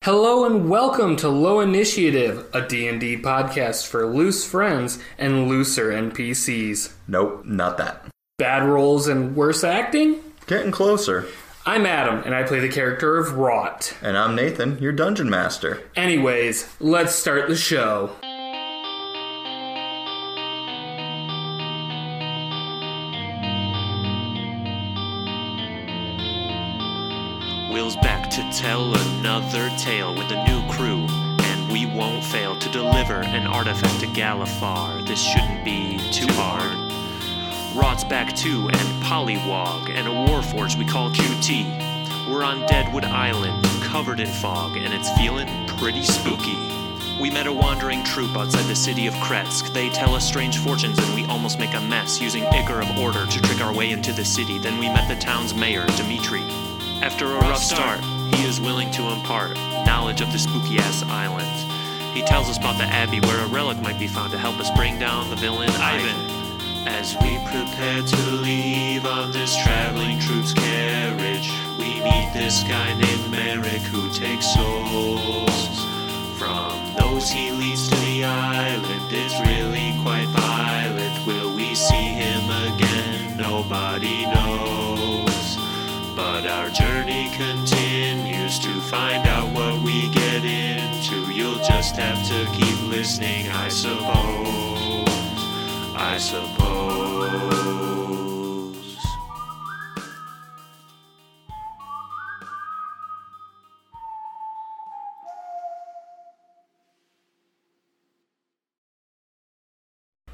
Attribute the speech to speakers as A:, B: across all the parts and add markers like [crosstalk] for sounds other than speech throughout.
A: Hello and welcome to Low Initiative, a D&D podcast for loose friends and looser NPCs.
B: Nope, not that.
A: Bad roles and worse acting?
B: Getting closer.
A: I'm Adam and I play the character of Rot.
B: And I'm Nathan, your dungeon master.
A: Anyways, let's start the show.
C: Will's back to tell another tale with a new crew, and we won't fail to deliver an artifact to Galifar. This shouldn't be too hard. Rod's back too, and Pollywog, and a warforge we call QT. We're on Deadwood Island, covered in fog, and it's feeling pretty spooky. We met a wandering troop outside the city of Kretsk. They tell us strange fortunes, and we almost make a mess using Icar of Order to trick our way into the city. Then we met the town's mayor, Dimitri. After a rough start, he is willing to impart knowledge of the spooky ass island. He tells us about the abbey where a relic might be found to help us bring down the villain Ivan. As we prepare to leave on this traveling troop's carriage, we meet this guy named Merrick who takes souls from those he leads to the island. It's really quite violent. Will we see him again? Nobody knows. But our journey continues to find out what we get into. You'll just have to keep listening, I suppose. I suppose.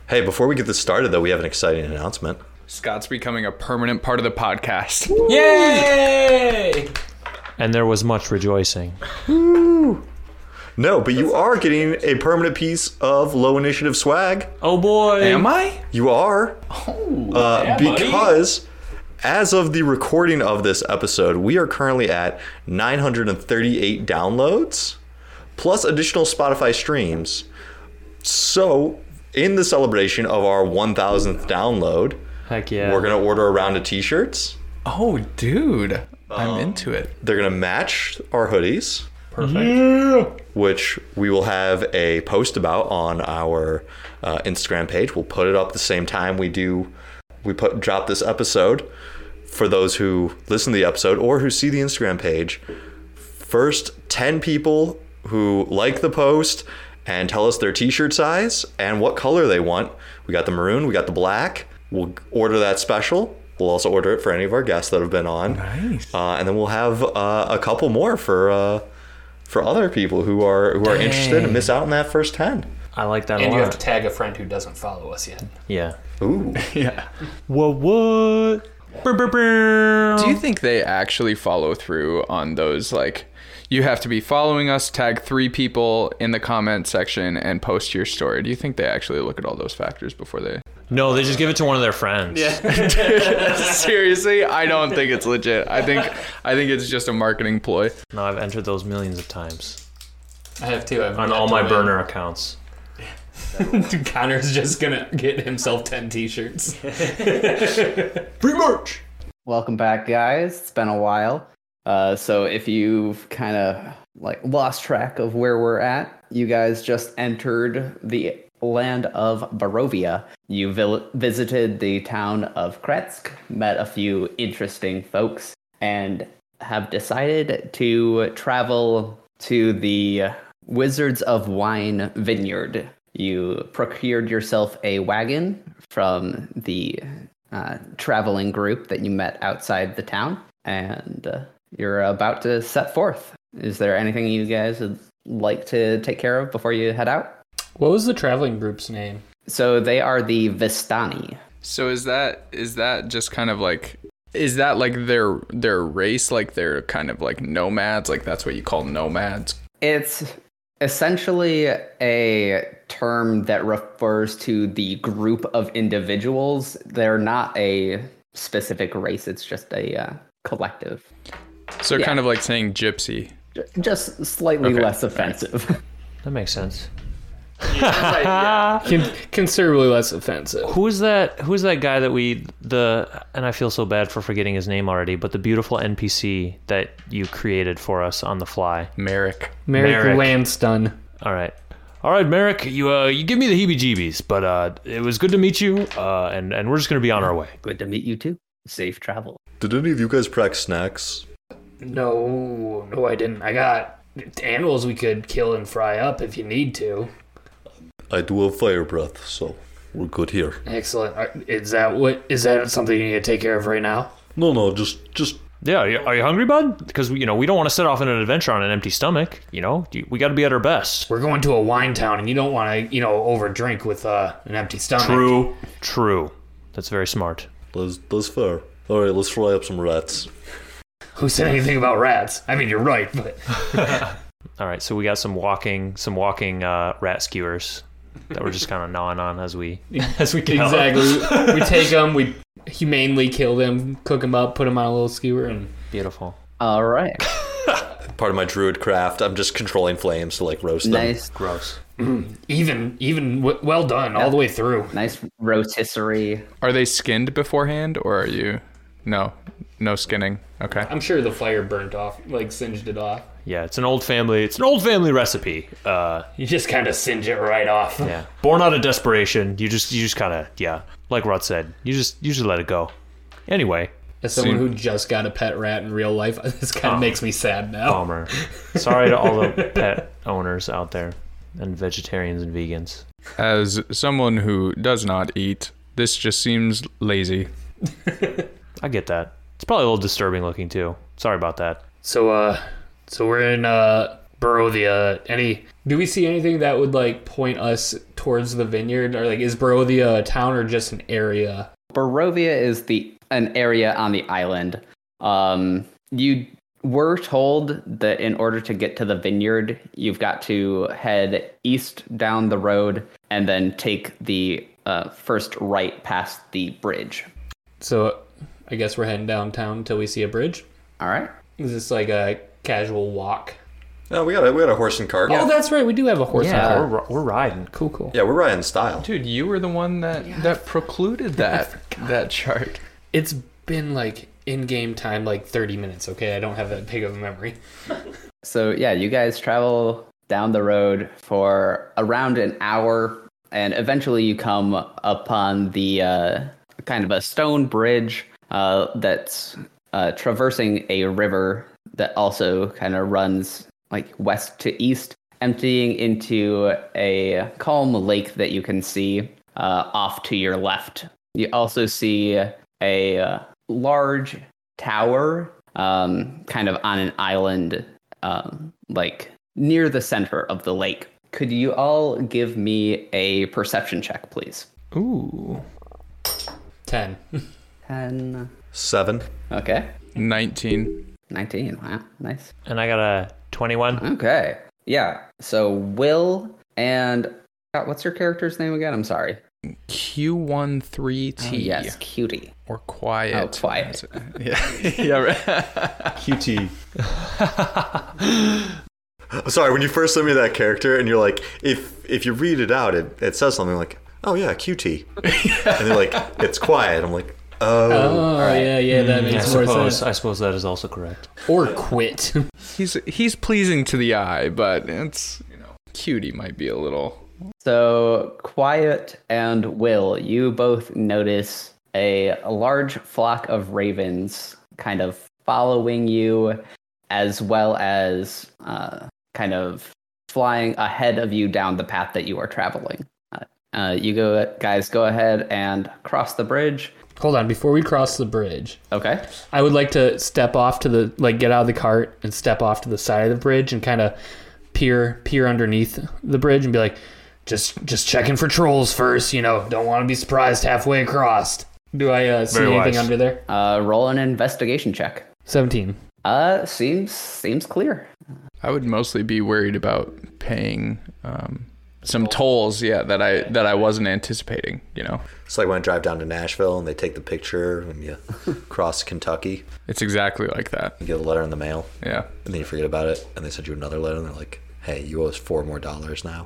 B: Hey, before we get this started, though, we have an exciting announcement.
D: Scott's becoming a permanent part of the podcast.
A: Yay!
E: And there was much rejoicing.
B: No, but you are getting a permanent piece of low initiative swag.
E: Oh boy!
D: Am I?
B: You are. uh, because as of the recording of this episode, we are currently at 938 downloads plus additional Spotify streams. So, in the celebration of our 1000th download,
E: Heck yeah!
B: we're going to order a round of t shirts.
D: Oh, dude. I'm into it.
B: They're going to match our hoodies.
D: Perfect.
B: which we will have a post about on our uh, Instagram page. We'll put it up the same time we do we put drop this episode for those who listen to the episode or who see the Instagram page. First 10 people who like the post and tell us their t-shirt size and what color they want. We got the maroon, we got the black. We'll order that special. We'll also order it for any of our guests that have been on.
D: Nice.
B: Uh, and then we'll have uh, a couple more for uh, for other people who are who are interested and miss out on that first ten.
E: I like that
A: And
E: a
A: you
E: lot.
A: have to tag a friend who doesn't follow us yet.
E: yeah.
B: Ooh,
D: Yeah.
E: What? What? Brr, brr, brr.
D: Do you think they actually follow through on those? Like, you have to be following us, tag three people in the comment section, and post your story. Do you think they actually look at all those factors before they.
E: No, they just give it to one of their
C: [laughs]
E: friends. Yeah.
D: Seriously? I don't think it's legit. I think I think it's just a marketing ploy.
E: No, I've entered those millions of times
A: I have two. I've
E: on
A: yet
E: all
A: to
E: my
A: win.
E: burner accounts.
A: [laughs] Connor's just gonna get himself 10
F: [laughs]
A: t-shirts.
G: Welcome back, guys. It's been a while. Uh, so if you've kind of like lost track of where we're at, you guys just entered the land of Barovia. You vil- visited the town of Kretsk, met a few interesting folks, and have decided to travel to the Wizards of Wine Vineyard. You procured yourself a wagon from the uh, traveling group that you met outside the town, and uh, you're about to set forth. Is there anything you guys would like to take care of before you head out?
A: What was the traveling group's name?
G: So they are the Vistani.
D: So is that is that just kind of like is that like their their race like they're kind of like nomads like that's what you call nomads?
G: It's essentially a term that refers to the group of individuals. They're not a specific race, it's just a uh, collective.
D: So kind of like saying gypsy.
G: J- Just slightly less offensive. [laughs]
E: That makes sense.
F: Con- considerably less offensive.
C: Who's that? Who's that guy that we the? And I feel so bad for forgetting his name already. But the beautiful NPC that you created for us on the fly.
D: Merrick.
F: Merrick,
C: Merrick.
F: Landstun.
C: All right. All right, Merrick, you uh, you give me the heebie-jeebies, but uh, it was good to meet you, uh, and and we're just gonna be on our way.
G: Good to meet you too. Safe travel.
B: [laughs] Did any of you guys pack snacks?
A: No, no, I didn't. I got animals we could kill and fry up if you need to.
B: I do have fire breath, so we're good here.
A: Excellent. Are- Is that what? Is that something you need to take care of right now?
B: No, no, just just
C: Yeah, are you, are you hungry, bud? Because you know we don't want to set off on an adventure on an empty stomach. You know, You- we got to be at our best.
A: We're going to a wine town, and you don't want to, you know, overdrink with uh, an empty stomach.
C: True, true. That's very smart.
B: that's that's fair. All right, let's fry up some rats.
A: Who said anything about rats? I mean, you're right,
G: [laughs]
A: but
C: All right, so we got some walking, some walking uh, rat skewers that we're just kind of [laughs] gnawing on as we as we go.
F: Exactly. we take them, we humanely kill them, cook them up, put them on a little skewer, and
C: Beautiful.
G: All right.
B: Part of my druid craft, I'm just controlling flames to like roast them.
G: nice,
C: Gross.
A: even, even w- well done all the way through.
G: nice rotisserie.
D: Are they skinned beforehand or are you? No, no skinning. Okay.
F: I'm sure the fire burnt off, like singed it off.
C: Yeah, it's an old family. It's an old family recipe. Uh,
A: You just kind of singe it right off.
C: yeah, born out of desperation. You just you just kind of yeah, like Rod said, you just you just let it go. Anyway,
F: As someone
D: See-
F: who just got a pet rat in real life, this kind
A: Oh.
F: of makes me sad now.
C: Bummer. Sorry to all the pet owners out there and vegetarians and vegans.
D: As someone who does not eat, this just seems lazy.
C: I get that. It's probably a little disturbing looking too. Sorry about that.
A: So, uh, so we're in uh, Barovia. Any
F: Do we see anything that would like point us towards the vineyard, or like is Barovia a town or just an area?
G: Barovia is the an area on the island. Um, you were told that in order to get to the vineyard, you've got to head east down the road and then take the uh, first right past the bridge.
F: So, I guess we're heading downtown until we see a bridge.
G: All right.
F: Is this like a casual walk?
B: No, Oh, we got a, we got a horse and cart.
F: Oh, that's right. We do have a horse.
G: Yeah.
F: Yeah.
C: We're, we're riding.
F: Cool, cool.
B: yeah, we're riding style.
D: Dude, you were the one that that precluded that that chart.
F: It's been like in game time, like 30 minutes. Okay, I don't have that big of a memory.
G: So yeah, you guys travel down the road for around an hour, and eventually you come upon the uh, kind of a stone bridge uh, that's uh, traversing a river that also kind of runs like west to east, emptying into a calm lake that you can see uh, off to your left. You also see a uh, large tower, um, kind of on an island, um, like near the center of the lake. Could you all give me a perception check, please?
F: 10.
G: 10.
B: Seven.
G: Okay.
D: 19.
G: 19. Wow. Nice.
C: And I got a 21.
G: Okay. Yeah. So, Will and. God, What's your character's name again? I'm sorry.
D: Q13T.
G: Oh, Yes, Cutie.
D: Or quiet.
G: Oh, quiet.
D: Yeah. yeah. right.
B: QT. Sorry, when you first sent me that character, and you're like, if if you read it out, it, it says something like, oh yeah,
E: [laughs]
B: QT, and they're like, it's quiet. I'm like, oh,
F: Oh, yeah, yeah, that
C: I
F: makes more
C: suppose,
F: sense.
C: I suppose that is also correct.
F: Or quit. [laughs]
D: He's he's pleasing to the eye, but it's you know cutie might be a little.
G: So, Quiet and Will, you both notice a large flock of ravens kind of following you, as well as uh, kind of flying ahead of you down the path that you are traveling. Uh, Uh, you go, guys, go ahead and cross the bridge.
F: Hold on, before we cross the bridge,
G: Okay.
F: I would like to step off to the like get out of the cart and step off to the side of the bridge and kind of peer peer underneath the bridge and be like,
A: just just checking for trolls first? You know, don't want to be surprised halfway across.
F: do I uh, see
C: Very
F: anything
C: wise.
F: under there?
G: Uh, roll an investigation check.
F: 17.
G: Uh, seems seems clear.
D: I would mostly be worried about paying um, some tolls. Yeah, that I that I wasn't anticipating. You know,
B: it's like when I drive down to Nashville and they take the picture when
E: [laughs]
B: you cross Kentucky,
D: it's exactly like that.
B: you get a letter in the mail,
D: Yeah.
B: and then you forget about it, and they send you another letter, and they're like, hey, you owe us four more dollars now.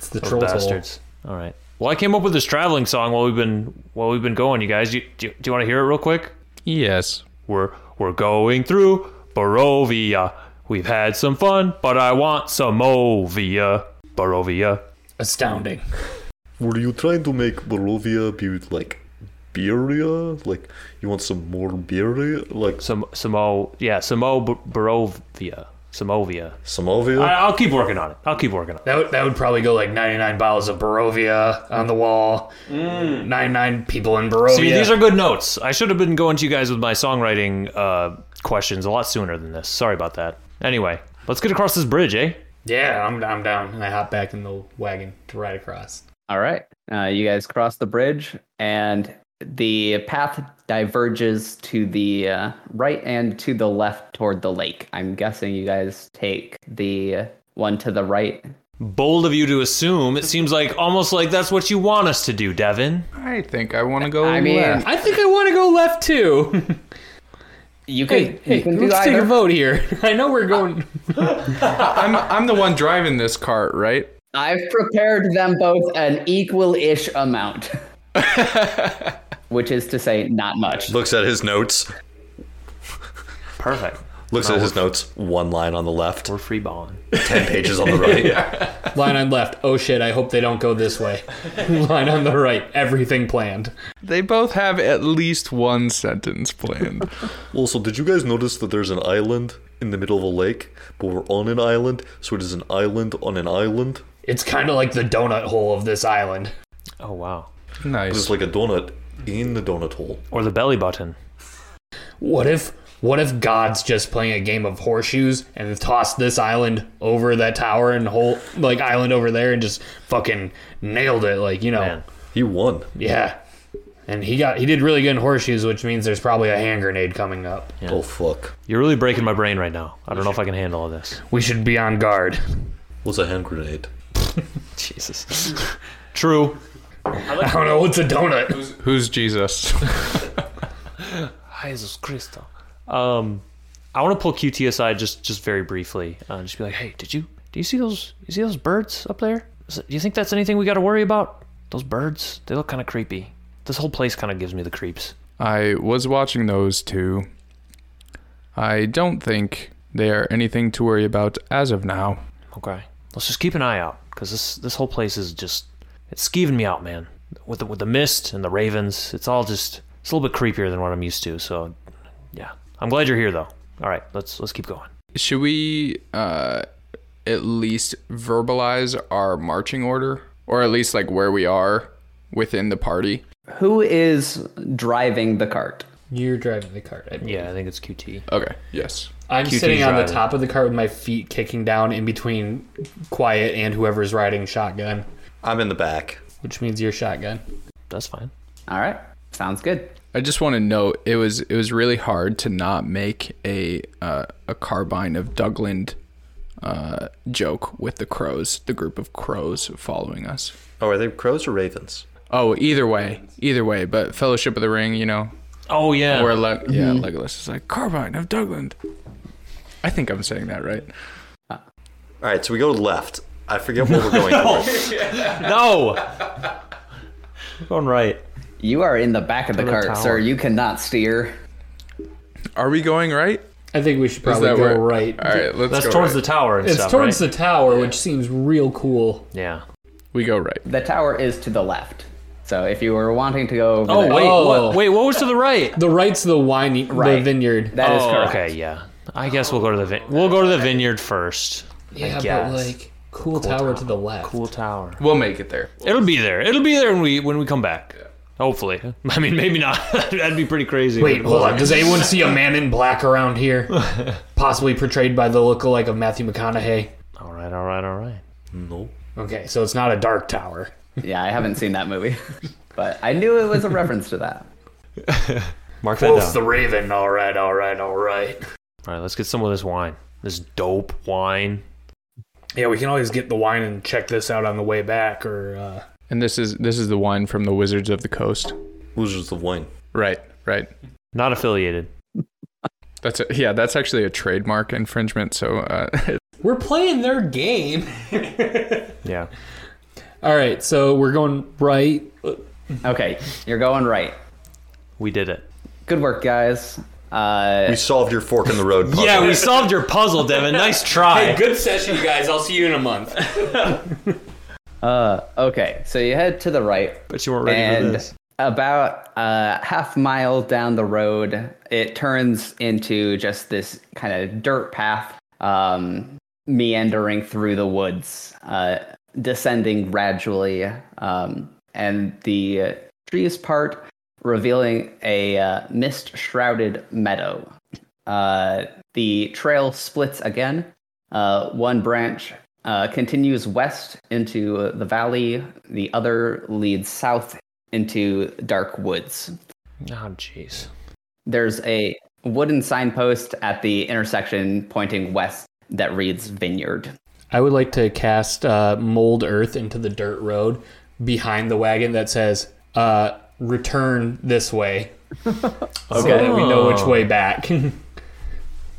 F: It's the
E: Those
F: troll toll.
E: bastards. All right. Well, I came up with this traveling song while we've been while we've been going. You guys, do, do, do you want to hear it real quick?
D: Yes.
E: We're we're going through Barovia. We've had some fun, but I want some Ovia. Barovia.
F: Astounding.
H: Were you trying to make Barovia be like Beria? Like you want some more Beria? Like
E: Some some O yeah, some O B- Barovia. Samovia.
H: Somalia?
E: I, I'll keep working on it. I'll keep working on it.
F: That would, that would probably go like 99 bottles of Barovia on the wall, 99 people in Barovia.
E: Mm. See, these are good notes. I should have been going to you guys with my songwriting uh, questions a lot sooner than this. Sorry about that. Anyway, let's get across this bridge, eh?
F: yeah, I'm, I'm down. And I hop back in the wagon to ride across.
G: All right. Uh, you guys cross the bridge, and the path diverges to the uh, right and to the left toward the lake. I'm guessing you guys take the one to the right.
E: Bold of you to assume. It seems like almost like that's what you want us to do, Devin.
D: I think I want to go.
G: I mean,
D: left.
A: I think I want to go left too.
G: You
A: [laughs]
G: can,
A: hey, hey,
G: you can do
A: let's take
G: either.
A: a vote here. [laughs] I know we're going.
D: I'm I'm the one driving this cart, right?
G: I've prepared them both an equal-ish
A: [laughs]
G: amount, which is to say, not much.
H: Looks at his notes.
E: Perfect.
H: Looks at his notes. One line on the left,
E: We're free balling.
H: ten
E: [laughs]
H: pages on the right.
A: Line on left. Oh shit! I hope they don't go this way. [laughs] Line on the right. Everything planned.
D: They both have at least one sentence planned.
H: Also, did you guys notice that there's an island in the middle of a lake, but we're on an island, so it is an island on an island?
F: It's kind of like the donut hole of this island.
E: Oh wow.
D: [laughs] nice.
H: It's like a donut in the donut hole.
E: Or the belly button.
F: What if what if God's just playing a game of horseshoes and tossed this island over that tower and whole like island over there and just fucking nailed it? Like you know,
E: Man.
H: He won.
F: yeah. And he got he did really good in horseshoes, which means there's probably a hand grenade coming up.
H: Oh fuck.
E: You're really breaking my brain right now. I don't know if I can handle all this.
F: We should be on guard. [laughs]
H: What's a hand grenade?
E: Jesus. True.
F: I don't know what's a donut.
D: Who's Jesus? [laughs]
E: Jesus Christo. Um, I want to pull QT aside just just very briefly. Uh, just be like, hey, did you do you see those you see those birds up there? Is it- do you think that's anything we got to worry about? Those birds, they look kind of creepy. This whole place kind of gives me the creeps.
D: I was watching those two. I don't think they are anything to worry about as of now.
E: Okay, let's just keep an eye out because this this whole place is just it's skeeving me out, man. With the, with the mist and the ravens, it's all just it's a little bit creepier than what I'm used to. So, yeah, I'm glad you're here though. All right, let's let's keep going.
D: Should we uh, at least verbalize our marching order, or at least like where we are within the party?
G: Who is driving the cart?
F: You're driving the cart. I mean,
E: Yeah, I think it's QT.
D: Okay. Yes.
F: I'm
E: QT
F: sitting on the
E: driving.
F: top of the cart with my feet kicking down in between Quiet and whoever's riding shotgun,
H: I'm in the back.
F: which means you're shotgun.
E: That's fine.
G: All right, sounds good.
D: I just want to note it was it was really hard to not make a uh, a carbine of Dougland uh, joke with the crows, the group of crows following us.
H: Oh, are they crows or ravens?
D: Oh, either way, either way. But Fellowship of the Ring, you know,
E: Oh yeah.
D: where Le- yeah, Legolas is like carbine of Dougland. I think I'm saying that right.
H: All right, so we go left. I forget what we're going for.
E: No. [laughs] going right.
G: You are in the back of the
E: the
G: cart,
E: tower.
G: sir. You cannot steer.
D: Are we going right?
F: I think we should probably
D: that
F: go
D: where-
F: right.
D: All right, let's
E: That's
D: go.
E: towards
D: right.
E: the tower and
F: It's
E: stuff.
F: towards the tower, which seems real cool.
E: the yeah.
D: we go right.
G: The tower is to the left. So if you were wanting to go over
E: Oh
G: there,
E: wait,
F: Oh.
E: what, wait, what was to the right?
F: The right's the wine, the
G: Right.
F: vineyard.
G: that is
E: oh,
G: correct.
E: okay, yeah. I guess we'll go to the vin- we'll go to the vineyard first.
F: yeah,
E: guess.
F: cool, tower, to the left.
E: Cool tower.
D: We'll make it there.
E: It'll be there. It'll be there when we when we come back. Hopefully. [laughs] I mean, maybe not. That'd be pretty crazy.
F: Wait, hold on. Does anyone see a man in black around
H: [laughs]
F: here? Possibly portrayed by the lookalike of Matthew McConaughey.
E: All right, all right, all right.
H: no.
F: Okay, so it's not a dark tower.
G: Yeah, I haven't seen that movie, [laughs] but I knew it was a reference to that.
E: Mark that
F: Wolf
E: down.
F: the Raven. All right, all right, all right.
E: all right, let's get some of this wine. This dope wine.
F: Yeah, we can always get the wine and check this out on the way back, or uh,
D: And this is this is the wine from the Wizards of the Coast.
H: Wizards of Wine.
D: Right, right.
E: Not affiliated.
D: That's a, yeah. That's actually a trademark infringement. So uh, [laughs]
F: [laughs]
A: We're playing their game.
E: Yeah.
F: All right, so we're going right.
G: Okay, you're going right.
C: We did it.
G: Good work, guys. Uh,
B: We solved your fork in the road puzzle.
C: [laughs] Yeah, we solved your puzzle, Devin. [laughs] Nice try.
F: Good session, you guys. I'll see you in a month.
G: uh, okay, so you head to the right,
C: But you weren't ready for
G: and
C: this.
G: about a half mile down the road, it turns into just this kind of dirt path, um, meandering through the woods, uh, descending gradually, um, and the uh, trees part, revealing a uh, mist-shrouded meadow. Uh, the trail splits again. Uh, one branch uh, continues west into the valley. The other leads south into dark woods.
C: Oh, jeez.
G: There's a wooden signpost at the intersection pointing west that reads Vineyard.
F: I would like to cast uh, mold earth into the dirt road behind the wagon that says uh, "Return
I: [laughs]
F: this way," so that we know
I: Oh.
F: which way back. [laughs] to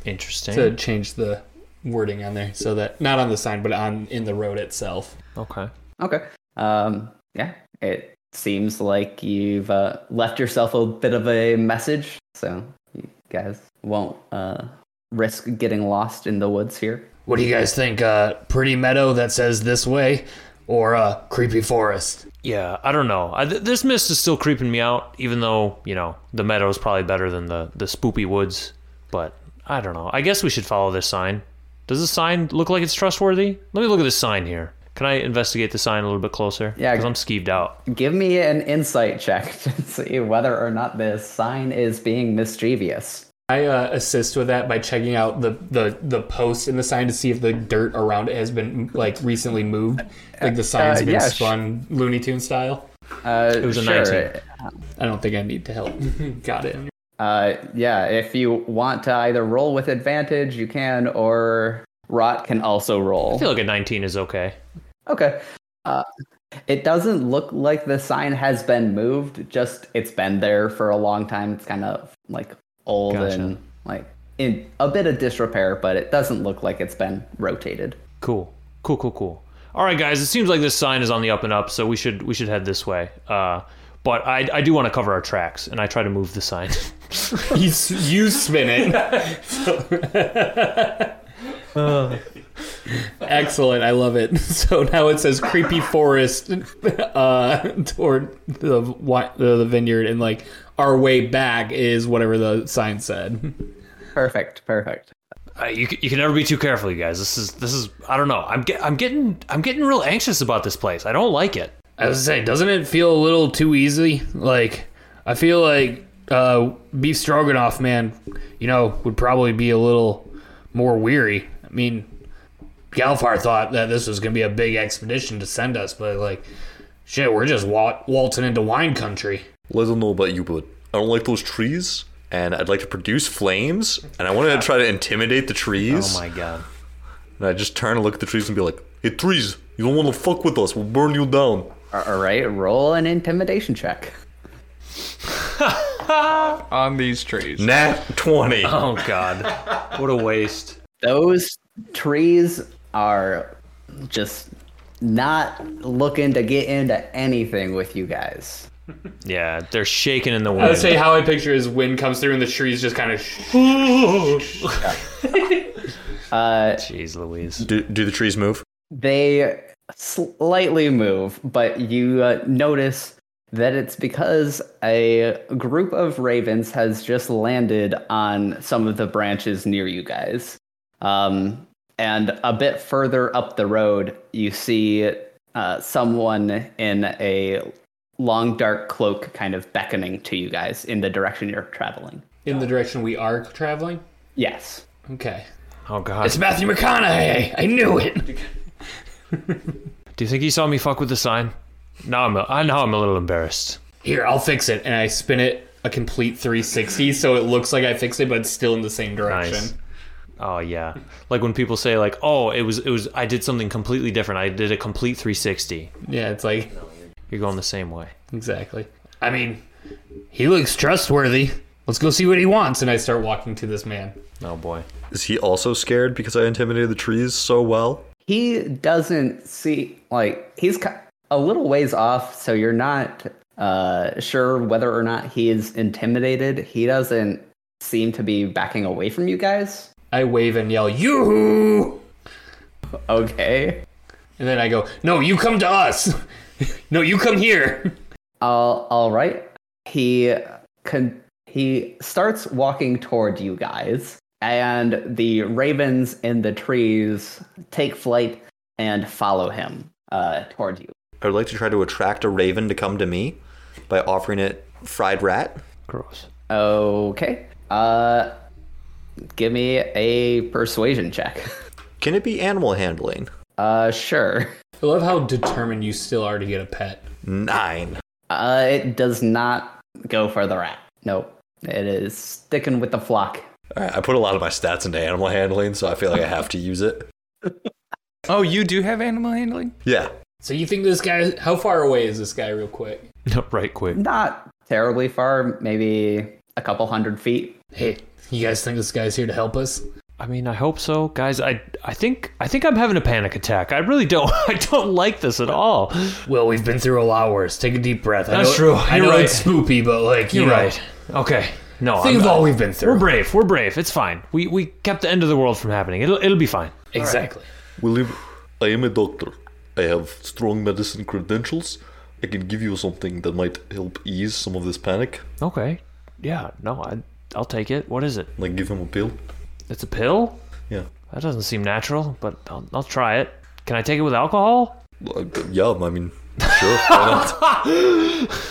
C: Interesting.
F: change the wording on there, so that not on the sign, but on in the road itself.
C: okay.
G: Okay. Um, yeah, it seems like you've uh, left yourself a bit of a message, so you guys won't uh, risk getting lost in the woods here.
I: What do you guys think? Uh, pretty meadow that says this way, or uh, creepy forest?
C: Yeah, I don't know. I, th- this mist is still creeping me out, even though you know the meadow's probably better than the the spoopy woods. But I don't know. I guess we should follow this sign. Does the sign look like it's trustworthy? Let me look at this sign here. Can I investigate the sign a little bit closer?
G: Yeah.
C: because I'm skeeved out.
G: Give me an insight check [laughs] to see whether or not this sign is being mischievous.
F: I uh, assist with that by checking out the, the the post in the sign to see if the dirt around it has been like recently moved, like the sign's
G: Uh,
F: been
G: yeah, sh-
F: spun Looney Tune style.
G: Uh, it
C: was a
G: sure.
C: 19.
F: I don't think I need to help. [laughs] Got it.
G: Uh, yeah, if you want to either roll with advantage, you can, or Rot can also
C: I
G: roll.
C: feel like a 19 is okay.
G: Okay. Uh, it doesn't look like the sign has been moved, just it's been there for a long time. It's kind of like old
C: Gotcha.
G: and like in a bit of disrepair, but it doesn't look like it's been rotated.
C: Cool. Cool, cool, cool. All right, guys. It seems like this sign is on the up and up, so we should we should head this way. Uh, but I, I do want to cover our tracks, and I try to move the sign. [laughs]
F: You, s- you spin [laughs] it. Excellent. I love it. [laughs] So now it says creepy forest uh, toward the, wi- the the vineyard, and like our way back is whatever the sign said.
G: Perfect, perfect.
C: Uh, you, c- you can never be too careful, you guys. This is this is I don't know. I'm get, I'm getting I'm getting real anxious about this place. I don't like it.
I: I was saying, doesn't it feel a little too easy? Like, I feel like uh, beef stroganoff, man, you know, would probably be a little more weary. I mean, Galfar thought that this was gonna be a big expedition to send us, but like, shit, we're just wal- waltzing into wine country.
B: Little know about you, but I don't like those trees, and I'd like to produce flames, and I want to try to intimidate the trees.
C: Oh my god.
B: And I just turn and look at the trees and be like, "Hey, trees, you don't want to fuck with us. We'll burn you down."
G: All right, roll an intimidation check.
D: on these trees.
B: Nat twenty.
C: [laughs] Oh god. what a waste.
G: Those trees are just not looking to get into anything with you guys.
C: Yeah, they're shaking in the
F: I
C: wind.
F: would say how I picture is wind comes through and the trees just kind of. Sh-
G: Uh,
C: Jeez, Louise.
B: Do, do the trees move?
G: they slightly move, but you uh, notice that it's because a group of ravens has just landed on some of the branches near you guys. Um, and a bit further up the road, you see uh, someone in a long dark cloak kind of beckoning to you guys in the direction you're traveling.
F: in the direction we are traveling.
G: Yes.
F: Okay.
C: Oh god.
I: It's Matthew McConaughey. I knew it.
C: Do you think he saw me fuck with the sign? Now I'm a, I know I'm a little embarrassed.
F: Here, I'll fix it, and I spin it a complete 360, so it looks like I fixed it, but it's still in the same direction.
C: Nice. Oh yeah. Like when people say like, "Oh, it was it was I did something completely different. I did a complete 360."
F: [laughs] Yeah, it's like
C: You're going the same way.
F: exactly.
I: I mean, he looks trustworthy. Let's go see what he wants.
F: And I start walking to this man.
C: Oh boy.
B: Is he also scared because I intimidated the trees so well?
G: he doesn't see like he's ki- a little ways off, so you're not uh, sure whether or not he is intimidated. He doesn't seem to be backing away from you guys.
A: I wave and yell, "Yoo-hoo!"
G: Okay.
A: And then I go, "No, you come to us. [laughs] no, you come here."
G: All all right. He con- he starts walking toward you guys, and the ravens in the trees take flight and follow him uh, toward you.
H: I would like to try to attract a raven to come to me by offering it fried rat.
E: Gross.
G: Okay. Uh, give me a persuasion check. [laughs]
H: Can it be animal handling?
G: Uh, sure.
A: I love how determined you still are to get a pet.
H: Nine.
G: Uh, it does not go for the rat. Nope. It is sticking with the flock.
H: All right, I put a lot of my stats into animal handling, so I feel like I have to use it.
D: Oh, you do have animal handling?
H: Yeah.
A: So you think this guy? How far away is this guy? Real quick.
E: [laughs] right quick.
G: Not terribly far, maybe a couple hundred feet.
A: Hey, you guys think this guy's here to help us?
E: I mean, I hope so, guys. I I think I think I'm having a panic attack. I really don't. [laughs] I don't like this at all.
F: Well, we've been through a lot worse. Take a deep breath. I
E: That's
F: know,
E: true.
F: I
E: You're
F: know
A: [laughs]
E: right.
F: it's spoopy, but like you
E: You're
F: know,
E: right. Okay. No,
F: Think
E: I'm,
F: of all we've been through.
E: we're brave. We're brave. It's fine. We we kept the end of the world from happening. It'll it'll be fine.
F: exactly.
H: Will you, I am a doctor. I have strong medicine credentials. I can give you something that might help ease some of this panic.
E: Okay. Yeah. No. I I'll take it. What is it?
H: Like give him a pill.
E: It's a pill.
H: Yeah.
E: That doesn't seem natural, but I'll I'll try it. Can I take it with alcohol?
H: Uh, Yeah, I mean, sure. Why not?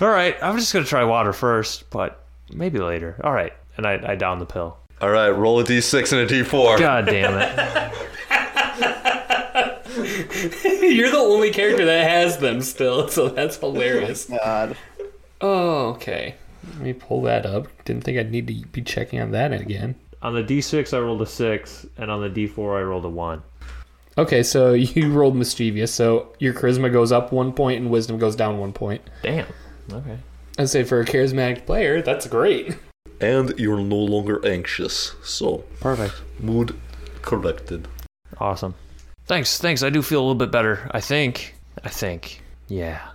E: All right. I'm just gonna try water first, but maybe later. All right. And I I down the pill.
H: All right, roll a d6 and a d4.
E: God damn it.
A: [laughs]
F: [laughs]
A: You're the only character that has them still, [laughs] so that's hilarious.
G: God.
A: Oh, okay. Let me pull that up. Didn't think I'd need to be checking on that again.
E: On the D6, I rolled a 6, and on the D4, I rolled a 1.
A: Okay, so [laughs] you rolled mischievous, so your charisma goes up one point and wisdom goes down one point.
E: Damn. Okay.
A: I'd say for a charismatic player, that's great. [laughs]
H: And you're no longer anxious, so
E: Perfect.
H: mood corrected.
E: Awesome. Thanks, thanks. I do feel a little bit better. I think. I think. Yeah.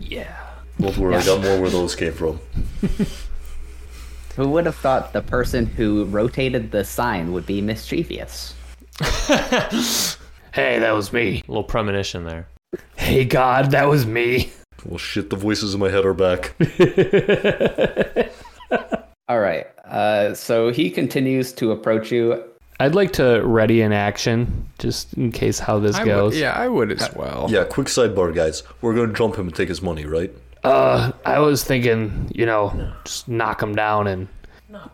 E: yeah.
H: Don't worry, I got more where those came from.
G: Who would have thought the person who rotated the sign would be mischievous?
F: Hey, that was me.
E: A little premonition there.
F: Hey, God, that was me.
H: Well, shit, the voices in my head are back.
G: All right. Uh, so he continues to approach you.
A: I'd like to ready an action, just in case how this
D: I
A: goes.
D: would, yeah, I would
F: Uh,
D: as well.
H: yeah, quick sidebar, guys. We're gonna jump him and take his money, right?
F: Uh, I was thinking, you know, just knock him down and.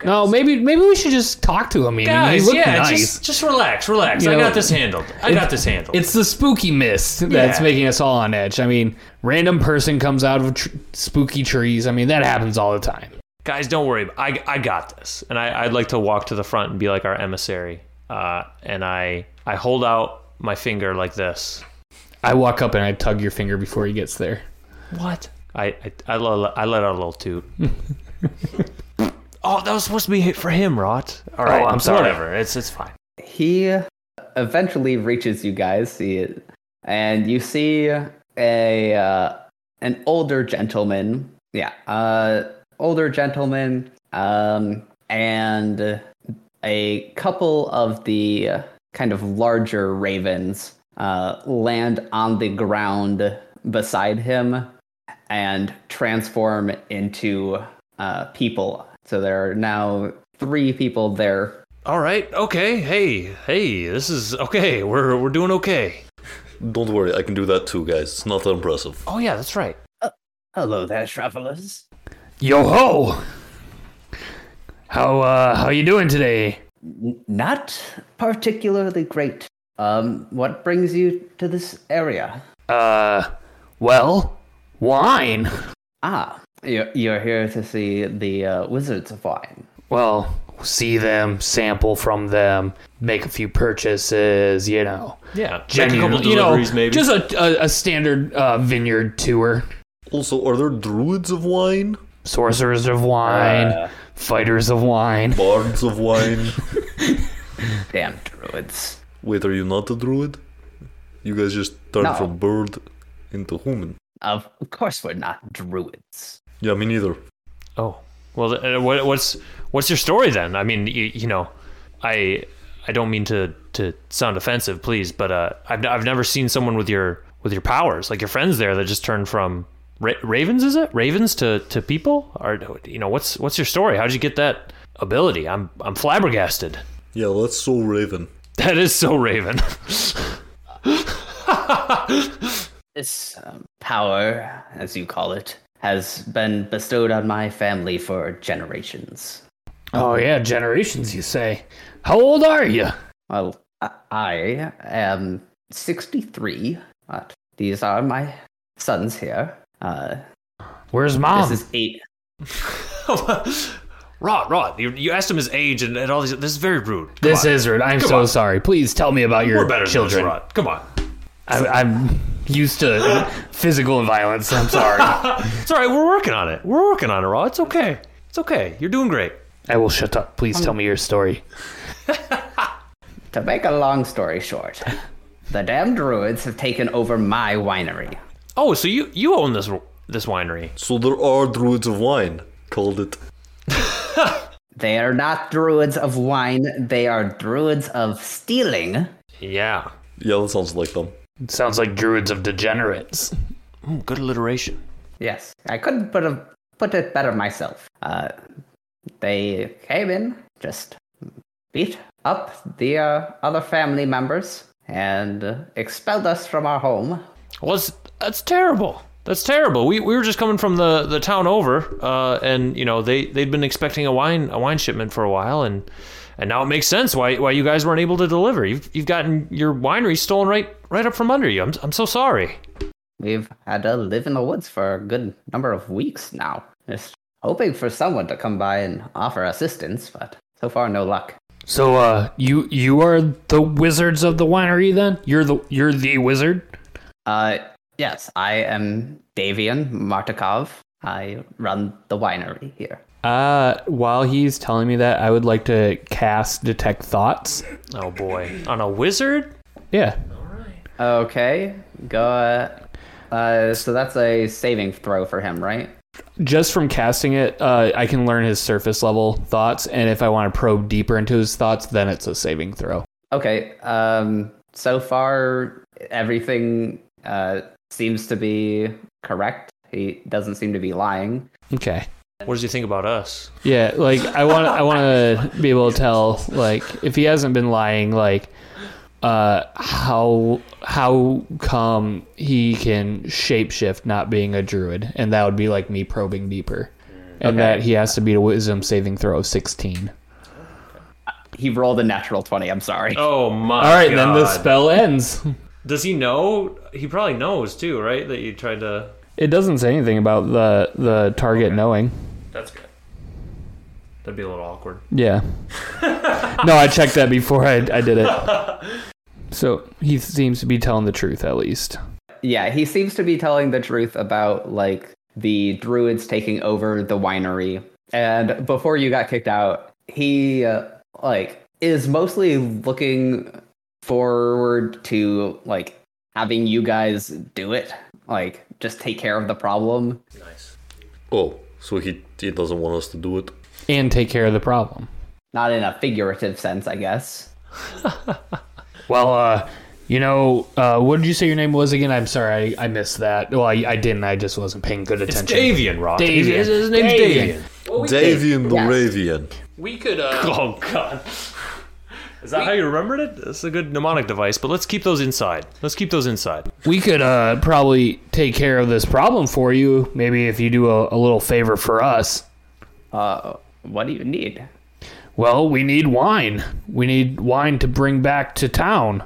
F: No, maybe maybe we should just talk to him. I mean, he looked nice.
E: just relax, relax.
F: You know,
E: handled. I got this handled.
F: It's the spooky mist that's
E: Yeah.
F: making us all on edge. I mean, random person comes out of tr- spooky trees. I mean, that happens all the time.
E: Guys, don't worry. I, I got this. And I, I'd like to walk to the front and be like our emissary. Uh, and I, I hold out my finger like this.
A: I walk up and I tug your finger before he gets there.
E: What? I I, I, let, I let out a little
F: [laughs]
E: toot. oh, that was supposed to be for him, Rot. All right,
F: Oh, I'm sorry.
E: Whatever. It's it's fine.
G: He eventually reaches you guys, he, and you see a uh, an older gentleman. Yeah, uh, older gentleman, um, and a couple of the uh, kind of larger ravens uh, land on the ground beside him and transform into uh, people. So there are now three people there
E: All right. Okay. Hey. Hey. This is okay. We're we're doing okay. [laughs]
H: Don't worry, I can do that too, guys. It's not that impressive.
E: Oh yeah, that's right.
G: Hello there, travelers.
F: Yo ho! How uh how you doing today?
G: Not particularly great. Um, what brings you to this area?
F: Uh, well, wine.
G: Ah, you're, you're here to see the uh, Wizards of Wine.
F: Well, see them, sample from them, make a few purchases. You know,
E: Yeah.
F: Genuine- you know, just a a, a standard uh, vineyard tour.
H: Also, are there druids of wine?
F: Sorcerers of wine,
C: Uh.
F: fighters of wine.
H: Bards of wine?
G: Damn druids.
H: Wait, are you not a druid? You guys just turned
G: No.
H: from bird into human.
G: Of course, we're not druids.
H: Yeah, me neither.
C: Oh, well, th- uh, what, what's what's your story then? I mean, you, you know, I I don't mean to to sound offensive, please, but uh, I've I've never seen someone with your with your powers, like your friends there that just turned from ra- ravens, is it ravens to to people? Or you know, what's what's your story? How'd you get that ability? I'm I'm flabbergasted. [laughs]
H: Yeah, that's so Raven.
C: That is so Raven. [laughs]
G: This um, power, as you call it, has been bestowed on my family for generations.
F: Oh yeah, generations. You say. How old are you?
G: Well, I- I am 63. Uh, these are my sons here. Uh,
F: Where's mom?
G: this is eight.
C: Rod, Rod, you, you asked him his age and, and all these. This is very rude. Come
F: This
C: on.
F: is rude. I'm
C: Come
F: so
C: on.
F: sorry. Please tell me about
C: we're
F: your
C: better
F: children.
C: than this, Rod. Come on.
F: I, I'm
C: [gasps]
F: used to physical violence. I'm
C: [laughs]
F: sorry.
C: It's all right. We're working on it. We're working on it, Rod. It's okay. It's okay. You're doing great.
F: I will shut up. Please tell me your story.
G: To make a long story short, the damn druids have taken over my winery.
C: Oh, so you you own this this winery?
H: So there are druids of wine. Called it.
G: They are not druids of wine, they are druids of stealing.
C: Yeah.
H: Yeah, that sounds like them.
F: It sounds like druids of degenerates.
C: Mm, good alliteration.
G: Yes, I couldn't put a, put it better myself. Uh, they came in, just beat up the uh, other family members, and expelled us from our home.
C: Well, that's, that's terrible. That's terrible. We, we were just coming from the, the town over, uh, and you know they they'd been expecting a wine a wine shipment for a while, and and now it makes sense why why you guys weren't able to deliver. You've you've gotten your winery stolen right right up from under you. I'm I'm so sorry.
G: We've had to live in the woods for a good number of weeks now, just hoping for someone to come by and offer assistance, but so far no luck.
F: So, uh, you you are the wizards of the winery, then? You're the you're the wizard.
G: Uh, yes, I am Davian Martikov. I run the winery here.
A: Uh, while he's telling me that, I would like to cast detect thoughts.
C: Oh boy, on a wizard.
A: Yeah,
G: Okay, go. Uh, uh, so that's a saving throw for him, right?
A: just from casting it, uh, I can learn his surface level thoughts, and if I want to probe deeper into his thoughts, then it's a saving throw.
G: Okay. Um, so far, everything uh, seems to be correct. He doesn't seem to be lying.
A: Okay.
C: What does he think about us?
A: Yeah, like I want I want to be able to tell like if he hasn't been lying like uh how how come he can shapeshift not being a druid and that would be like me probing deeper. And that he has to beat a wisdom saving throw of 16.
G: He rolled a natural twenty. I'm sorry.
C: Oh my!
A: All right, then the spell ends.
C: Does he know? He probably knows too, right? That you tried to.
A: It doesn't say anything about the the target knowing.
C: That's good. That'd be a little awkward.
A: Yeah. no, I checked that before I, I did it. So he seems to be telling the truth at least.
G: Yeah, he seems to be telling the truth about like the druids taking over the winery. And before you got kicked out, he uh, like is mostly looking forward to like having you guys do it, like just take care of the problem.
H: Oh, so he he doesn't want us to do it.
A: And take care of the problem.
G: Not in a figurative sense, I guess.
F: Well, uh,
A: You know, uh, what did you say your name was again? I'm sorry, I, I missed that. Well, I, I didn't. I just wasn't paying good attention.
C: Davian, Rock.
A: Davian.
C: His, his name's Davian.
H: Davian the Ravian.
F: we could. Uh,
C: Oh God. Is that how you remembered it? That's a good mnemonic device, but let's keep those inside. Let's keep those inside.
F: we could uh, probably take care of this problem for you. Maybe if you do a, a little favor for us.
G: Uh, what do you need?
F: Well, we need wine. We need wine to bring back to town.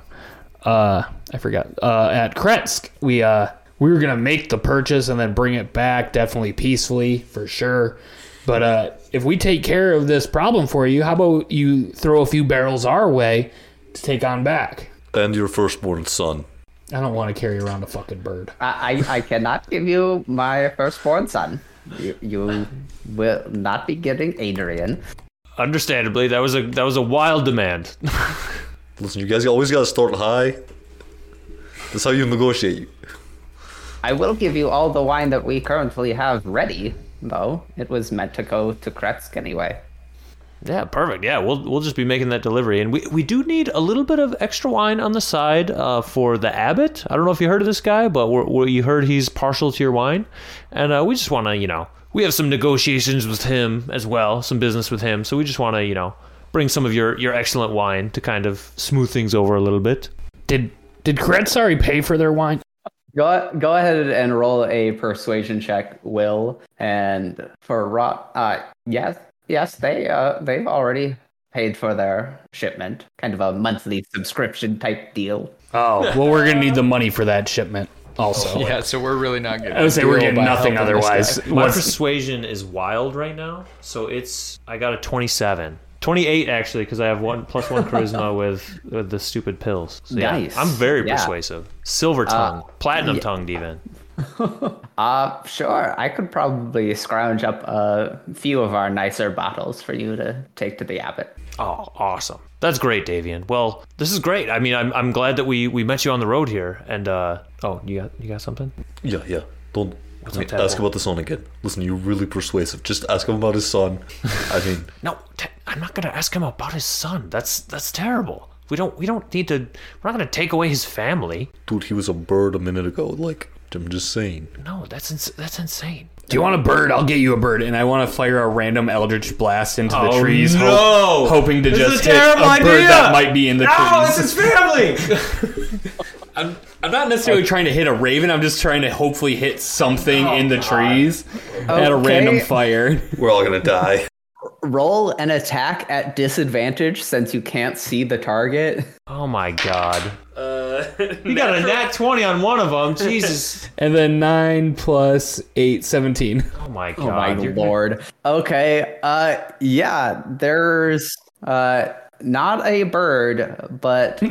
F: Uh, I forgot. Uh, at Kretsk, we uh, we were gonna make the purchase and then bring it back, definitely peacefully for sure. But uh, if we take care of this problem for you, how about you throw a few barrels our way to take on back?
H: And your firstborn son.
F: I don't want to carry around a fucking bird.
G: I, I, I cannot give you my firstborn son. You, you will not be getting Adrian.
C: Understandably, that was a that was a wild demand. [laughs]
H: Listen, you guys always gotta start high. That's how you negotiate.
G: I will give you all the wine that we currently have ready, though. It was meant to go to Kretsk anyway.
C: Yeah, perfect. Yeah, we'll we'll just be making that delivery, and we, we do need a little bit of extra wine on the side uh, for the abbot. I don't know if you heard of this guy, but we're, we you heard he's partial to your wine, and uh, we just want to you know we have some negotiations with him as well, some business with him. So we just want to you know bring some of your your excellent wine to kind of smooth things over a little bit.
F: Did did Kretz already pay for their wine?
G: Go, go ahead and roll a persuasion check, Will, and for Rot. Uh, yes, yes, they uh, they've already paid for their shipment. Kind of a monthly subscription type deal.
F: Oh, well, we're gonna need the money for that shipment. Also,
D: Yeah, so we're really not getting.
F: I would say we're getting
D: by
F: nothing
D: helping this
F: otherwise.
C: My
F: Once-
C: persuasion is wild right now, so it's I got a 27. 28 actually because I have one plus one
G: [laughs]
C: charisma with, with the stupid pills. So, yeah,
G: Nice.
C: I'm very
G: Yeah.
C: persuasive. Silver tongue, platinum tongued even.
G: Uh, sure, I could probably scrounge up a few of our nicer bottles for you to take to the abbot.
C: Oh, awesome. That's great, Davian. Well, this is great. I mean, I'm, I'm glad that we, we met you on the road here. And uh, oh, you got you got something?
H: Yeah, yeah. Don't I mean,
C: up, Tadpole?
H: ask about the son again. Listen, you're really persuasive. Just ask him about his [laughs] son. I mean,
C: No, t- I'm not gonna ask him about his son. That's that's terrible. We don't we don't need to. We're not gonna take away his family.
H: dude, he was a bird a minute ago. Like, I'm just saying.
C: No, that's ins- that's insane.
F: do you want a bird? I'll get you a bird, and I want to fire a random eldritch blast into the trees, hope-
E: Oh, no!
F: hoping to
E: This is
F: just
E: a
F: hit a
E: terrible
F: bird
E: idea!
F: that might be in the
E: No,
F: trees.
E: it's his family!
F: I'm not necessarily trying to hit a raven. I'm just trying to hopefully hit something
E: Oh,
F: in the trees at a
G: Okay.
F: random fire.
H: We're all gonna die.
G: Roll an attack at disadvantage since you can't see the target.
C: Oh my god. You got a nat 20 on one of them. Jesus.
F: And then 9 plus 8, 17.
C: Oh [laughs] my god.
G: Oh my
C: You're-
G: lord. Okay. Uh yeah, there's uh not a bird, but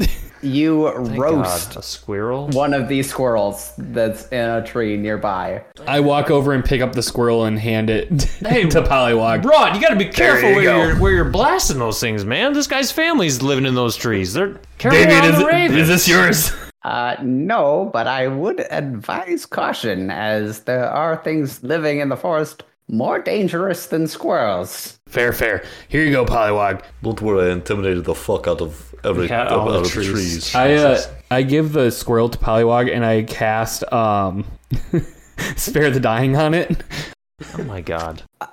G: you roast
C: God, a squirrel?
G: one of these squirrels that's in a tree nearby.
F: I walk over and pick up the squirrel and hand it [laughs] to Polywog.
C: Rod, you gotta be careful
G: you
C: where
G: go.
C: you're where you're blasting those things, man. This guy's family's living in those trees. They're careful
F: David,
C: around
F: is,
C: the raven.
F: is this yours? [laughs]
G: Uh no, but I would advise caution as there are things living in the forest more dangerous than squirrels.
F: Fair, fair. Here you go, Polywog.
H: Don't worry, I intimidated the fuck out of every
C: Yeah,
H: out,
C: all the
H: of the
C: trees.
H: trees.
F: I uh, I give the squirrel to Polywog and I cast um, [laughs] Spare the Dying on it.
C: oh my god.
G: Uh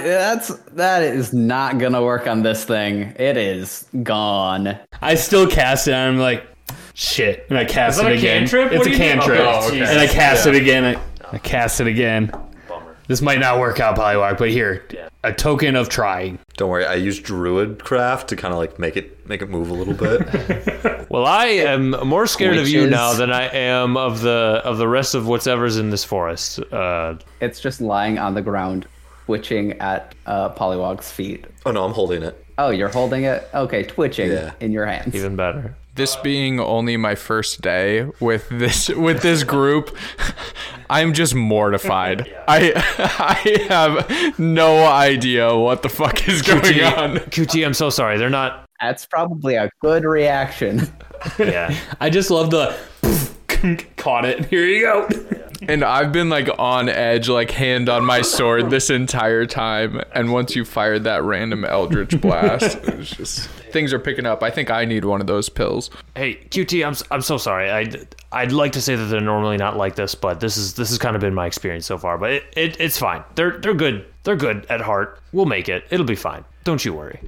G: that's that is not going to work on this thing. It is gone.
F: I still cast it and I'm like, shit. And I cast
C: that
F: it
C: a
F: again.
C: cantrip?
F: It's
C: What
F: a
C: do you mean?
F: cantrip.
C: Oh, okay.
F: And I cast it again. I, I cast it again. This might not work out, Polywog, but here, a token of trying.
H: Don't worry, I used druid craft to kind of like make it make it move a [laughs] little bit.
C: Well, I am more scared of you
G: Witches.
C: now than I am of the of the rest of whatever's in this forest. Uh,
G: It's just lying on the ground, twitching at uh, Polywog's feet.
H: oh no, I'm holding it.
G: Oh, you're holding it? Okay, twitching
H: Yeah.
G: in your hands.
C: even better.
D: This being only my first day with this with this group, [laughs] I'm just
F: [laughs]
D: mortified. I I [laughs] have no idea what the fuck is going on.
C: QT, I'm so sorry. They're not.
G: That's probably a good reaction.
C: Yeah.
F: [laughs] I just love the caught it. Here you go.
D: And I've been like on edge, like hand on my sword this entire time. And once you fired that random eldritch blast, it was just things are picking up. I think I need one of those pills.
C: Hey, QT, I'm s- I'm so sorry. I would I'd like to say that they're normally not like this, but this is this has kind of been my experience so far. But it, it it's fine. They're they're good. They're good at heart. We'll make it. It'll be fine. Don't you worry.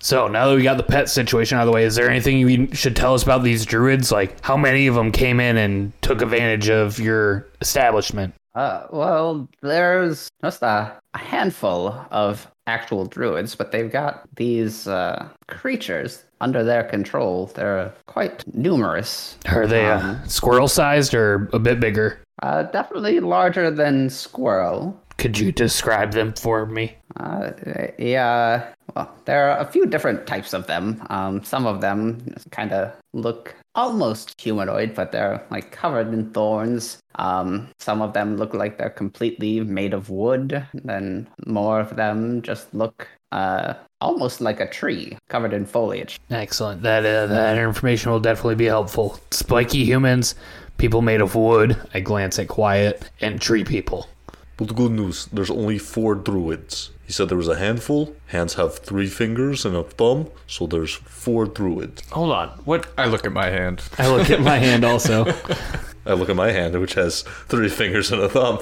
F: So now that we got the pet situation out of the way, is there anything you should tell us about these druids? Like, how many of them came in and took advantage of your establishment?
G: [laughs] Uh, well, there's just a, a handful of actual druids, but they've got these uh, creatures under their control. They're quite numerous.
F: Are they uh, squirrel sized or a bit bigger?
G: Uh, definitely larger than Squirrel.
F: Could you describe them for me?
G: Uh, yeah. Well, there are a few different types of them. Um, some of them kind of look almost humanoid, but they're like covered in thorns. Um, some of them look like they're completely made of wood. and Then more of them just look uh, almost like a tree covered in foliage.
I: Excellent. That uh, that information will definitely be helpful. Spiky humans, people made of wood. I glance at Quiet and tree people.
B: But good news, there's only four druids. He said there was a handful. Hands have three fingers and a thumb, so there's four druids.
C: Hold on. What?
D: I look at my hand.
I: I look at my hand also.
B: I look at my hand, which has three [laughs] fingers and a thumb.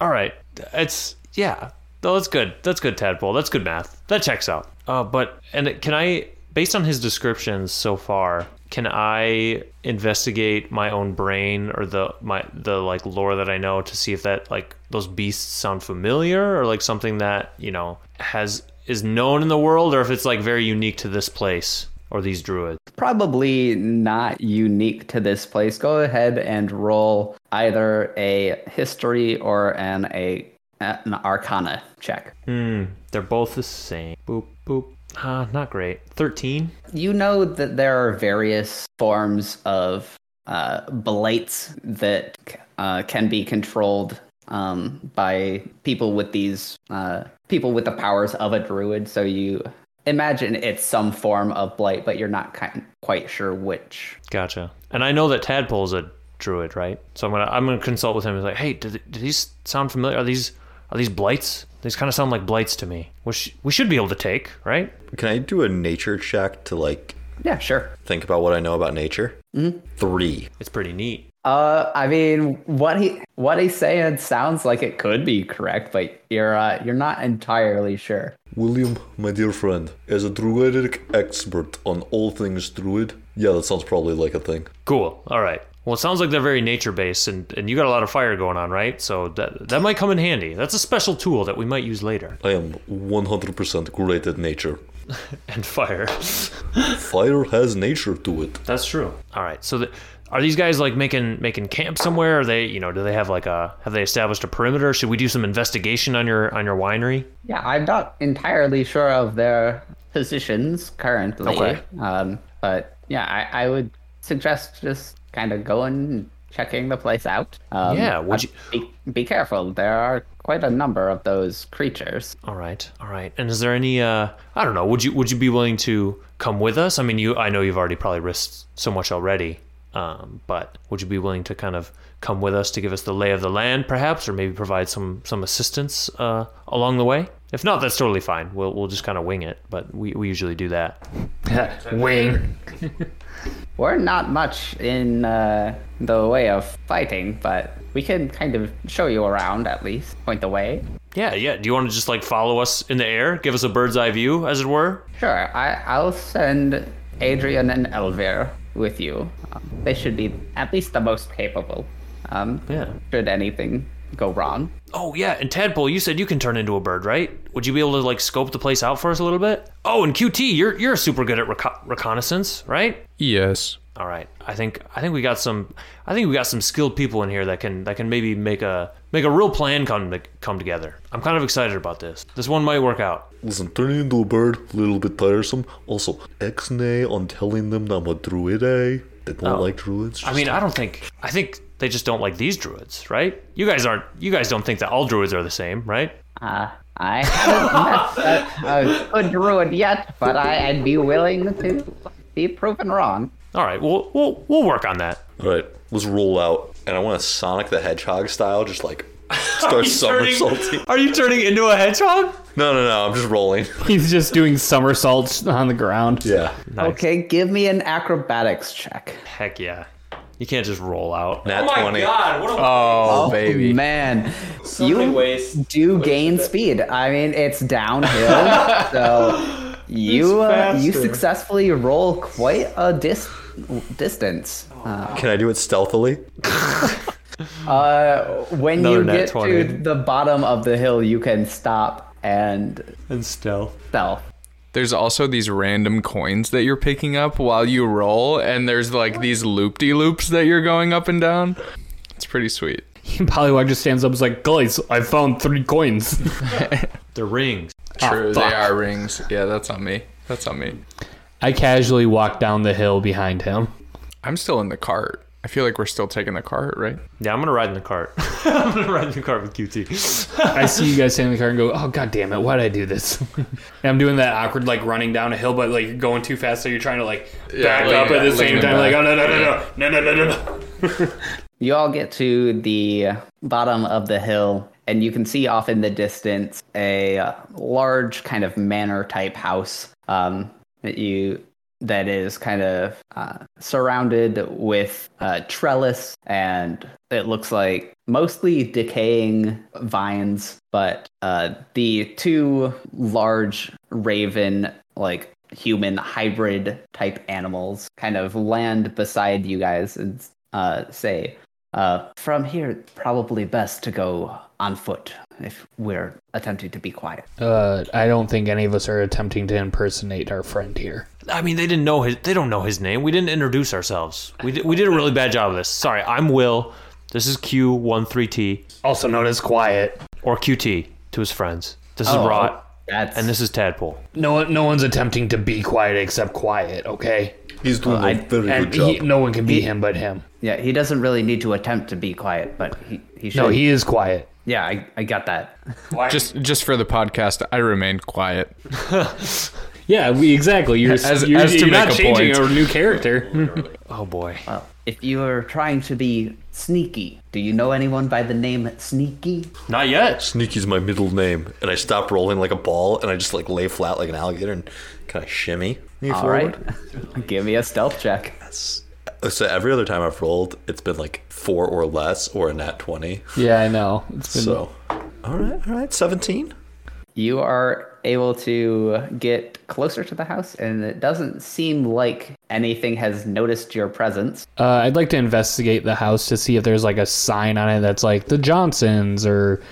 C: All right. It's yeah. No, that's good. That's good, tadpole. That's good math. That checks out. Uh, but and it- can I, based on his descriptions so far, can I investigate my own brain or the my the like lore that I know to see if that like those beasts sound familiar or like something that you know has is known in the world or if it's like very unique to this place or these druids.
G: Probably not unique to this place. Go ahead and roll either a history or an a an arcana check.
C: Hmm. They're both the same. Boop boop. Ah, not great. Thirteen.
G: you know that there are various forms of uh, blights that uh, can be controlled um, by people with these uh, people with the powers of a druid. So you imagine it's some form of blight, but you're not ki- quite sure which.
C: Gotcha. And I know that Tadpole's a druid, right? So I'm gonna I'm gonna consult with him. He's like, hey, do, th- do these sound familiar? Are these are these blights? These kind of sound like blights to me. We, sh- we should be able to take, right?
B: Can I do a nature check to like
G: Yeah, sure.
B: think about what I know about nature? Three.
C: It's pretty neat.
G: Uh, I mean, what he what he's saying sounds like it could be correct, but you're uh, you're not entirely sure.
B: William, my dear friend, as a druidic expert on all things druid, yeah, that sounds probably like a thing.
C: Cool. All right. Well, it sounds like they're very nature based, and, and you got a lot of fire going on, right? So that that might come in handy. That's a special tool that we might use later. [laughs]
B: I am 100% great at nature.
C: And fire.
B: Fire has nature to it.
C: That's true. All right. So, the, are these guys like making making camp somewhere? Are they, you know, do they have like a have they established a perimeter? Should we do some investigation on your on your winery?
G: Yeah, I'm not entirely sure of their positions currently.
C: Okay.
G: Um, but yeah, I, I would suggest just kind of going and checking the place out. Um,
C: Yeah, would
G: but Be, be careful. There are quite a number of those creatures.
C: All right, all right. And is there any? Uh, I don't know. Would you would you be willing to come with us? I mean, you. I know you've already probably risked so much already. Um, but would you be willing to kind of come with us to give us the lay of the land, perhaps, or maybe provide some some assistance uh, along the way? If not, that's totally fine. We'll we'll just kind of wing it. But we, we usually do that.
I: Wing.
G: We're not much in uh, the way of fighting, but we can kind of show you around at least, point the way.
C: Yeah, Uh, yeah. Do you want to just like follow us in the air, give us a bird's eye view, as it were?
G: Sure, I, I'll send Adrian and Elvir with you. Um, they should be at least the most capable. Um,
C: Yeah.
G: Should anything go wrong?
C: Oh yeah, and Tadpole, you said you can turn into a bird, right? Would you be able to like scope the place out for us a little bit? Oh, and QT, you're you're super good at reco- reconnaissance, right?
D: Yes.
C: All right, I think I think we got some I think we got some skilled people in here that can that can maybe make a make a real plan come come together. I'm kind of excited about this. This one might work out.
B: Listen, turning into a bird, a little bit tiresome. Also, ex-nay on telling them that I'm a druid, eh? They don't like druids.
C: I
B: just-
C: mean, I don't think I think they just don't like these druids, right? You guys aren't you guys don't think that all druids are the same, right?
G: Uh, I haven't met a, a good druid yet, but I, I'd be willing to be proven wrong.
C: All right, we'll we'll we'll work on that.
B: All right, let's roll out. And I want to Sonic the Hedgehog style, just like start somersaulting.
C: Are you turning into a hedgehog?
B: No, no, no, I'm just rolling.
I: [laughs] He's just doing somersaults on the ground.
B: Yeah.
G: Okay, give me an acrobatics check.
C: Heck yeah. You can't just roll out.
B: Nat 20.
C: what a
D: Oh, baby.
G: man, you do gain speed. I mean, it's downhill, so you uh, you successfully roll quite a dis- distance. Uh,
B: Can I do it stealthily?
G: uh, when
C: Another
G: you
C: nat
G: get
C: 20.
G: to the bottom of the hill, you can stop and
C: And stealth.
G: stealth.
D: There's also these random coins that you're picking up while you roll, and there's like these loop de loops that you're going up and down. It's pretty sweet.
I: Pollywog just stands up and is like, guys, I found three coins.
C: They're rings.
D: True, they are rings. Yeah, that's on me. That's on me.
F: I casually walk down the hill behind him.
D: I'm still in the cart. I feel like we're still taking the cart, right?
C: Yeah, I'm gonna ride in the cart. I'm gonna ride in the cart with QT.
F: I see you guys standing in the car and go, "Oh god damn it, why did I do this?" [laughs] and I'm doing that awkward like running down a hill, but like you're going too fast, so you're trying to like back
D: like,
F: up at the same
D: leaning
F: time.
D: back.
F: Like, oh no no no no no no no no no.
G: You all get to the bottom of the hill, and you can see off in the distance a uh, large kind of manor type house um, that you that is kind of uh, surrounded with uh, trellis, and it looks like mostly decaying vines. But uh, the two large raven like human hybrid type animals kind of land beside you guys and uh, say, uh, from here, probably best to go on foot if we're attempting to be quiet.
F: Uh, I don't think any of us are attempting to impersonate our friend here.
C: I mean, they didn't know his. They don't know his name. We didn't introduce ourselves. We did, we did a really bad job of this. Sorry, I'm Will. This is Q13T
F: Also known as Quiet.
C: or QT to his friends. This is
G: Oh,
C: Rot,
G: That's
C: and this is Tadpole.
F: No one, no one's attempting to be quiet except Quiet. Okay,
B: He's doing a very
F: and
B: good job.
F: he, no one can be him but him.
G: yeah. He doesn't really need to attempt to be quiet, but he he should.
F: No, he is quiet.
G: yeah, I, I got that.
D: Just just for the podcast, I remained quiet.
F: Yeah, we, exactly. You're
D: As- you're- as to you're not make a changing point.
F: a new character.
C: Oh boy.
G: Well, if you are trying to be sneaky, do you know anyone by the name Sneaky?
C: Not yet.
B: Sneaky's my middle name, and I stop rolling like a ball, and I just like lay flat like an alligator and kind of shimmy me
G: All right,
B: forward.
G: give me a stealth check.
B: So every other time I've rolled, it's been like four or less or a nat twenty.
F: yeah, I know. It's been
B: So, all right, all right, seventeen.
G: You are able to get closer to the house, and it doesn't seem like anything has noticed your presence.
F: Uh, I'd like to investigate the house to see if there's like a sign on it that's like the Johnsons or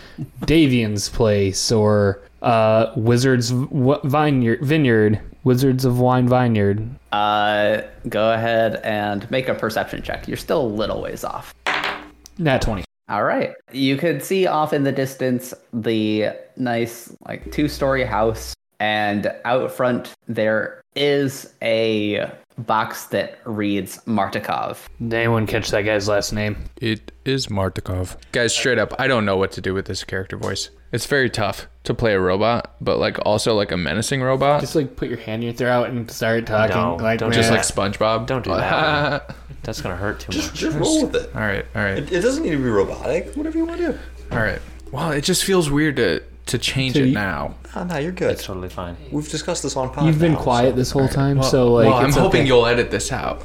F: Davian's place or uh, Wizards v- Vineyard, Vineyard, Wizards of Wine Vineyard.
G: Uh, go ahead and make a perception check. You're still a little ways off.
F: Nat twenty.
G: All right. You could see off in the distance the nice, like, two story house. And out front, there is a box that reads Martikov.
F: Did anyone catch that guy's last name?
D: It is Martikov. Guys, straight up, I don't know what to do with this character voice. It's very tough to play a robot, but like also like a menacing robot.
F: Just like put your hand in your throat and start talking.
C: No,
F: like,
C: don't
D: Just
F: meh.
D: like SpongeBob.
C: Don't do that.
F: [laughs]
C: That's gonna hurt too much.
B: Just roll with it.
D: all right, all right,
B: It doesn't need to be robotic. Whatever you want to do.
D: all right. Well, it just feels weird to to change it now.
B: Ah, nah, you're good.
C: It's totally fine.
B: We've discussed this on podcast.
F: you've been quiet this whole time, so like
D: well, I'm
F: it's
D: hoping
F: okay.
D: you'll edit this out.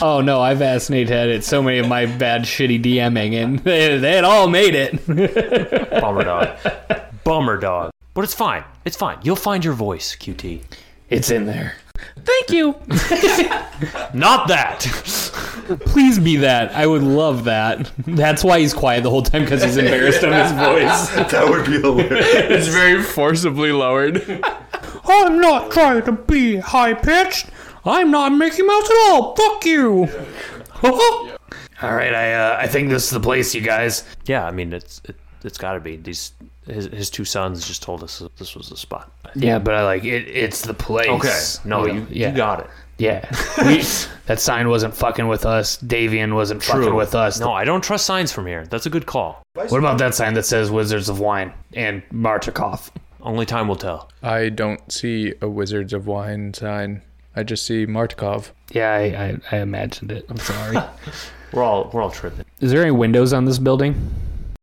F: Oh no, I've asked Nate to edit so many of my bad shitty DMing, and [laughs] they, they had all made it. [laughs]
C: Bummer dog. Bummer dog. But it's fine. It's fine. You'll find your voice, QT.
F: It's in there.
C: [laughs] Not that.
F: Please be that. I would love that. That's why he's quiet the whole time because he's embarrassed of
C: [laughs]
F: his voice.
B: That would be hilarious.
D: It's very forcibly lowered.
F: [laughs] I'm not trying to be high pitched. I'm not Mickey Mouse at all. Fuck you.
I: All right, I uh, I think this is the place, you guys.
C: Yeah, I mean it's it, it's got to be these. His, his two sons just told us that this was the spot.
I: Yeah, but I like it. It's the place.
C: No,
I: Yeah.
C: you,
I: yeah.
C: you got it.
I: Yeah,
F: [laughs]
I: we, that sign wasn't fucking with us. Davian wasn't fucking with us.
C: No, I don't trust signs from here. That's a good call.
I: What about that sign that says Wizards of Wine and Martikov?
C: Only time will tell.
D: I don't see a Wizards of Wine sign. I just see Martikov.
I: Yeah, I, I, I imagined it. I'm [laughs] sorry.
C: We're all we're all tripping.
F: Is there any windows on this building?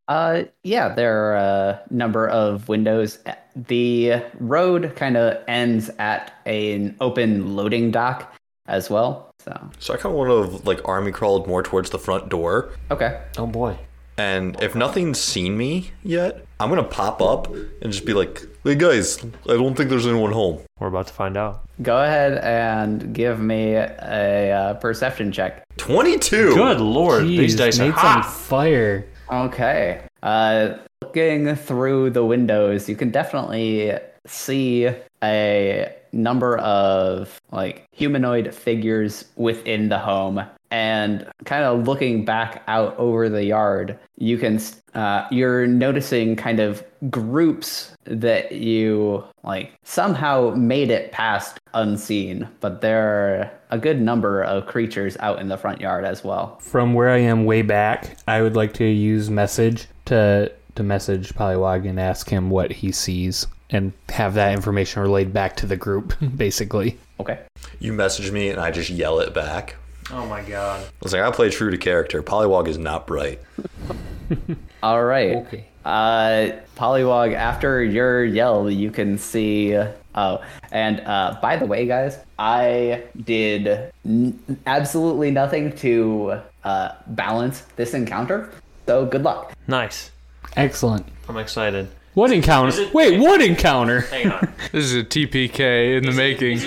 G: Uh, yeah, there are a number of windows. The road kind of ends at an open loading dock as well. So,
B: [laughs] so I kind of want to like army crawled more towards the front door,
G: okay.
C: Oh boy.
B: and if nothing's seen me yet, I'm gonna pop up and just be like, "Hey guys, I don't think there's anyone home."
C: We're about to find out.
G: Go ahead and give me a uh, perception check.
B: Twenty-two.
C: Good lord, these
F: Jeez,
C: dice are
F: Nate's
C: hot.
F: on fire.
G: Okay. Uh, looking through the windows, you can definitely see a number of like humanoid figures within the home and kind of looking back out over the yard you can uh, you're noticing kind of groups that you like somehow made it past unseen but there are a good number of creatures out in the front yard as well
F: From where I am way back, I would like to use message to to message Polywog and ask him what he sees and have that information relayed back to the group, basically.
G: okay
B: You message me and I just yell it back.
A: Oh my god.
B: Listen, I play true to character. Polywog is not bright.
G: all right
F: Okay.
G: uh polywog after your yell you can see oh and uh by the way guys i did n- absolutely nothing to uh balance this encounter so good luck
C: Nice.
F: Excellent.
C: I'm excited.
F: What encounter? Wait, what encounter?
C: Hang on.
D: This is a TPK in the making.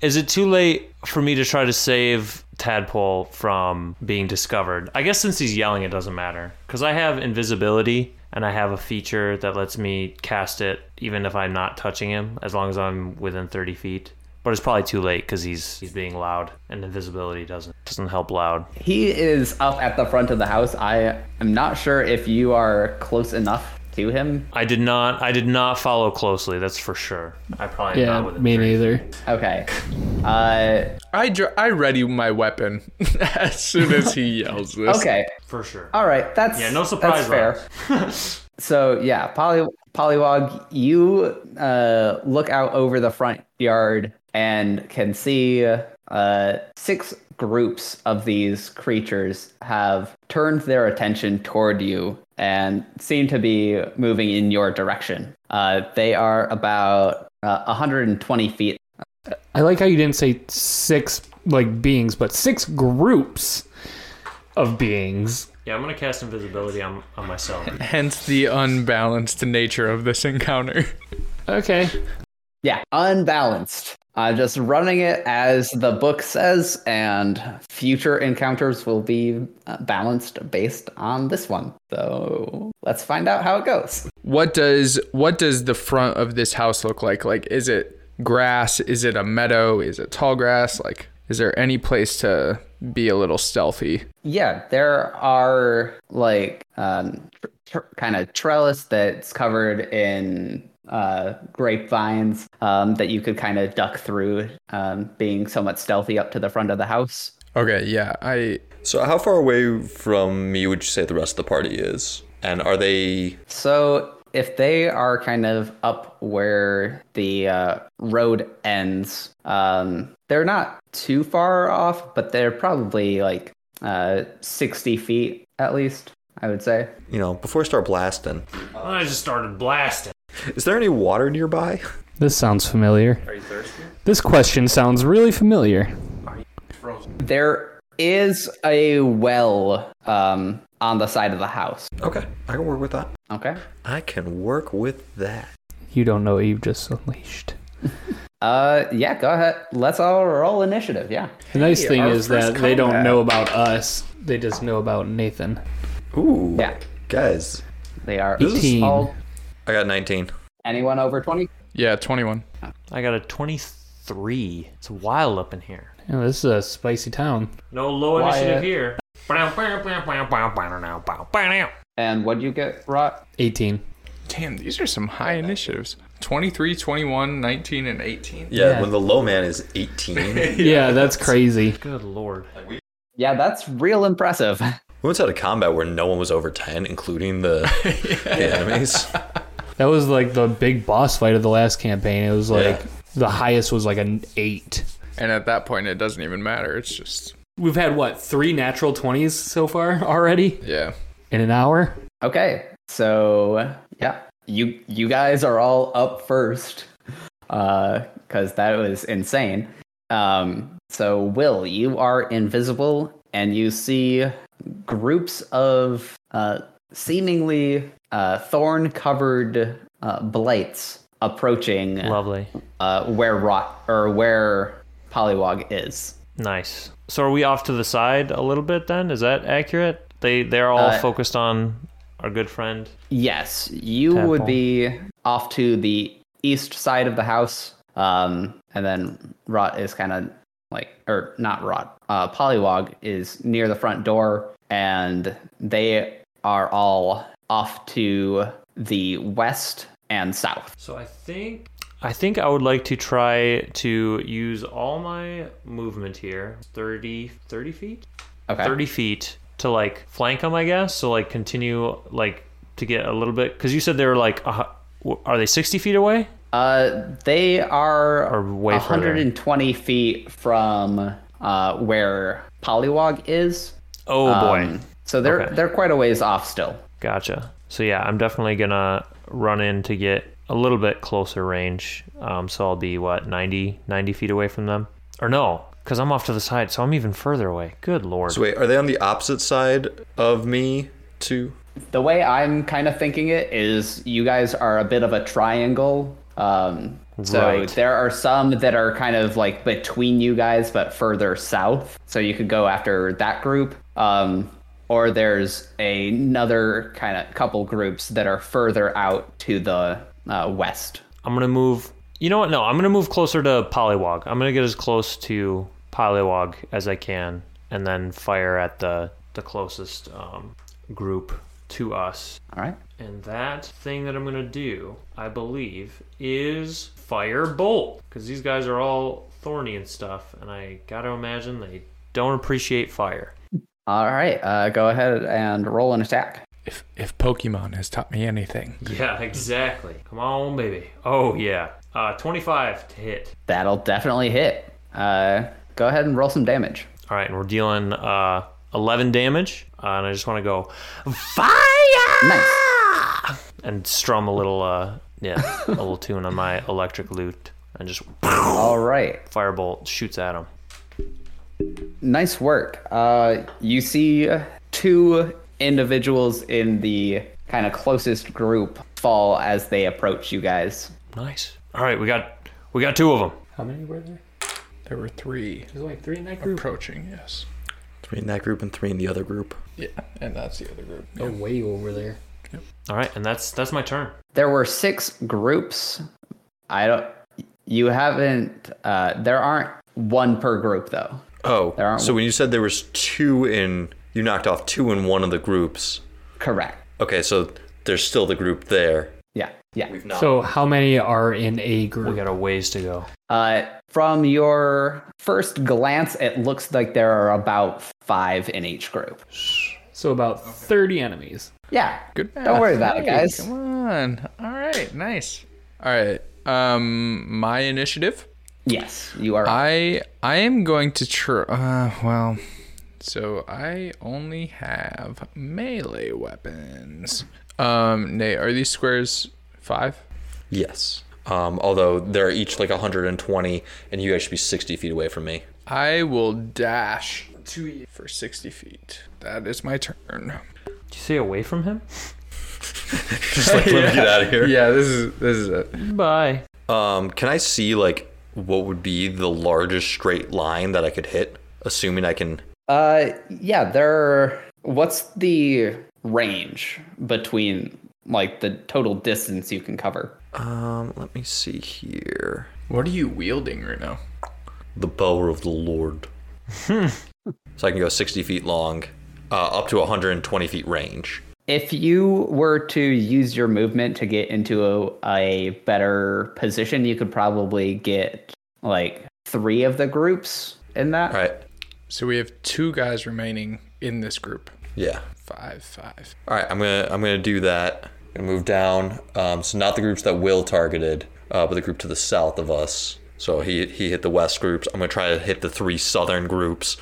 C: Is it too late for me to try to save Tadpole from being discovered? I guess since he's yelling, it doesn't matter. Because I have invisibility and I have a feature that lets me cast it even if I'm not touching him, as long as I'm within 30 feet. But it's probably too late because he's he's being loud, and invisibility doesn't doesn't help loud.
G: he is up at the front of the house i am not sure if you are close enough to him
C: I did not I did not follow closely. That's for sure. I probably am
F: Yeah,
C: not within
F: me
C: 30.
F: neither.
G: okay uh
D: I dr- I ready my weapon [laughs] as soon as [laughs] he yells this.
G: okay
C: for sure.
G: All right, that's
C: Yeah, no surprise
G: That's fair.
C: [laughs]
G: so yeah, Poly Polywog, you uh, look out over the front yard and can see uh, six groups of these creatures have turned their attention toward you and seem to be moving in your direction. Uh, they are about uh, 120 feet.
F: I like how you didn't say six like beings, but six groups of beings.
C: Yeah, I'm gonna cast invisibility on, on
F: [laughs]
C: myself.
D: Hence the unbalanced nature of this encounter.
F: Okay.
G: Yeah, unbalanced. Uh, just running it as the book says, and future encounters will be uh, balanced based on this one. So let's find out how it goes.
D: [laughs] What does what does the front of this house look like? Like is it grass? Is it a meadow? Is it tall grass? Like is there any place to be a little stealthy?
G: Yeah, there are like um, tr- tr- kind of trellis that's covered in uh, grapevines um, that you could kind of duck through, um, being somewhat stealthy up to the front of the house.
D: Okay, yeah. I
B: So, how far away from me would you say the rest of the party is? And are they
G: So if they are kind of up where the uh, road ends, um, they're not too far off, but they're probably like uh, 60 feet at least, I would say.
B: you know, before I start blasting,
C: I just started blasting.
B: is there any water nearby?
F: This sounds familiar. Are you thirsty? This question sounds really familiar.
G: There is a well um, on the side of the house.
B: Okay, I can work with that.
G: Okay.
B: I can work with that.
F: You don't know what you've just unleashed.
G: Uh, yeah, go ahead. Let's all roll initiative. Yeah.
F: The nice thing
B: our
F: is that
B: first
F: they don't
B: combat.
F: know about us. They just know about Nathan.
B: Ooh,
G: Yeah.
B: guys,
G: They are
F: This is- 18.
G: all
B: I got 19.
G: anyone over 20.
D: yeah, 21.
C: I got a 23. It's wild up in here.
F: Yeah, this is a spicy town.
C: No low
G: initiative
C: here.
G: And what'd you get, Rot?
F: 18.
D: Damn, these are some high initiatives. 23, 21, 19 and 18.
B: Yeah,
F: Yeah.
B: when the low man is [laughs] 18.
F: Yeah, that's crazy.
C: Good lord.
G: Yeah, that's real impressive. [laughs]
B: we once had a combat where no one was over 10, including [laughs] the, the enemies.
F: That was like the big boss fight of the last campaign. It was like
B: Yeah.
F: the highest was like an 8.
D: And at that point it doesn't even matter. It's just
F: We've had what, three natural 20s so far [laughs] already?
D: yeah.
F: In an hour?
G: Okay, so yeah, you you guys are all up first, because that was insane. Um, so Will, you are invisible, and you see groups of uh, seemingly uh, thorn-covered uh, blights approaching
C: Lovely.
G: uh, where rot or where Polywog is.
C: Nice. So are we off to the side a little bit then? Is that accurate? They they're all
G: Uh,
C: focused on our good friend.
G: Yes, you would
C: Tadpole.
G: be off to the east side of the house, um, and then Rot is kind of like or not Rod, uh, Polywog is near the front door, and they are all off to the west and south.
C: So I think I think I would like to try to use all my movement here 30 30 feet
G: Okay.
C: 30 feet to like flank them I guess so like continue like to get a little bit cuz you said they were like uh, w- are they 60 feet away
G: Uh, they are
C: Or way further.
G: 120 feet from uh, where Polywog is.
C: Oh boy
G: Um, so they're
C: Okay.
G: they're quite a ways off still.
C: Gotcha. So yeah, I'm definitely gonna run in to get a little bit closer range. Um, so I'll be what 90, 90 feet away from them, or no, because I'm off to the side, so I'm even further away. Good lord.
B: So wait, are they on the opposite side of me? Too?
G: The way I'm kind of thinking it is, you guys are a bit of a triangle. Um, so
C: Right.
G: there are some that are kind of like between you guys, but further south. So you could go after that group. Um, or there's another kind of couple groups that are further out to the uh, west.
C: I'm gonna move. You know what? No, I'm gonna move closer to Polywog. I'm gonna get as close to Polywog as I can, and then fire at the the closest um, group to us.
G: All right.
C: And that thing that I'm gonna do, I believe, is fire bolt. Because these guys are all thorny and stuff, and I gotta imagine they don't appreciate fire.
G: All right. Uh, go ahead and roll an attack.
D: If if Pokemon has taught me anything,
C: Yeah, [laughs] exactly. Come on, baby. Oh yeah. Uh, 25 to hit.
G: That'll definitely hit. Uh, go ahead and roll some damage.
C: All right, and we're dealing uh 11 damage, uh, and I just want to go fire
G: Nice.
C: and strum a little uh yeah a little tune on my electric lute, and just
G: All right.
C: firebolt shoots at him.
G: Nice work. Uh, you see two individuals in the kind of closest group fall as they approach you guys.
C: Nice. All right, we got we got two of them.
F: How many were there?
D: there were three
F: There's only three in that group.
D: approaching. Yes.
B: Three in that group and three in the other group.
D: Yeah, and that's the other group.
F: They're way over there.
C: All right, and that's that's my turn.
G: There were six groups. I don't. You haven't. Uh, there aren't one per group though. There
B: Oh,
G: aren't-
B: so when you said there was two in, you knocked off two in one of the groups.
G: Correct.
B: Okay, so there's still the group there.
G: Yeah. Yeah.
B: We've not.
F: So Oh, how many are in a
C: We
F: group?
C: got a ways to go.
G: Uh, from your first glance, it looks like there are about five in each group.
F: So about 30 enemies.
G: Yeah.
D: Good.
G: Don't worry about it,
D: Hey,
G: guys.
D: Come on. All right. Nice. All right. Um, my initiative.
G: Yes, you are.
D: I I am going to tr. Uh, well, so I only have melee weapons. Um, Nate, are these squares five?
B: Yes. Um, although they're each like 120, and you guys should be 60 feet away from me.
D: I will dash to you for sixty feet. That is my turn.
C: Did you say away from him?
B: [laughs] Just like, let me get out of here.
D: Yeah, this is this is it.
C: Bye.
B: Um, can I see like what would be the largest straight line that I could hit, assuming I can?
G: Uh, yeah, there. What's the range between like the total distance you can cover?
B: Um, let me see here.
D: What are you wielding right now?
B: The bow of the Lord. so I can go 60 feet long, uh, up to 120 feet range.
G: If you were to use your movement to get into a, a better position, you could probably get like three of the groups in that.
B: All right.
D: So we have two guys remaining in this group.
B: Yeah.
D: Five, five.
B: All right. I'm gonna I'm gonna do that and move down. Um, so not the groups that Will targeted, uh, but the group to the south of us. So he he hit the west groups. I'm gonna try to hit the three southern groups,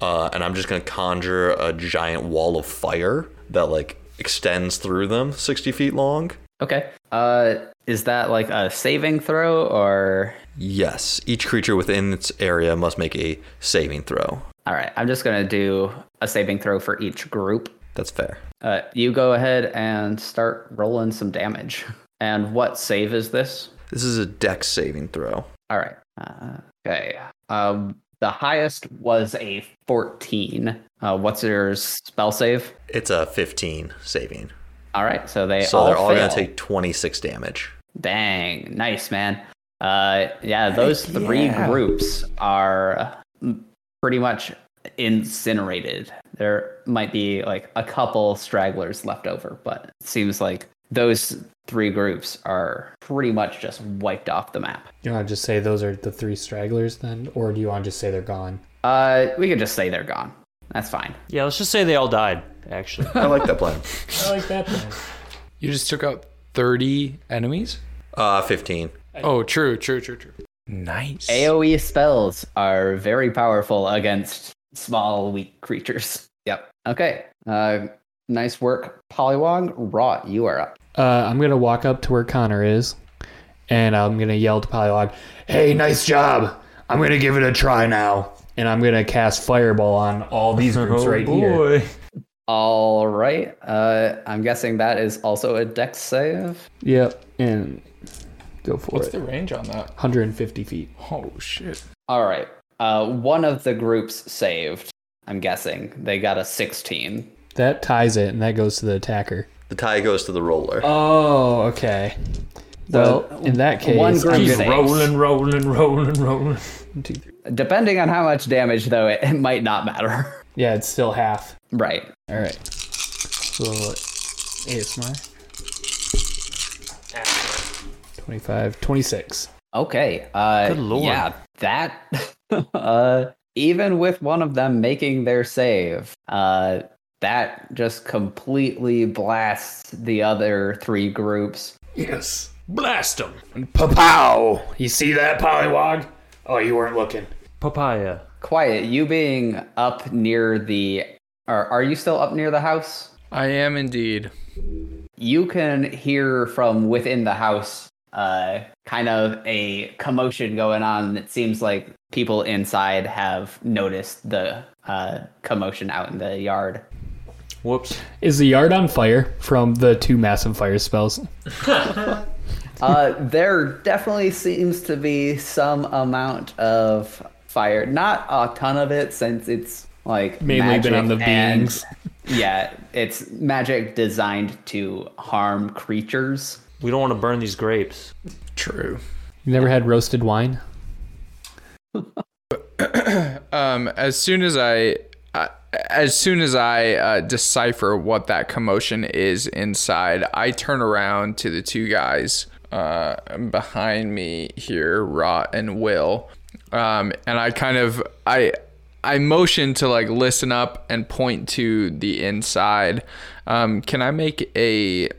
B: uh, and I'm just gonna conjure a giant wall of fire that like extends through them 60 feet long.
G: Okay. Uh, is that like a saving throw or?
B: Yes. Each creature within its area must make a saving throw.
G: All right, I'm just gonna do a saving throw for each group.
B: That's fair.
G: Uh, you go ahead and start rolling some damage. [laughs] And what save is this?
B: This is a dex saving throw.
G: All right. Uh, okay. Um, the highest was a 14. Uh, what's your spell save?
B: It's a 15 saving.
G: All right. So they
B: So
G: all
B: they're all
G: fail.
B: gonna take 26 damage.
G: Dang, nice man. Uh, yeah, those three groups are m- pretty much incinerated. There might be like a couple stragglers left over, but it seems like those three groups are pretty much just wiped off the map.
F: You want to just say those are the three stragglers then? Or do you want to just say they're gone?
G: Uh, we could just say they're gone. That's fine.
C: Yeah, let's just say they all died, actually. [laughs]
B: I like that plan.
F: I like that plan.
D: You just took out 30 enemies?
B: [laughs] Uh, 15.
D: Oh, true, true, true, true. Nice.
G: AoE E spells are very powerful against small, weak creatures. [laughs] Yep. Okay. Uh, nice work, Polywog. Rot, you are up.
F: Uh, I'm going to walk up to where Connor is and I'm going to yell to Polylog, Hey, nice job. I'm going to give it a try now. And I'm going to cast Fireball on all these [laughs] groups right here.
G: All right. Uh, I'm guessing that is also a dex save.
F: Yep. And go for
D: What's
F: it.
D: the range on that?
F: 150 feet.
D: Oh, shit.
G: All right. Uh, one of the groups saved. I'm guessing they got a 16.
F: That ties it and that goes to the attacker.
B: The tie goes to the roller.
G: Uh,
F: Oh, okay. Well, in that case,
G: one group
F: I'm
G: saves.
F: gonna-
A: Rolling, rolling, rolling, rolling.
G: Depending on how much damage, though, it, it might not matter. [laughs]
F: yeah, it's still half.
G: right.
F: All right. So, ASMR. 25, 26.
G: Okay. Uh,
C: Good lord.
G: Yeah, that. [laughs] uh, even with one of them making their save, uh, that just completely blasts the other three groups.
F: Yes.
A: Blast them.
F: Papow! You see that, Polywog? Oh, you weren't looking.
C: Papaya.
G: Quiet, you being up near the. Or are you still up near the house?
D: I am indeed.
G: you can hear from within the house uh, kind of a commotion going on. It seems like people inside have noticed the uh, commotion out in the yard.
C: Whoops.
F: Is the yard on fire from the two massive fire spells?
G: Uh, there definitely seems to be some amount of fire. Not a ton of it, since it's like
F: Mainly been
G: magic
F: on the
G: and-
F: beings.
G: [laughs] yeah, it's magic designed to harm creatures.
C: We don't want to burn these grapes.
D: True.
F: You never had roasted wine?
D: Um, as soon as I, uh, as soon as I uh, decipher what that commotion is inside, I turn around to the two guys uh, behind me here, Rot and Will, um, and I kind of I I motion to like listen up and point to the inside. Um, can I make a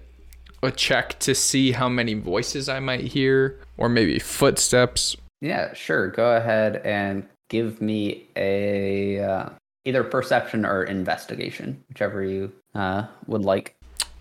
D: a check to see how many voices I might hear, or maybe footsteps?
G: Yeah, sure. Go ahead and give me a uh, either perception or investigation, whichever you uh, would like.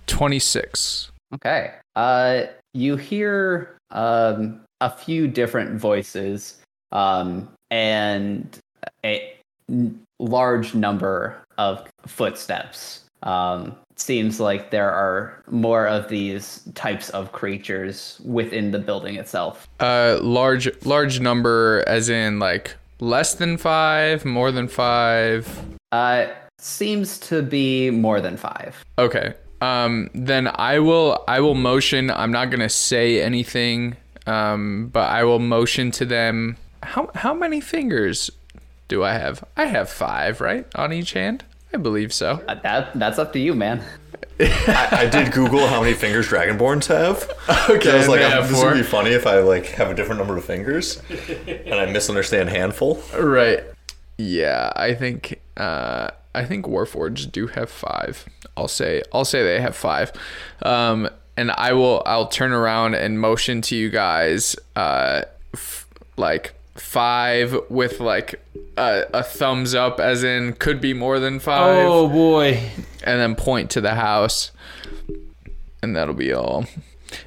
D: Twenty six.
G: Okay. Uh, you hear um, a few different voices um, and a n- large number of footsteps. Um, seems like there are more of these types of creatures within the building itself.
D: Uh, large, large number, as in like less than five, more than five.
G: Uh, seems to be more than five.
D: Okay. Um, then I will, I will motion. I'm not gonna say anything. Um, but I will motion to them. How how many fingers do I have? I have five, right, on each hand. I believe so.
G: Uh, That that's up to you, man.
B: [laughs]
G: [laughs]
B: I, I did Google how many [laughs] fingers dragonborns have.
D: Okay,
B: I was like,
D: they
B: I'm,
D: have
B: this would be
D: four.
B: funny if I like have a different number of fingers, and I misunderstand handful.
D: Right. Yeah, I think uh, I think Warforged do have five. I'll say I'll say they have five. Um, and I will I'll turn around and motion to you guys uh, f- like five with like a, a thumbs up as in could be more than five
C: Oh boy.
D: and then point to the house and that'll be all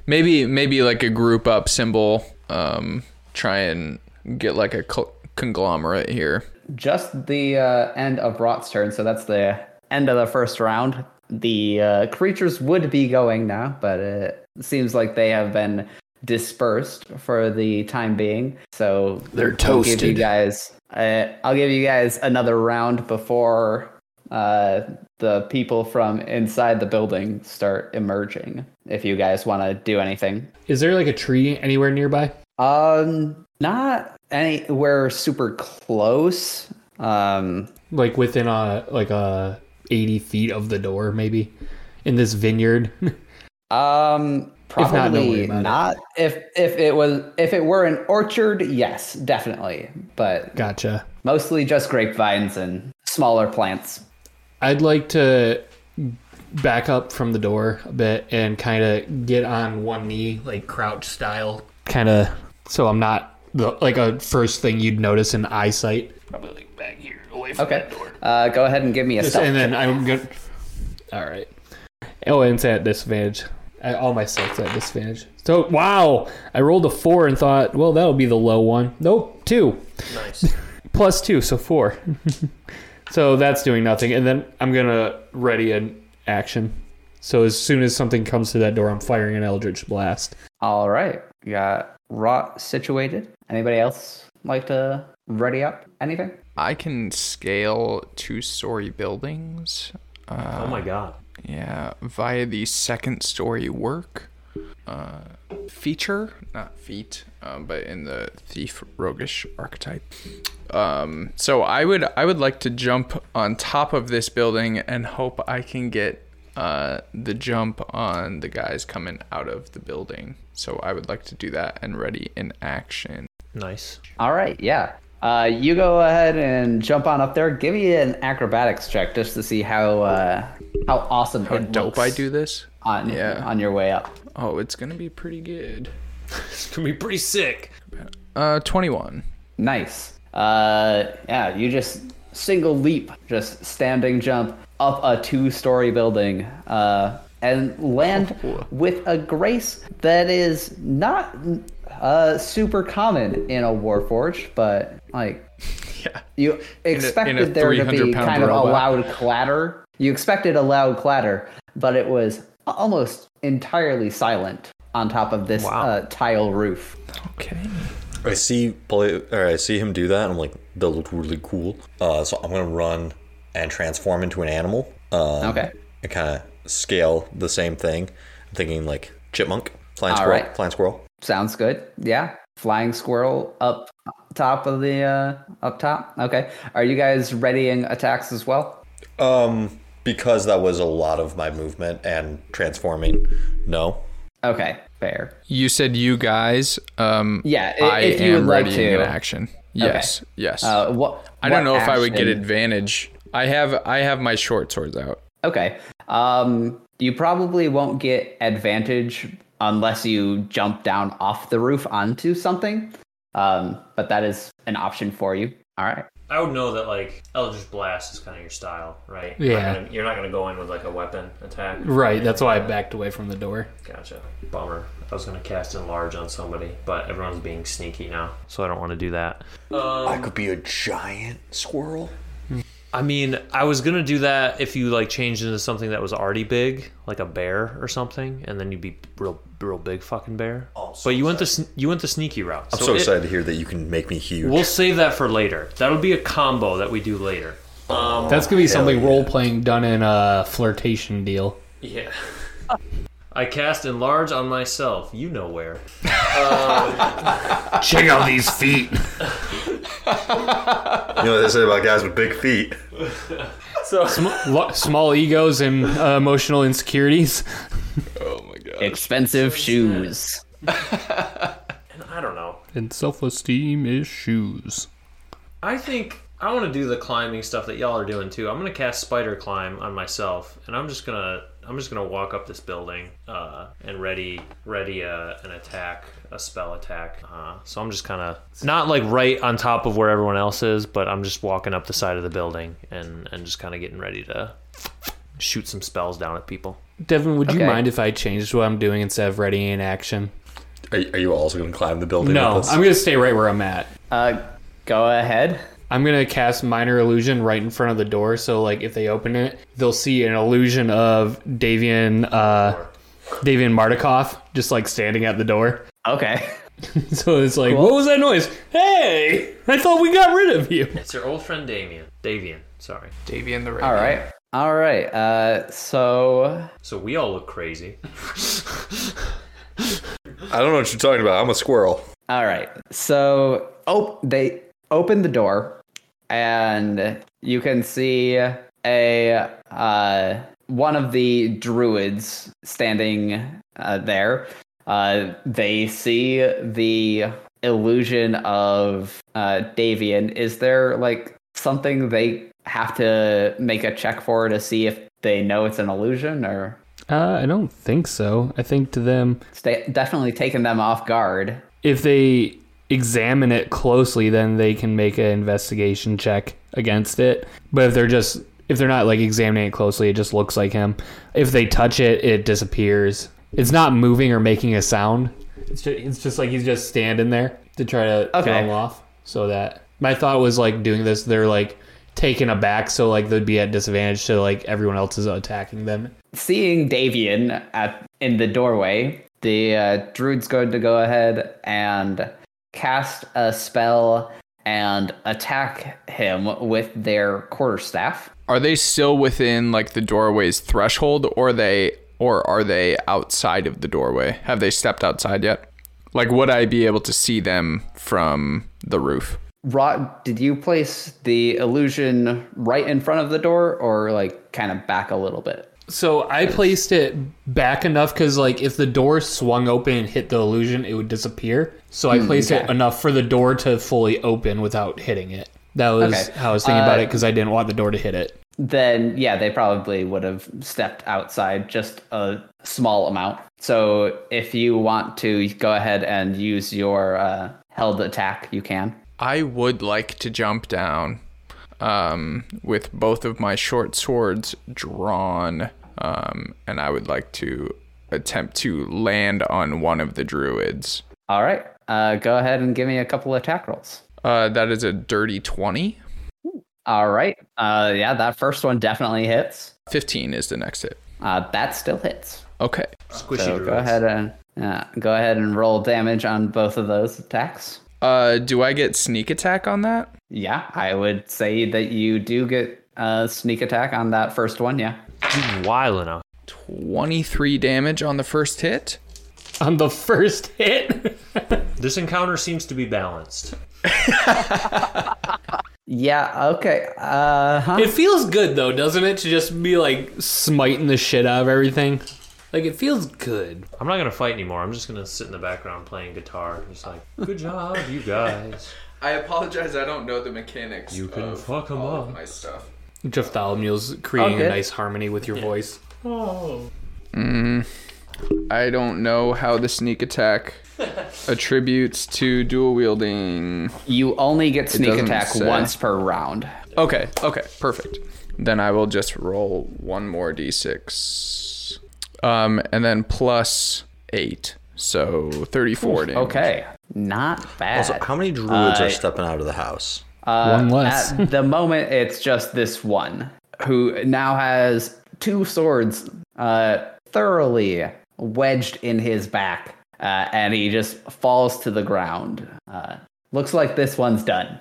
D: maybe maybe like a group up symbol um try and get like a cl- conglomerate here
G: Just the uh, end of Rot's turn, so that's the end of the first round. The uh, creatures would be going now, but it seems like they have been dispersed for the time being. So
F: They're
G: I'll give you
F: toasted.
G: guys. Uh, I'll give you guys another round before uh, the people from inside the building start emerging. If you guys want to do anything,
F: Is there like a tree anywhere nearby?
G: um, Not anywhere super close. Um,
F: like within a like a 80 feet of the door maybe in this vineyard [laughs] not, don't worry
G: um, probably
F: about it.
G: not. If if it was if it were an orchard, yes, definitely. But
F: gotcha
G: mostly just grapevines and smaller plants.
F: i'd like to back up from the door a bit and kind of get on one knee like crouch style kind of so i'm not the like a first thing you'd notice in eyesight
G: Okay. Uh, go ahead and give me a
F: Just-
G: stealth.
F: and then i'm good all right oh and it's at disadvantage I, all my stuff's at disadvantage so wow i rolled a four and thought well that'll be the low one nope two
J: Nice.
F: [laughs] plus two, so four. [laughs] so that's doing nothing. And then I'm gonna ready an action. So as soon as something comes to that door, I'm firing an Eldritch Blast.
G: All right. We got rot situated. Anybody else like to ready up anything?
D: I can scale two-story buildings.
C: Oh my god.
D: Yeah, via the second story work uh, feature, not feat, um, but in the thief roguish archetype. Um, so I would I would like to jump on top of this building and hope I can get uh, the jump on the guys coming out of the building. So I would like to do that and ready in action.
C: Nice.
G: All right. Yeah. Uh, you go ahead and jump on up there. Give me an acrobatics check just to see how uh, how awesome how it
D: Dope!
G: looks
D: I do this.
G: on
D: Yeah.
G: on your way up.
D: Oh, it's gonna be pretty good.
J: It's gonna be pretty sick.
D: Uh, twenty-one.
G: Nice. Uh, yeah, you just single leap, just standing jump up a two story building uh, and land
D: Oh,
G: with a grace that is not uh, super common in a Warforged, but like
D: [laughs] Yeah.
G: you expected there to be
D: 300 pound
G: kind of a
D: robot.
G: loud clatter. You expected a loud clatter, but it was almost entirely silent on top of this uh, tile roof.
D: Okay.
B: I see play, or I see him do that, and I'm like, that looked really cool. Uh, so I'm gonna run and transform into an animal. Um,
G: Okay.
B: And kind of scale the same thing. I'm thinking like chipmunk, flying
G: All
B: squirrel,
G: right.
B: flying squirrel.
G: Sounds good. Yeah. Flying squirrel up top of the uh up top. Okay. Are you guys readying attacks as well?
B: Um, because that was a lot of my movement and transforming. No,
G: Okay. Fair.
D: You said you guys. Um,
G: Yeah, i-
D: I
G: if you
D: am
G: would like
D: readying
G: to.
D: an action. Yes, yes.
G: Uh what
D: I don't
G: what
D: know if I would get
G: action-
D: advantage. I have I have my short swords out.
G: Okay. Um you probably won't get advantage unless you jump down off the roof onto something. Um but that is an option for you. All right.
J: I would know that like Eldritch Blast is kind of your style, right?
F: Yeah. Mm.
J: You're not, gonna, you're not gonna go in with like a weapon attack.
F: Right, that's why I backed away from the door.
J: Gotcha. Bummer. I was gonna cast Enlarge on somebody, but everyone's being sneaky now, so I don't want to do that.
B: I could be a giant squirrel.
C: I mean, I was gonna do that if you like changed into something that was already big, like a bear or something, and then you'd be real, real big fucking bear.
B: Oh, so
C: but you went the sn- you went the sneaky route.
B: I'm so,
C: it-
B: excited to hear that you can make me huge.
C: We'll save that for later. That'll be a combo that we do later.
F: That's gonna be something role playing done in a flirtation deal.
J: Yeah. I cast Enlarge on myself. You know where.
I: Check out these feet.
B: you know what they say about guys with big feet.
F: Lo- small egos and uh, emotional insecurities.
G: Expensive shoes.
J: I don't know.
F: And self esteem is shoes.
J: I think I want to do the climbing stuff that y'all are doing too. I'm gonna cast Spider Climb on myself, and I'm just gonna I'm just gonna walk up this building uh, and ready ready uh, an attack, a spell attack. Uh, so I'm just kind of not like right on top of where everyone else is, but I'm just walking up the side of the building and and just kind of getting ready to shoot some spells down at people.
F: Devin, would
G: Okay.
F: you mind if I changed what I'm doing instead of ready in action?
B: Are, are you also going to climb the building?
F: No,
B: with us?
F: I'm gonna stay right where I'm at.
G: Uh go ahead.
F: I'm gonna cast minor illusion right in front of the door, so like if they open it, they'll see an illusion of Davian uh Davian Mardikoff just like standing at the door. [laughs]
G: Okay. [laughs]
F: So it's like, what was that noise? Hey, I thought we got rid of you.
J: It's your old friend Damien. Davian, sorry.
D: Davian the Raven.
G: All right. All right. Uh so
J: So we all look crazy.
B: I don't know what you're talking about. I'm a squirrel.
G: All right. So, oh, they open the door, and you can see a uh, one of the druids standing uh, there. Uh, they see the illusion of uh, Davian. Is there like something they have to make a check for to see if they know it's an illusion, or
F: Uh, I don't think so. I think to them,
G: it's de- definitely taking them off guard?
F: if they examine it closely, then they can make an investigation check against it. But if they're just if they're not like examining it closely, it just looks like him. If they touch it, it disappears. It's not moving or making a sound. It's just, it's just like he's just standing there to try to
G: Okay.
F: throw him off. So that my thought was like doing this, they're like taken aback, so like they'd be at disadvantage to like everyone else is attacking them.
G: seeing Davian at in the doorway, the uh, druid's going to go ahead and cast a spell and attack him with their quarterstaff.
D: Are they still within like the doorway's threshold or they or are they outside of the doorway? Have they stepped outside yet? Like would I be able to see them from the roof?
G: Rod, did you place the illusion right in front of the door or like kind of back a little bit?
F: So I placed it back enough because, like, if the door swung open and hit the illusion, it would disappear. So I placed it
G: Hmm, okay.
F: enough for the door to fully open without hitting it. That was
G: Okay.
F: how I was thinking about
G: Uh,
F: it because I didn't want the door to hit it.
G: Then, yeah, they probably would have stepped outside just a small amount. So, if you want to go ahead and use your uh, held attack, you can.
D: I would like to jump down um, with both of my short swords drawn, um, and I would like to attempt to land on one of the druids.
G: All right. Uh, go ahead and give me a couple attack rolls.
D: Uh, that is a dirty 20.
G: All right. Uh, yeah, that first one definitely hits.
D: 15 is the next hit.
G: Uh, that still hits.
D: Okay.
B: Squishy
G: So go
B: druids.
G: ahead and uh, go ahead and roll damage on both of those attacks.
D: Uh, do I get sneak attack on that?
G: Yeah, I would say that you do get a sneak attack on that first one. Yeah.
C: Wild enough.
D: 23 damage on the first hit.
F: On the first hit,
C: This encounter seems to be balanced.
G: Yeah. Okay. Uh huh.
F: it feels good though, doesn't it? To just be like smiting the shit out of everything. Like it feels good.
C: I'm not gonna fight anymore. I'm just gonna sit in the background playing guitar. Just like, good job, you guys.
D: I apologize. I don't know the mechanics.
C: You can fuck 'em
D: all of
C: up.
D: my stuff.
F: Jophthalmiel's creating
G: Okay.
F: a nice harmony with your voice.
D: I don't know how the sneak attack attributes to dual wielding.
G: You only get sneak
D: doesn't
G: attack
D: say.
G: once per round.
D: Okay, okay, perfect. Then I will just roll one more d6. Um, and then plus 8. So 34 damage.
G: Okay. Not bad.
B: Also, how many druids are stepping out of the house?
F: One less.
G: At the moment, it's just this one who now has two swords uh, thoroughly wedged in his back, uh, and he just falls to the ground. Uh, looks like this one's done.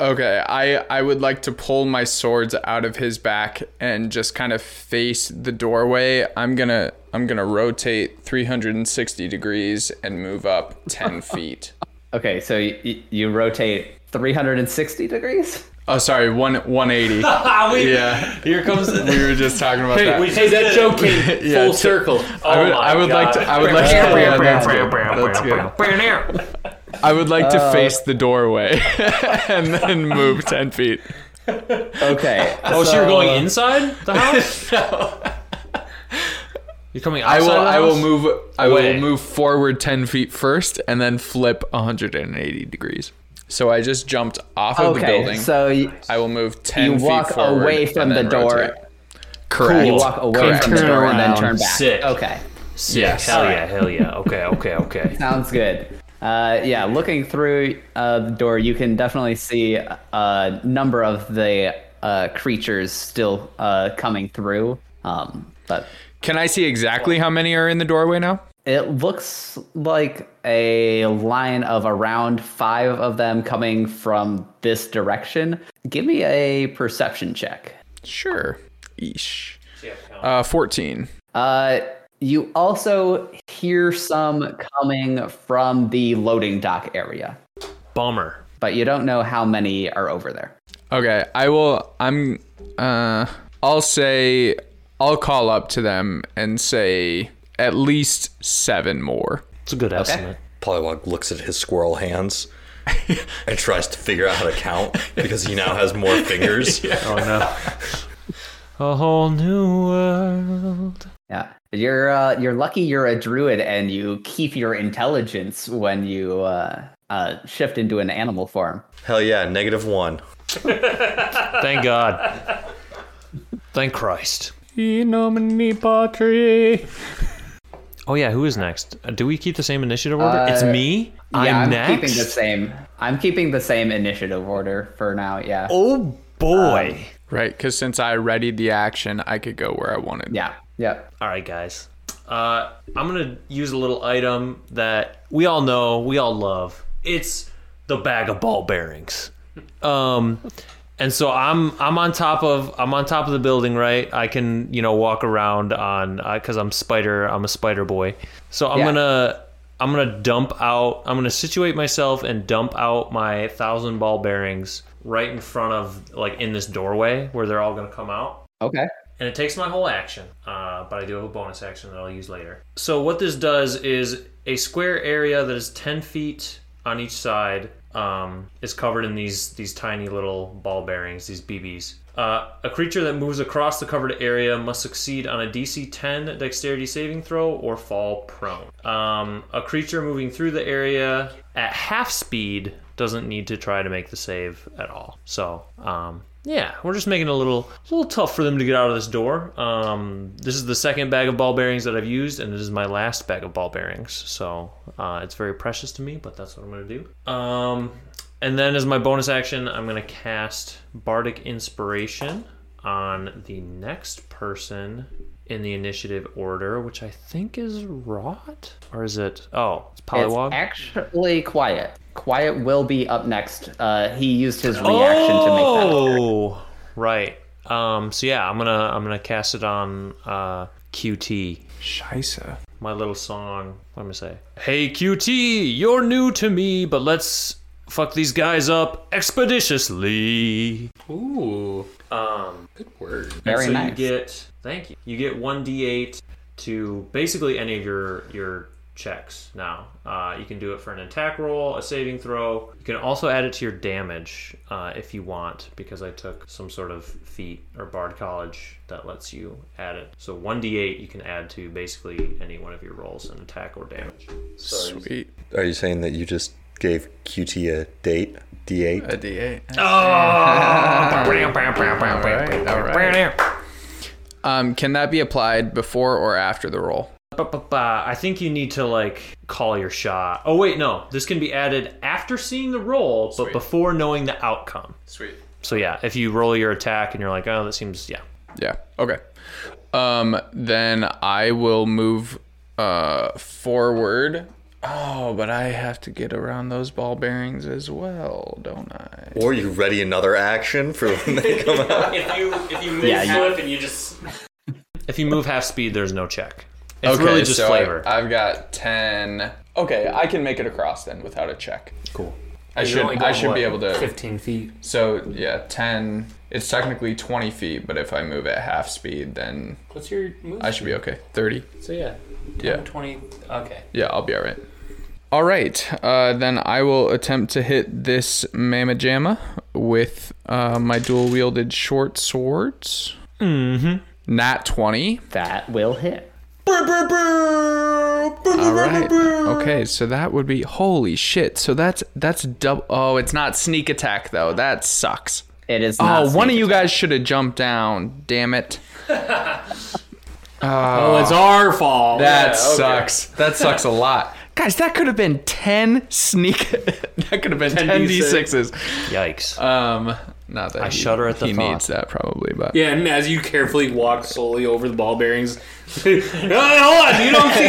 D: Okay, I, I would like to pull my swords out of his back and just kind of face the doorway. I'm gonna I'm gonna rotate 360 degrees and move up 10 feet.
G: Okay, so y- y- you rotate 360 degrees.
D: Oh, sorry, one
G: [laughs]
D: 180.
G: Ah,
D: yeah, here comes. we were just talking about that.
F: [laughs] Hey, that joke came
D: Yeah,
F: full
D: t-
F: circle.
D: I
G: Oh
D: would, I would like to. I would like to. yeah, that's good. That's good. I would like to face the doorway [laughs] and then move ten feet. [laughs]
G: Okay.
C: Oh, so, you're going inside the house? You're coming
D: I
C: outside.
D: will.
C: of the
D: I will
C: house?
D: move. I
C: Away.
D: will move forward ten feet first, and then flip 180 degrees. So I just jumped off of the
G: okay,
D: building.
G: so y-
D: I will move ten
G: you
D: feet
G: walk
D: forward
G: away from
D: and
G: the
D: then
G: door.
D: rotate. Correct.
G: You walk away
D: Correct.
G: from the
F: Turn
G: door and then
F: around.
G: turn back.
C: Sick.
G: Okay.
C: Sick. Hell yeah. Hell yeah. Okay. Okay. Okay.
G: Sounds good. Uh, yeah, looking through uh, the door, you can definitely see uh, a number of the uh, creatures still uh, coming through. Um, but
D: Can I see exactly how many are in the doorway now?
G: it looks like a line of around five of them coming from this direction. Give me a perception check.
D: Sure. Eesh. Uh, 14.
G: Uh, You also hear some coming from the loading dock area,
E: Bummer.
G: but you don't know how many are over there.
D: Okay, I will. I'm. Uh, I'll say. I'll call up to them and say at least seven more.
E: It's a good estimate.
B: Polywog looks at his squirrel [laughs] hands and tries to figure out how to count because he now has [laughs] more fingers.
E: Oh no. A whole new world.
G: Yeah, you're uh, you're lucky you're a druid and you keep your intelligence when you uh, uh, shift into an animal form.
B: Hell yeah, negative one.
E: Thank God. Thank Christ. Oh yeah, who is next? Uh, Do we keep the same initiative order? it's
G: Uh,
E: me.
G: yeah, I'm
E: next.
G: keeping the same. I'm keeping the same initiative order for now. Yeah,
E: Oh boy.
D: Right, because since I readied the action, I could go where I wanted.
G: yeah, yep.
E: All right, guys. Uh, I'm gonna use a little item that we all know, we all love. It's the bag of ball bearings. Um, and so I'm I'm on top of I'm on top of the building, right? I can you know walk around on because I'm spider I'm a spider boy. So I'm
G: Yeah.
E: gonna I'm gonna dump out I'm gonna situate myself and dump out my thousand ball bearings right in front of like in this doorway where they're all gonna come out
G: Okay.
E: and it takes my whole action, uh, but I do have a bonus action that I'll use later. So what this does is a square area that is ten feet on each side um, is covered in these these tiny little ball bearings, these BBs. Uh, a creature that moves across the covered area must succeed on a DC 10 dexterity saving throw or fall prone. Um, a creature moving through the area at half speed doesn't need to try to make the save at all. So, um, yeah, we're just making it a little, a little tough for them to get out of this door. Um, this is the second bag of ball bearings that I've used, and this is my last bag of ball bearings. So uh, it's very precious to me, but that's what I'm gonna do. Um, and then as my bonus action, I'm gonna cast Bardic
C: [laughs]
E: Inspiration on the next person in the initiative order, which I think is Rot, or is it? Oh, it's Polywog.
G: It's actually quiet. Quiet will be up next. Uh, he used his reaction to make that. appear.
E: Oh, right. Um, so yeah, I'm gonna I'm gonna cast it on uh, QT.
D: Scheiße.
E: My little song. What am I say? Hey QT, you're new to me, but let's fuck these guys up expeditiously.
F: Ooh,
E: Um,
G: Very
E: so
G: nice.
E: you get thank you. You get one d8 to basically any of your your checks now. Uh, you can do it for an attack roll, a saving throw. You can also add it to your damage uh, if you want, because I took some sort of feat or Bard College that lets you add it. So one d8 you can add to basically any one of your rolls, an attack or damage.
D: Sweet.
B: Are you saying that you just gave QT a date? D8?
D: A D8.
E: All
D: right, all Um, can that be applied before or after the roll?
E: Ba-ba-ba. I think you need to like call your shot. Oh wait, no. This can be added after seeing the roll, but before knowing the outcome.
D: Sweet.
E: So yeah, if you roll your attack and you're like, oh, that seems yeah.
D: Yeah. Okay. Um, then I will move uh forward. Oh, but I have to get around those ball bearings as well, don't I?
B: Or you ready another action for [laughs] when they come out?
C: if you if you miss
G: Yeah, you-
C: flip and you just
E: If you move half speed, there's no check. It's
D: okay,
E: really just
D: so
E: flavor.
D: I, have got ten. Okay, I can make it across then without a check.
E: cool.
D: I
C: you're
D: should
C: only
D: I
C: going,
D: should
C: what,
D: be able to.
C: fifteen feet.
D: So yeah, ten. It's technically twenty feet, but if I move at half speed, then
C: What's your move?
D: I should be okay. Thirty.
C: so yeah,
D: Yeah.
C: twenty. Okay.
D: Yeah, I'll be all right. All right, uh, then I will attempt to hit this Mama Jamma with uh, my dual wielded short swords. Mm-hmm. Nat 20.
G: That will hit.
D: All right. Okay, so that would be holy shit. So that's that's double. Oh, it's not sneak attack though. That sucks.
G: It is.
D: Oh,
G: Not
D: one of you guys should have jumped down. Damn it.
F: [laughs] Oh, it's our fault.
D: That sucks. That sucks a lot. Guys, that could have been 10 sneak. that could have been 10,
F: D6s.
D: D6s.
E: Yikes.
D: [laughs] Um, not that I
E: shudder at the
D: he
E: thought.
D: needs that probably, but
F: Yeah, and as you carefully walk slowly over the
C: [laughs]
F: ball bearings, [laughs] Oh, "Hey, hold on, you don't see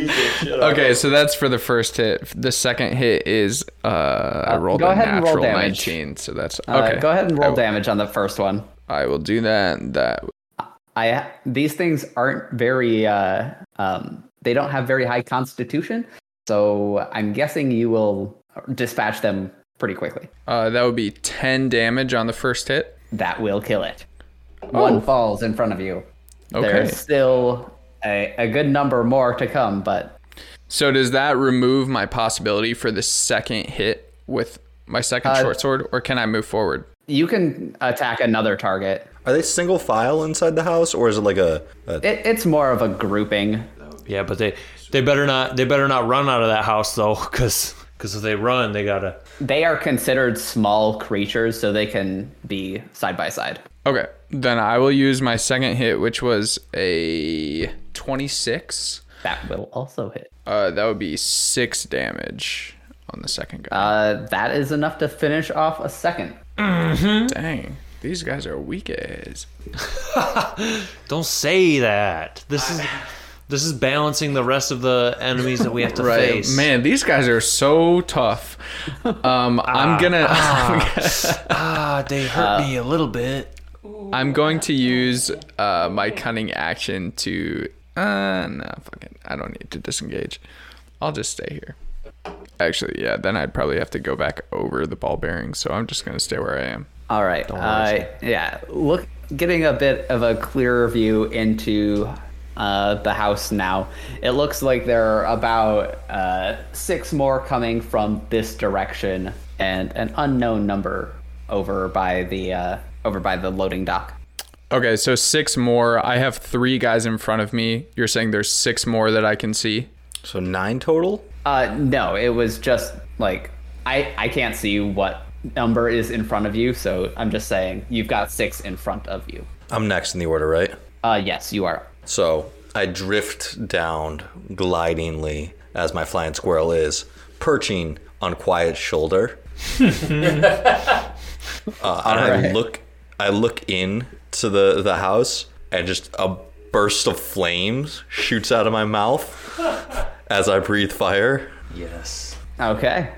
F: this, guys.
D: okay, so that's for the first hit. The second hit is uh, I rolled
G: go
D: a
G: ahead and roll
D: natural
G: damage.
D: nineteen, so that's
G: Uh,
D: okay.
G: Go ahead and
D: I
G: roll
D: will-
G: damage on the first one.
D: I will do that. That
G: I these things aren't very uh, um, they don't have very high constitution, so I'm guessing you will dispatch them pretty quickly.
D: Uh, that would be 10 damage on the first hit.
G: That will kill it. One falls in front of you.
D: Okay.
G: There's still a, a good number more to come, but
D: So does that remove my possibility for the second hit with my second
G: Uh,
D: short sword, or can I move forward?
G: you can attack another target.
B: Are they single file inside the house, or is it like a? a
G: It, it's more of a grouping.
C: Yeah, but they they better not they better not run out of that house though, because if they run, they gotta.
G: They are considered small creatures, so they can be side by side.
D: Okay, then I will use my second hit, which was a 26.
G: That will also hit.
D: Uh, that would be six damage on the second guy.
G: Uh, that is enough to finish off a second.
D: Dang, these guys are weak as.
C: Don't say that. This is this is balancing the rest of the enemies that we have to face.
D: Man, these guys are so tough.
G: [laughs]
D: Um, [laughs] I'm gonna.
C: ah, they hurt me a little bit.
D: I'm going to use uh, my cunning action to. Uh, no, fuck it. I don't need to disengage. I'll just stay here. Actually, yeah, then I'd probably have to go back over the ball bearing, so I'm just going to stay where I am.
G: All right. Uh, yeah. Look, getting a bit of a clearer view into uh, the house now. It looks like there are about uh, six more coming from this direction, and an unknown number over by the uh, over by the loading dock.
D: Okay, so six more. I have three guys in front of me. You're saying there's six more that I can see?
B: so nine total.
G: Uh, no, it was just like I I can't see what number is in front of you, so I'm just saying you've got six in front of you.
B: I'm next in the order, right?
G: Uh, yes, you are.
B: So I drift down glidingly as my flying squirrel is perching on Quiet's shoulder. uh, and I look, I look in to the the house, and just a burst of flames shoots out of my mouth as I breathe fire.
G: Okay.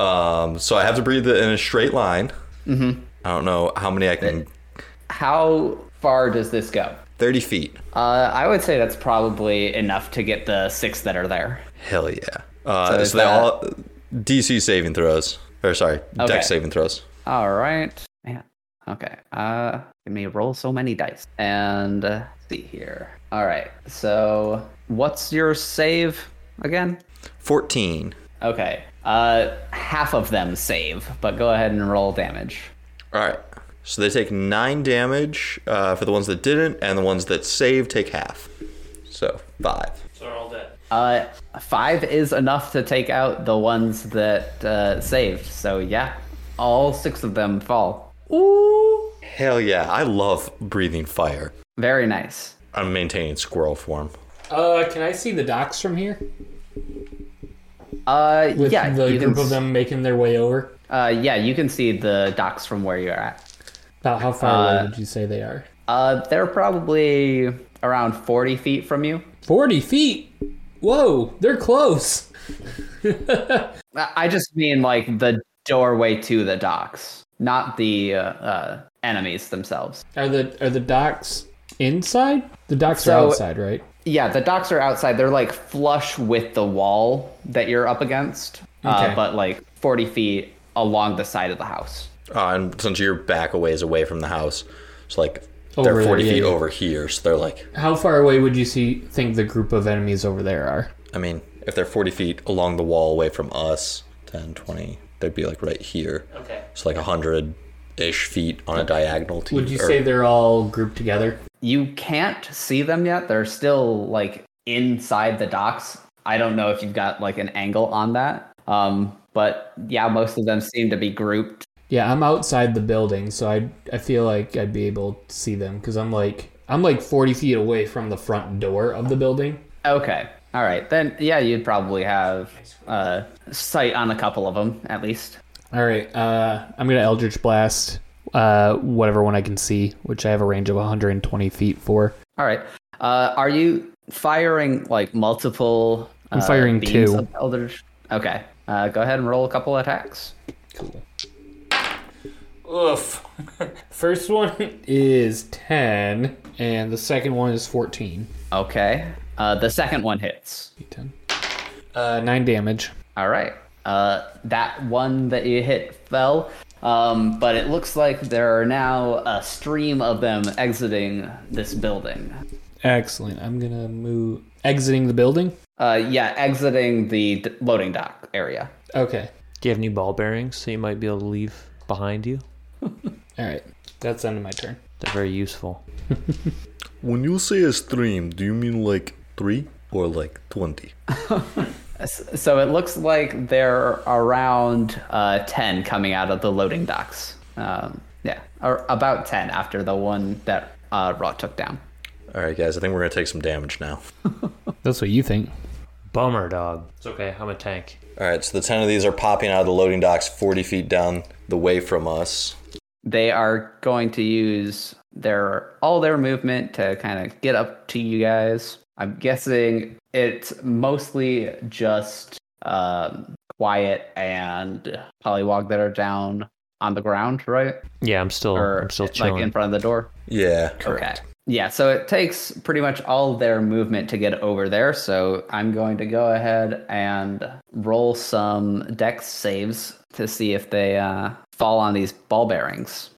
B: Um, so I have to breathe it in a straight line. Mm-hmm. I don't know how many I can.
G: How far does this go?
B: Thirty feet.
G: Uh, I would say that's probably enough to get the six that are there.
B: Hell yeah. Uh, so
G: is
B: they
G: that-
B: all DC saving throws, or sorry, Dex
G: Okay.
B: saving throws.
G: All right. Man. Okay. Uh, give me roll so many dice and uh, see here. All right. So what's your save again?
B: 14.
G: Okay. Uh, half of them save, but go ahead and roll damage.
B: All right. So they take nine damage uh, for the ones that didn't, and the ones that save take half. So five.
G: Uh, five is enough to take out the ones that uh, saved. So yeah, all six of them fall.
B: Hell yeah. I love breathing fire.
G: Very nice.
B: I'm maintaining squirrel form.
F: Uh, can I see the docs from here?
G: Uh,
F: With
G: yeah,
F: the
G: you can
F: group of them making their way over?
G: Uh, yeah, you can see the docks from where you're at.
F: About how far away would you say they are?
G: Uh, they're probably around 40 feet from you.
F: 40 feet? Whoa, they're close.
G: I I just mean like the doorway to the docks, not the uh, uh, enemies themselves.
F: Are the are the docks inside? The docks are
G: So-
F: outside, right?
G: Yeah, the docks are outside. They're like flush with the wall that you're up against,
F: Okay.
G: uh, but like 40 feet along the side of the house.
B: Uh, and since you're back a ways away from the house, it's like
F: Over
B: they're
F: there,
B: 40
F: yeah,
B: feet
F: yeah.
B: over here. So they're like,
F: How far away would you see think the group of enemies over there are?
B: I mean, if they're 40 feet along the wall away from us, 10, 20, they'd be like right here. Okay. So like 100 ish feet on a diagonal to
F: Would you
B: or-
F: say they're all grouped together?
G: You can't see them yet. They're still like inside the docks. I don't know if you've got like an angle on that. Um, but yeah, most of them seem to be grouped.
F: Yeah, I'm outside the building, so I I feel like I'd be able to see them because I'm like I'm like 40 feet away from the front door of the building.
G: Okay. All right. Then yeah, you'd probably have uh, sight on a couple of them at least.
F: All right, uh, I'm gonna Eldritch Blast uh, whatever one I can see, which I have a range of 120 feet for.
G: All right. Uh, are you firing like multiple?
F: I'm
G: uh,
F: firing
G: beams
F: two.
G: of Eldritch? Okay. Uh, go ahead and roll a couple attacks.
A: Oof. [laughs] First one is 10, and the second one is 14.
G: Okay. Uh, the second one hits.
A: 10. Uh, 9 damage.
G: All right. Uh, that one that you hit fell, um, but it looks like there are now a stream of them exiting this building.
A: Excellent. I'm going to move. Exiting the building?
G: Uh, yeah, exiting the d- loading dock area.
A: Okay.
E: Do you have new ball bearings so you might be able to leave behind you?
A: All right. That's the end of my turn.
E: They're very useful.
B: When you say a stream, do you mean like three or like 20?
G: S- So it looks like they're around uh, 10 coming out of the loading docks. Um, yeah, or about 10 after the one that uh, Raw took down.
B: All right, guys, I think we're going to take some damage now.
A: That's what you think.
E: Bummer, dog. It's okay. I'm a tank.
B: All right, so the 10 of these are popping out of the loading docks 40 feet down the way from us.
G: They are going to use their all their movement to kind of get up to you guys. I'm guessing it's mostly just um, Quiet and Pollywog that are down on the ground, right?
E: Yeah, I'm still.
G: or
E: Oh, I'm still chilling.
G: like in front of the door.
B: Yeah.
G: Okay. Yeah, so it takes pretty much all their movement to get over there. So I'm going to go ahead and roll some dex saves to see if they uh, fall on these ball bearings.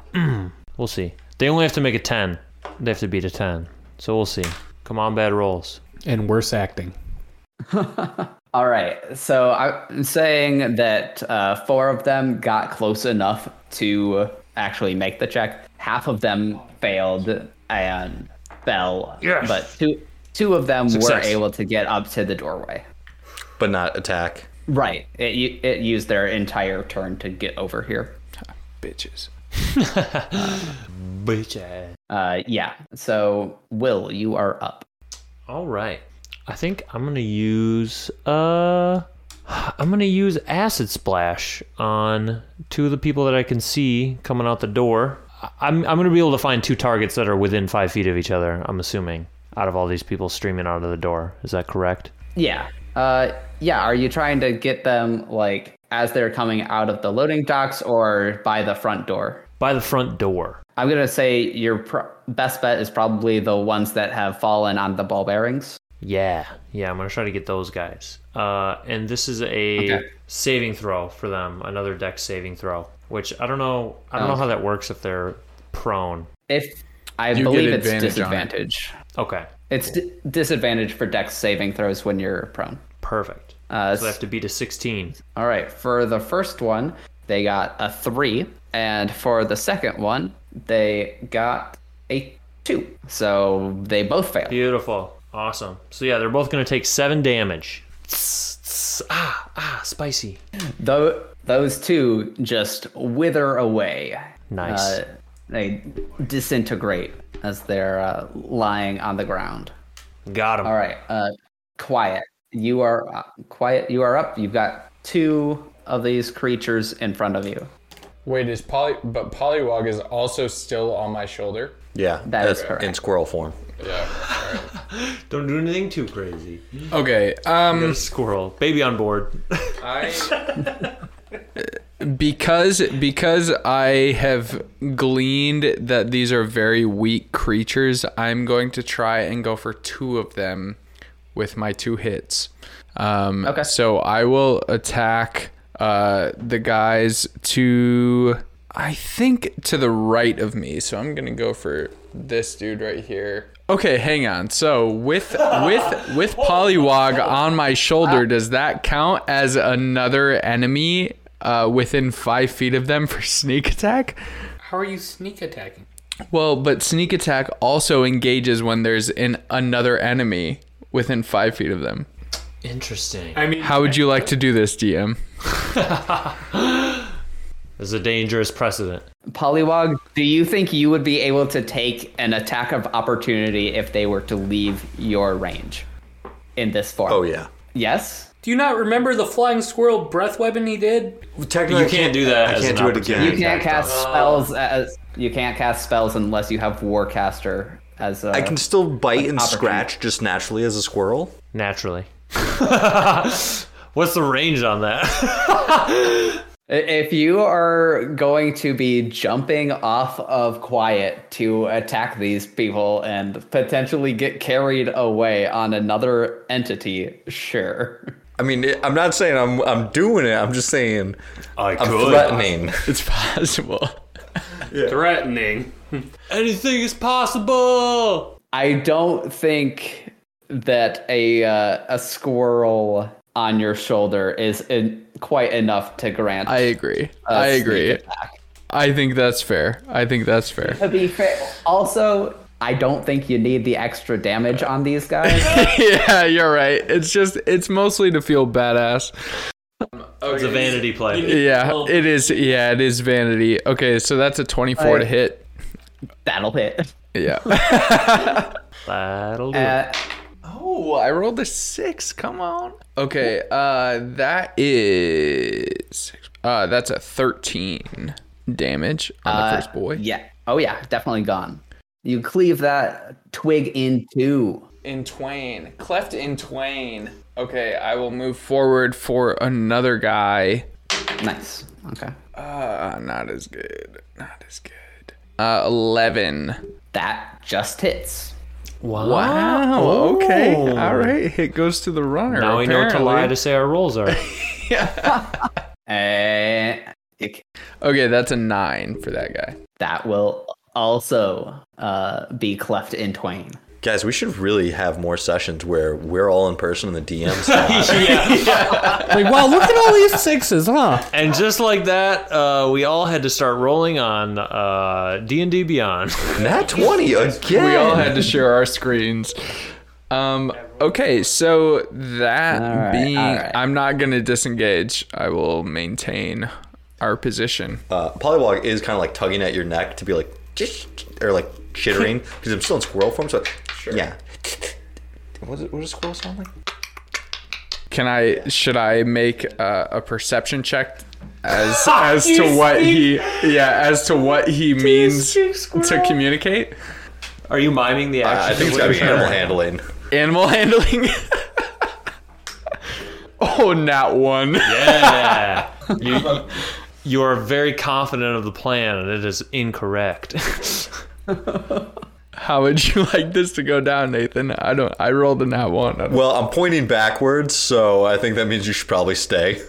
E: We'll see. They only have to make a 10. They have to beat a 10. So we'll see. Come on, bad rolls.
A: And worse acting.
G: All right, so I'm saying that uh, four of them got close enough to actually make the check. Half of them failed and fell, but two two of them were
B: Success.
G: able to get up to the doorway.
B: But not attack.
G: Right. It u- it used their entire turn to get over here.
D: Bitches.
G: Uh, yeah. So, Will, you are up.
E: All right. I think I'm going to use. Uh, I'm going to use Acid Splash on two of the people that I can see coming out the door. I- I'm, I'm going to be able to find two targets that are within five feet of each other, I'm assuming, out of all these people streaming out of the door. Is that correct?
G: Yeah. Uh, yeah. Are you trying to get them like as they're coming out of the loading docks or by the front door?
E: By the front door.
G: I'm gonna say your pro- best bet is probably the ones that have fallen on the ball bearings.
E: Yeah, yeah, I'm gonna try to get those guys. Uh, and this is a
G: Okay.
E: saving throw for them, another deck saving throw. Which I don't know, I don't know how that works if they're prone.
G: If I
D: get
G: believe it's
D: advantage on it.
G: disadvantage.
E: Okay,
G: It's d- disadvantage for dex saving throws when you're prone.
E: perfect.
G: Uh,
E: so they have to beat a 16.
G: All right, for the first one, they got a three, and for the second one, they got a two. So they both failed.
E: Beautiful, awesome. So yeah, they're both gonna take seven damage. Tss, tss, Ah, ah, spicy.
G: Tho- those two just wither away.
E: Nice.
G: Uh, they disintegrate as they're uh, lying on the ground.
E: Got him.
G: All right, uh, quiet. You are uh, quiet. You are up. You've got two of these creatures in front of you.
D: Wait, is Poly? But Polywog is also still on my shoulder.
B: Yeah.
G: That is
B: that's
G: correct.
B: In squirrel form.
D: Yeah.
E: Don't do anything too crazy.
D: Okay. Um.
E: [laughs] Squirrel, baby on board.
D: I because because I have gleaned that these are very weak creatures, I'm going to try and go for two of them with my two hits. Um,
G: Okay.
D: So I will attack uh, the guys to I think to the right of me. So I'm gonna go for this dude right here. Okay, hang on. So with with with Polywog on my shoulder, does that count as another enemy uh, within five feet of them for sneak attack?
A: How are you sneak attacking?
D: Well, but sneak attack also engages when there's an another enemy within five feet of them.
E: Interesting.
A: I mean,
D: How would you like to do this, DM?
E: This is a dangerous precedent.
G: Polywog, do you think you would be able to take an attack of opportunity if they were to leave your range in this form?
B: Oh, yeah.
G: Yes?
A: do you not remember the flying squirrel breath weapon he did?
B: Technically,
E: You can't do that.
B: I
E: as
B: can't
E: an
B: do it
E: opportunity
B: again.
G: You can't
E: attack,
G: cast spells as you can't cast spells unless you have Warcaster as a
B: I can still bite and
G: Opportunity.
B: scratch just naturally as a squirrel.
E: though. Naturally. What's the range on that?
G: I- If you are going to be jumping off of quiet to attack these people and potentially get carried away on another entity, sure. [laughs]
B: I mean, it- I'm not saying I'm I'm doing it. I'm just saying
J: I
B: I'm
E: [laughs]
B: threatening.
D: It's possible.
I: Threatening.
C: Anything is possible.
G: I don't think that a uh, a squirrel on your shoulder is in, quite enough to grant.
D: I agree.
G: a
D: I
G: sneak
D: agree.
G: attack.
D: I think that's fair. I think that's fair. [laughs]
G: To be fair, also, I don't think you need the extra damage on these guys. [laughs]
D: yeah, you're right. It's just it's mostly to feel badass.
C: It's a vanity play.
D: Yeah, it is. Yeah, it is vanity. Okay, so that's a 24 to
G: Like-
D: hit.
G: That'll hit.
D: Yeah.
C: That'll do. it.
G: Uh,
D: oh, I rolled a 6. Come on. Okay, uh that is uh that's a 13 damage on the
G: Uh,
D: first boy.
G: yeah. Oh yeah, definitely gone. You cleave that twig in two.
D: in twain cleft in twain okay i will move forward for another guy
G: Nice. Okay.
D: uh not as good not as good uh 11
G: That just hits.
D: wow okay all right it goes to the runner
C: Now we know to lie to
D: apparently.
C: say our rolls are.
G: And it-
D: okay that's a 9 for that guy
G: that will also uh, be cleft in twain.
B: Guys, we should really have more sessions where we're all in person and the DM's not.
F: Like, wow, look at all these sixes, huh?
C: and just like that, uh, we all had to start rolling on uh, D&D Beyond.
B: [laughs] Nat 20 again.
D: we all had to share our screens um okay so that
G: All right,
D: being
G: all right.
D: i'm not gonna disengage i will maintain our position
B: uh, Polywog is kind of like tugging at your neck to be like, "Just," or like [laughs] chittering because I'm still in squirrel form. So yeah. Uh, What does, what does squirrel sound like?
D: Can I? Should I make uh, a perception check
G: [laughs]
D: as
G: Ah,
D: as to what he? Yeah, as to what he means to communicate.
C: Are you miming
D: Uh,
C: the
B: I
C: action?
B: think it's gotta be animal handling.
D: Animal [laughs] handling. oh, not one.
C: Yeah.
E: [laughs]
C: you, you are very confident of the plan, and it is
E: [laughs]
C: incorrect.
D: How would you like this to go down, Nathan? I don't. I rolled a not one. I don't-
B: Well, I'm pointing backwards, so I think that means you should probably stay.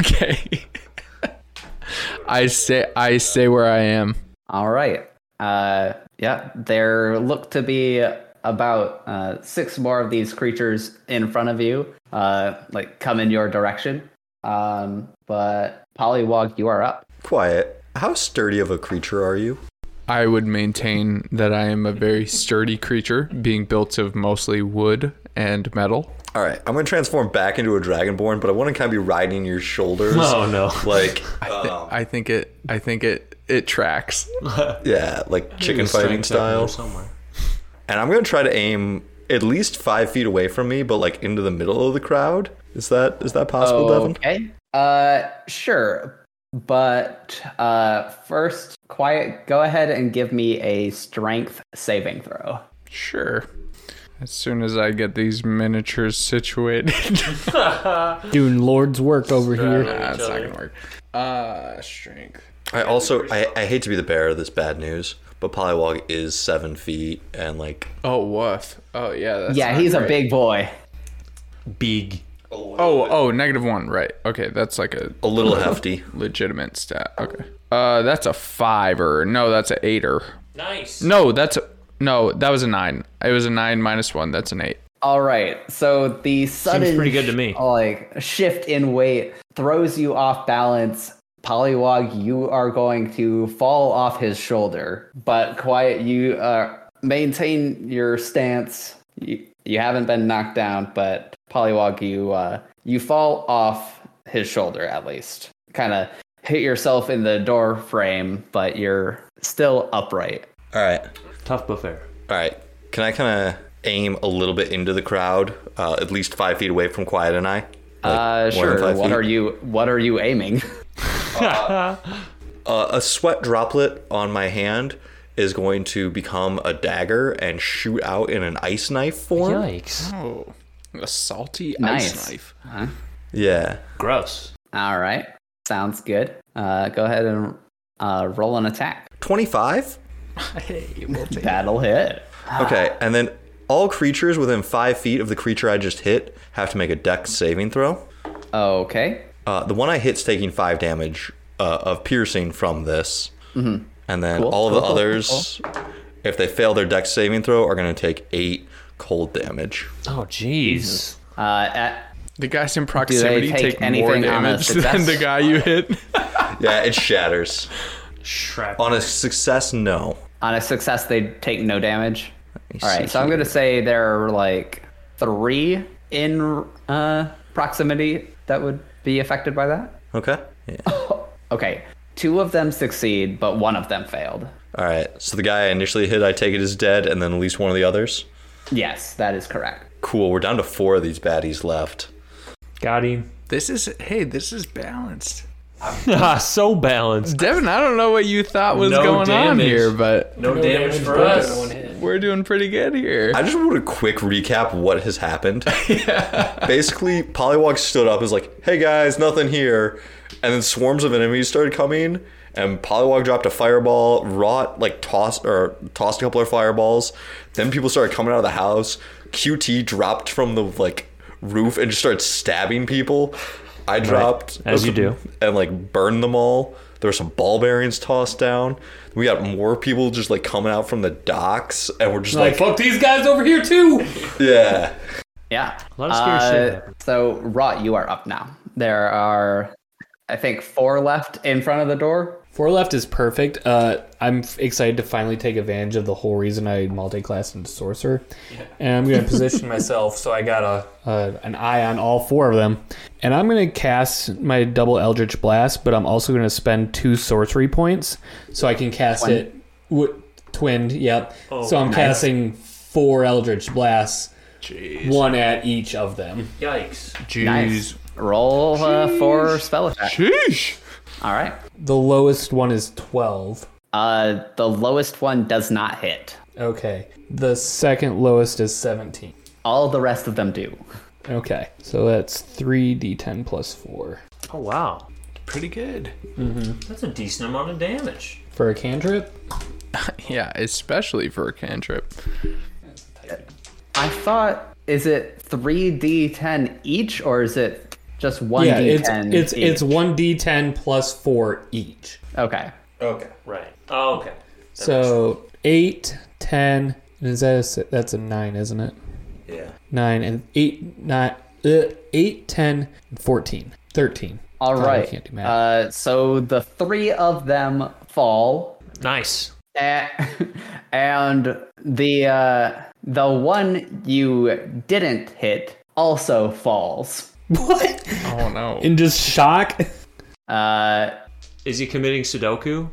D: Okay. I stay. I stay where I am.
G: All right. Uh, yeah, there look to be about uh, six more of these creatures in front of you, uh, like come in your direction. Um, but Polywog, you are up.
B: Quiet. How sturdy of a creature are you?
D: I would maintain that I am a very sturdy creature, being built of mostly wood and metal.
B: All right, I'm gonna transform back into a dragonborn, but I want to kind of be riding your shoulders.
C: Oh, no.
B: [laughs] Like, um,
D: Th- I think it. I think it. It tracks.
B: yeah, like chicken fighting style.
C: Somewhere.
B: And I'm gonna try to aim at least five feet away from me, but like into the middle of the crowd. Is that is that possible, Devin?
G: Oh, Okay. Uh, sure. But uh, first, Quiet, go ahead and give me a strength saving throw.
D: Sure. As soon as I get these miniatures situated, [laughs]
I: Doing Lord's work over here.
D: that's not gonna work. Uh, strength.
B: I also I, I hate to be the bearer of this bad news, but Polywog is seven feet and like
D: Oh, woof. Oh, yeah. That's
G: yeah,
D: not
G: he's a
D: great.
G: big boy.
C: Big.
D: Oh, oh, negative one. Right. Okay, that's like a
B: a little hefty.
D: legitimate stat. Okay. Uh, that's a fiver. No, that's an eighter.
C: Nice.
D: No, that's a, no. That was a nine. It was a nine minus one. That's an eight.
G: All right. So the sudden
C: pretty good to me.
G: like shift in weight throws you off balance. Polywog, you are going to fall off his shoulder, but quiet. You uh, maintain your stance. You, you haven't been knocked down, but Polywog, you uh, you fall off his shoulder at least. Kind of hit yourself in the door frame, but you're still upright.
B: All right,
C: Tough but fair.
B: all right. Can I kind of aim a little bit into the crowd, uh, at least five feet away from Quiet and I? Like,
G: Uh,
B: more than
G: sure.
B: five
G: What
B: feet?
G: are you? What are you aiming? [laughs]
B: Uh, a sweat droplet on my hand is going to become a dagger and shoot out in an ice knife form.
C: Yikes.
D: Oh, a salty
G: Nice.
D: ice knife.
B: Yeah.
C: Gross.
G: All right. Sounds good. Uh, go ahead and uh, roll an attack.
B: 25?
G: That'll hit.
B: Okay, and then all creatures within five feet of the creature I just hit have to make a dex saving throw.
G: Okay.
B: Uh, the one I hit's taking five damage uh, of piercing from this,
G: Mm-hmm.
B: and then all of the others, if they fail their dex saving throw, are going to take eight cold damage.
E: Oh, jeez.
G: Uh, at,
K: The guys in proximity
G: take
K: take, more
G: anything on a
K: damage than
G: success?
K: the guy you hit.
B: Yeah, it shatters.
E: Shrapnel.
B: On a success, no.
G: on a success, they take no damage.
B: Let me
G: All
B: see
G: right. So I'm
B: here.
G: going to say there are like three in uh, proximity that would be affected by that.
B: Okay. Yeah.
G: Okay. Two of them succeed, but one of them failed.
B: All right. So the guy I initially hit, I take it is dead, and then at least one of the others.
G: Yes, that is correct.
B: Cool. We're down to four of these baddies left.
C: [laughs]
E: Got him.
K: [laughs] this is hey, this is balanced.
E: Ah, so balanced.
K: Devin, I don't know what you thought was
C: No
K: going on
C: damage.
K: here, but
C: No, damage, for us.
K: we're doing pretty good here.
B: I just want a quick recap of what has
E: [laughs]
B: happened. Basically, Polywog stood up and was like, hey guys, nothing here. And then swarms of enemies started coming, and Polywog dropped a fireball, Rot like tossed or tossed a couple of fireballs. Then people started coming out of the house. QT dropped from the like roof and just started stabbing people. I dropped
E: as you do.
B: and like burned them all. There were some ball bearings tossed down. We got more people just like coming out from the docks, and we're just
F: Like, fuck these guys over here too.
B: yeah.
G: Yeah. Uh,
E: A lot of scary shit happened.
G: So, Rot, you are up now. There are, I think, four left in front of the door.
F: Four left is perfect. Uh, I'm f- excited to finally take advantage of the whole reason I multi-classed into sorcerer, and I'm going to position myself so I got a uh, an eye on all four of them, and I'm going to cast my double eldritch blast, but I'm also going to spend two sorcery points so I can cast it w- twinned. Yep. so I'm casting four eldritch blasts, one at each of them.
C: Yikes.
K: Jeez.
G: Nice. Roll uh, for spell attack.
K: Sheesh.
G: All right.
F: The lowest one is twelve.
G: Uh, the lowest one does not hit.
F: Okay. The second lowest is seventeen.
G: All the rest of them do.
F: Okay, so that's three d10 plus four
E: Oh, wow.
K: Pretty good.
C: That's a decent amount of damage.
F: for a cantrip.
K: Yeah, especially for a cantrip.
G: I thought, is it 3d10 each, or is it just 1d10?
F: yeah, it's it's
G: each?
F: it's one d10 plus four each.
G: Okay.
C: Okay.
E: Right.
C: Oh, okay.
F: so eight, ten, and is that a, si- that's a nine, isn't it?
C: Yeah.
F: Nine and eight, nine, uh, eight, ten, and fourteen, thirteen.
G: All
F: Oh, I
G: right.
F: can't do math.
G: uh, so the three of them fall,
E: Nice.
G: a- [laughs] and the uh, the one you didn't hit also falls.
F: what?
K: Oh no.
F: In just shock.
G: Uh,
E: Is he committing Sudoku?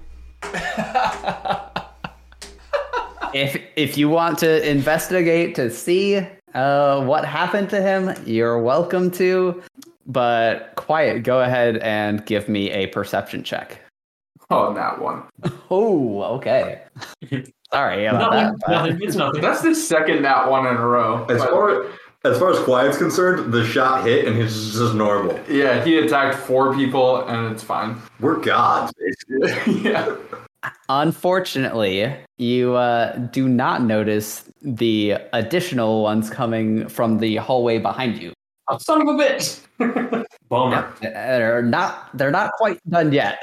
G: if if you want to investigate to see uh, what happened to him, you're welcome to. But quiet, go ahead and give me a perception check.
D: Oh, that one.
G: [laughs] Oh, okay. Sorry about that. but-
C: It's nothing.
D: That's the second that one in a row.
B: As
D: but-
B: far as far as Quiet's concerned, the shot hit and he's just, just normal.
D: yeah, he attacked four people, and it's fine.
B: We're gods. basically.
D: yeah.
G: Unfortunately, you uh, do not notice the additional ones coming from the hallway behind you.
D: Oh, son of a bitch. [laughs]
C: Bummer.
G: They're not. They're not quite done yet.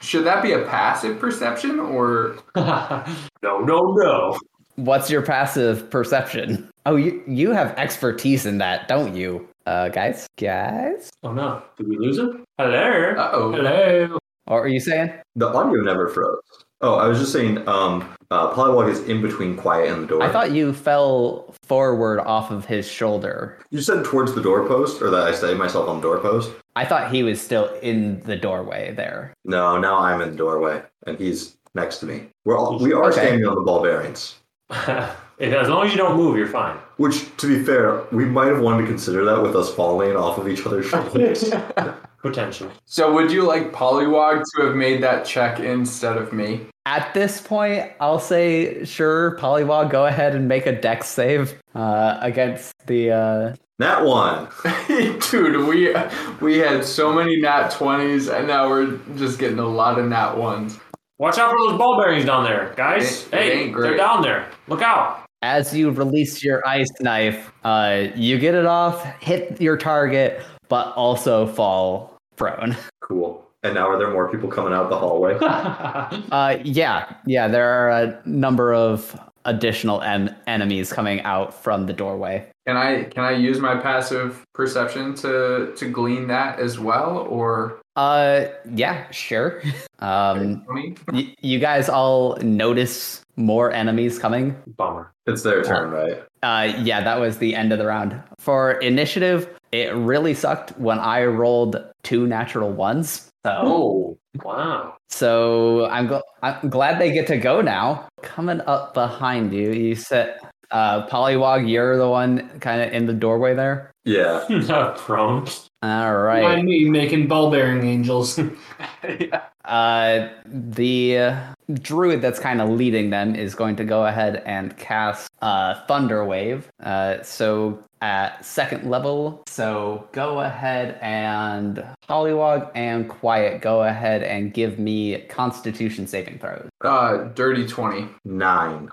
D: Should that be a passive perception or?
C: No, no, no.
G: What's your passive perception? Oh, you you have expertise in that, don't you, uh, guys? Guys,
C: Oh, no. Did we lose him? Hello?
D: Uh oh.
C: Hello?
G: or are you saying?
B: The audio never froze. Oh, I was just saying. Um, uh, Polywog is in between Quiet and the door.
G: I thought you fell forward off of his shoulder.
B: you said towards the doorpost, or that I studied myself on the doorpost.
G: I thought he was still in the doorway there.
B: No, now I'm in the doorway, and he's next to me. We're all, we are
G: Okay.
B: standing on the ball bearings.
C: [laughs] If- as long as you don't move, you're fine.
B: Which, to be fair, we might have wanted to consider that with us falling off of each
C: [laughs]
B: other's shoulders.
C: Potentially.
D: So would you like Polywog to have made that check instead of me? [laughs]
G: At this point, I'll say sure, Polywog, go ahead and make a dex save uh, against the. Uh...
B: That one.
D: Dude, we we had so many nat 20s, and now we're just getting a lot of nat 1s.
E: Watch out for those ball bearings down there,
D: It
E: guys.
D: ain't- it
E: hey,
D: ain't
E: they're
D: great.
E: down there. Look out.
G: As you release your ice knife, uh, you get it off, hit your target, but also fall prone.
B: Cool. And now are there more people coming out the
C: [laughs]
B: hallway?
G: Uh, yeah, yeah, there are a number of additional en- enemies coming out from the doorway.
D: Can I can I use my passive perception to to glean that as well, or
G: Uh, yeah, sure. [laughs] Um,
D: twenty?
G: y- you guys all notice more enemies coming.
E: Bummer.
B: it's their turn, right?
G: Uh, yeah, that was the end of the round. For initiative, it really sucked when I rolled two natural ones. So,
E: Oh. Wow.
G: so I'm, gl- I'm glad they get to go now. Coming up behind you, you said, uh, Polywog, you're the one kind of in the doorway there.
B: Yeah.
E: Not prone.
G: All
A: Mind
G: right.
A: me making ball bearing angels. [laughs]
G: Uh, the uh, druid that's kind of leading them is going to go ahead and cast uh, Thunder Wave. Uh, so at second level, so go ahead and Hollywog and Quiet, go ahead and give me Constitution saving throws.
D: Uh, dirty twenty.
B: Nine.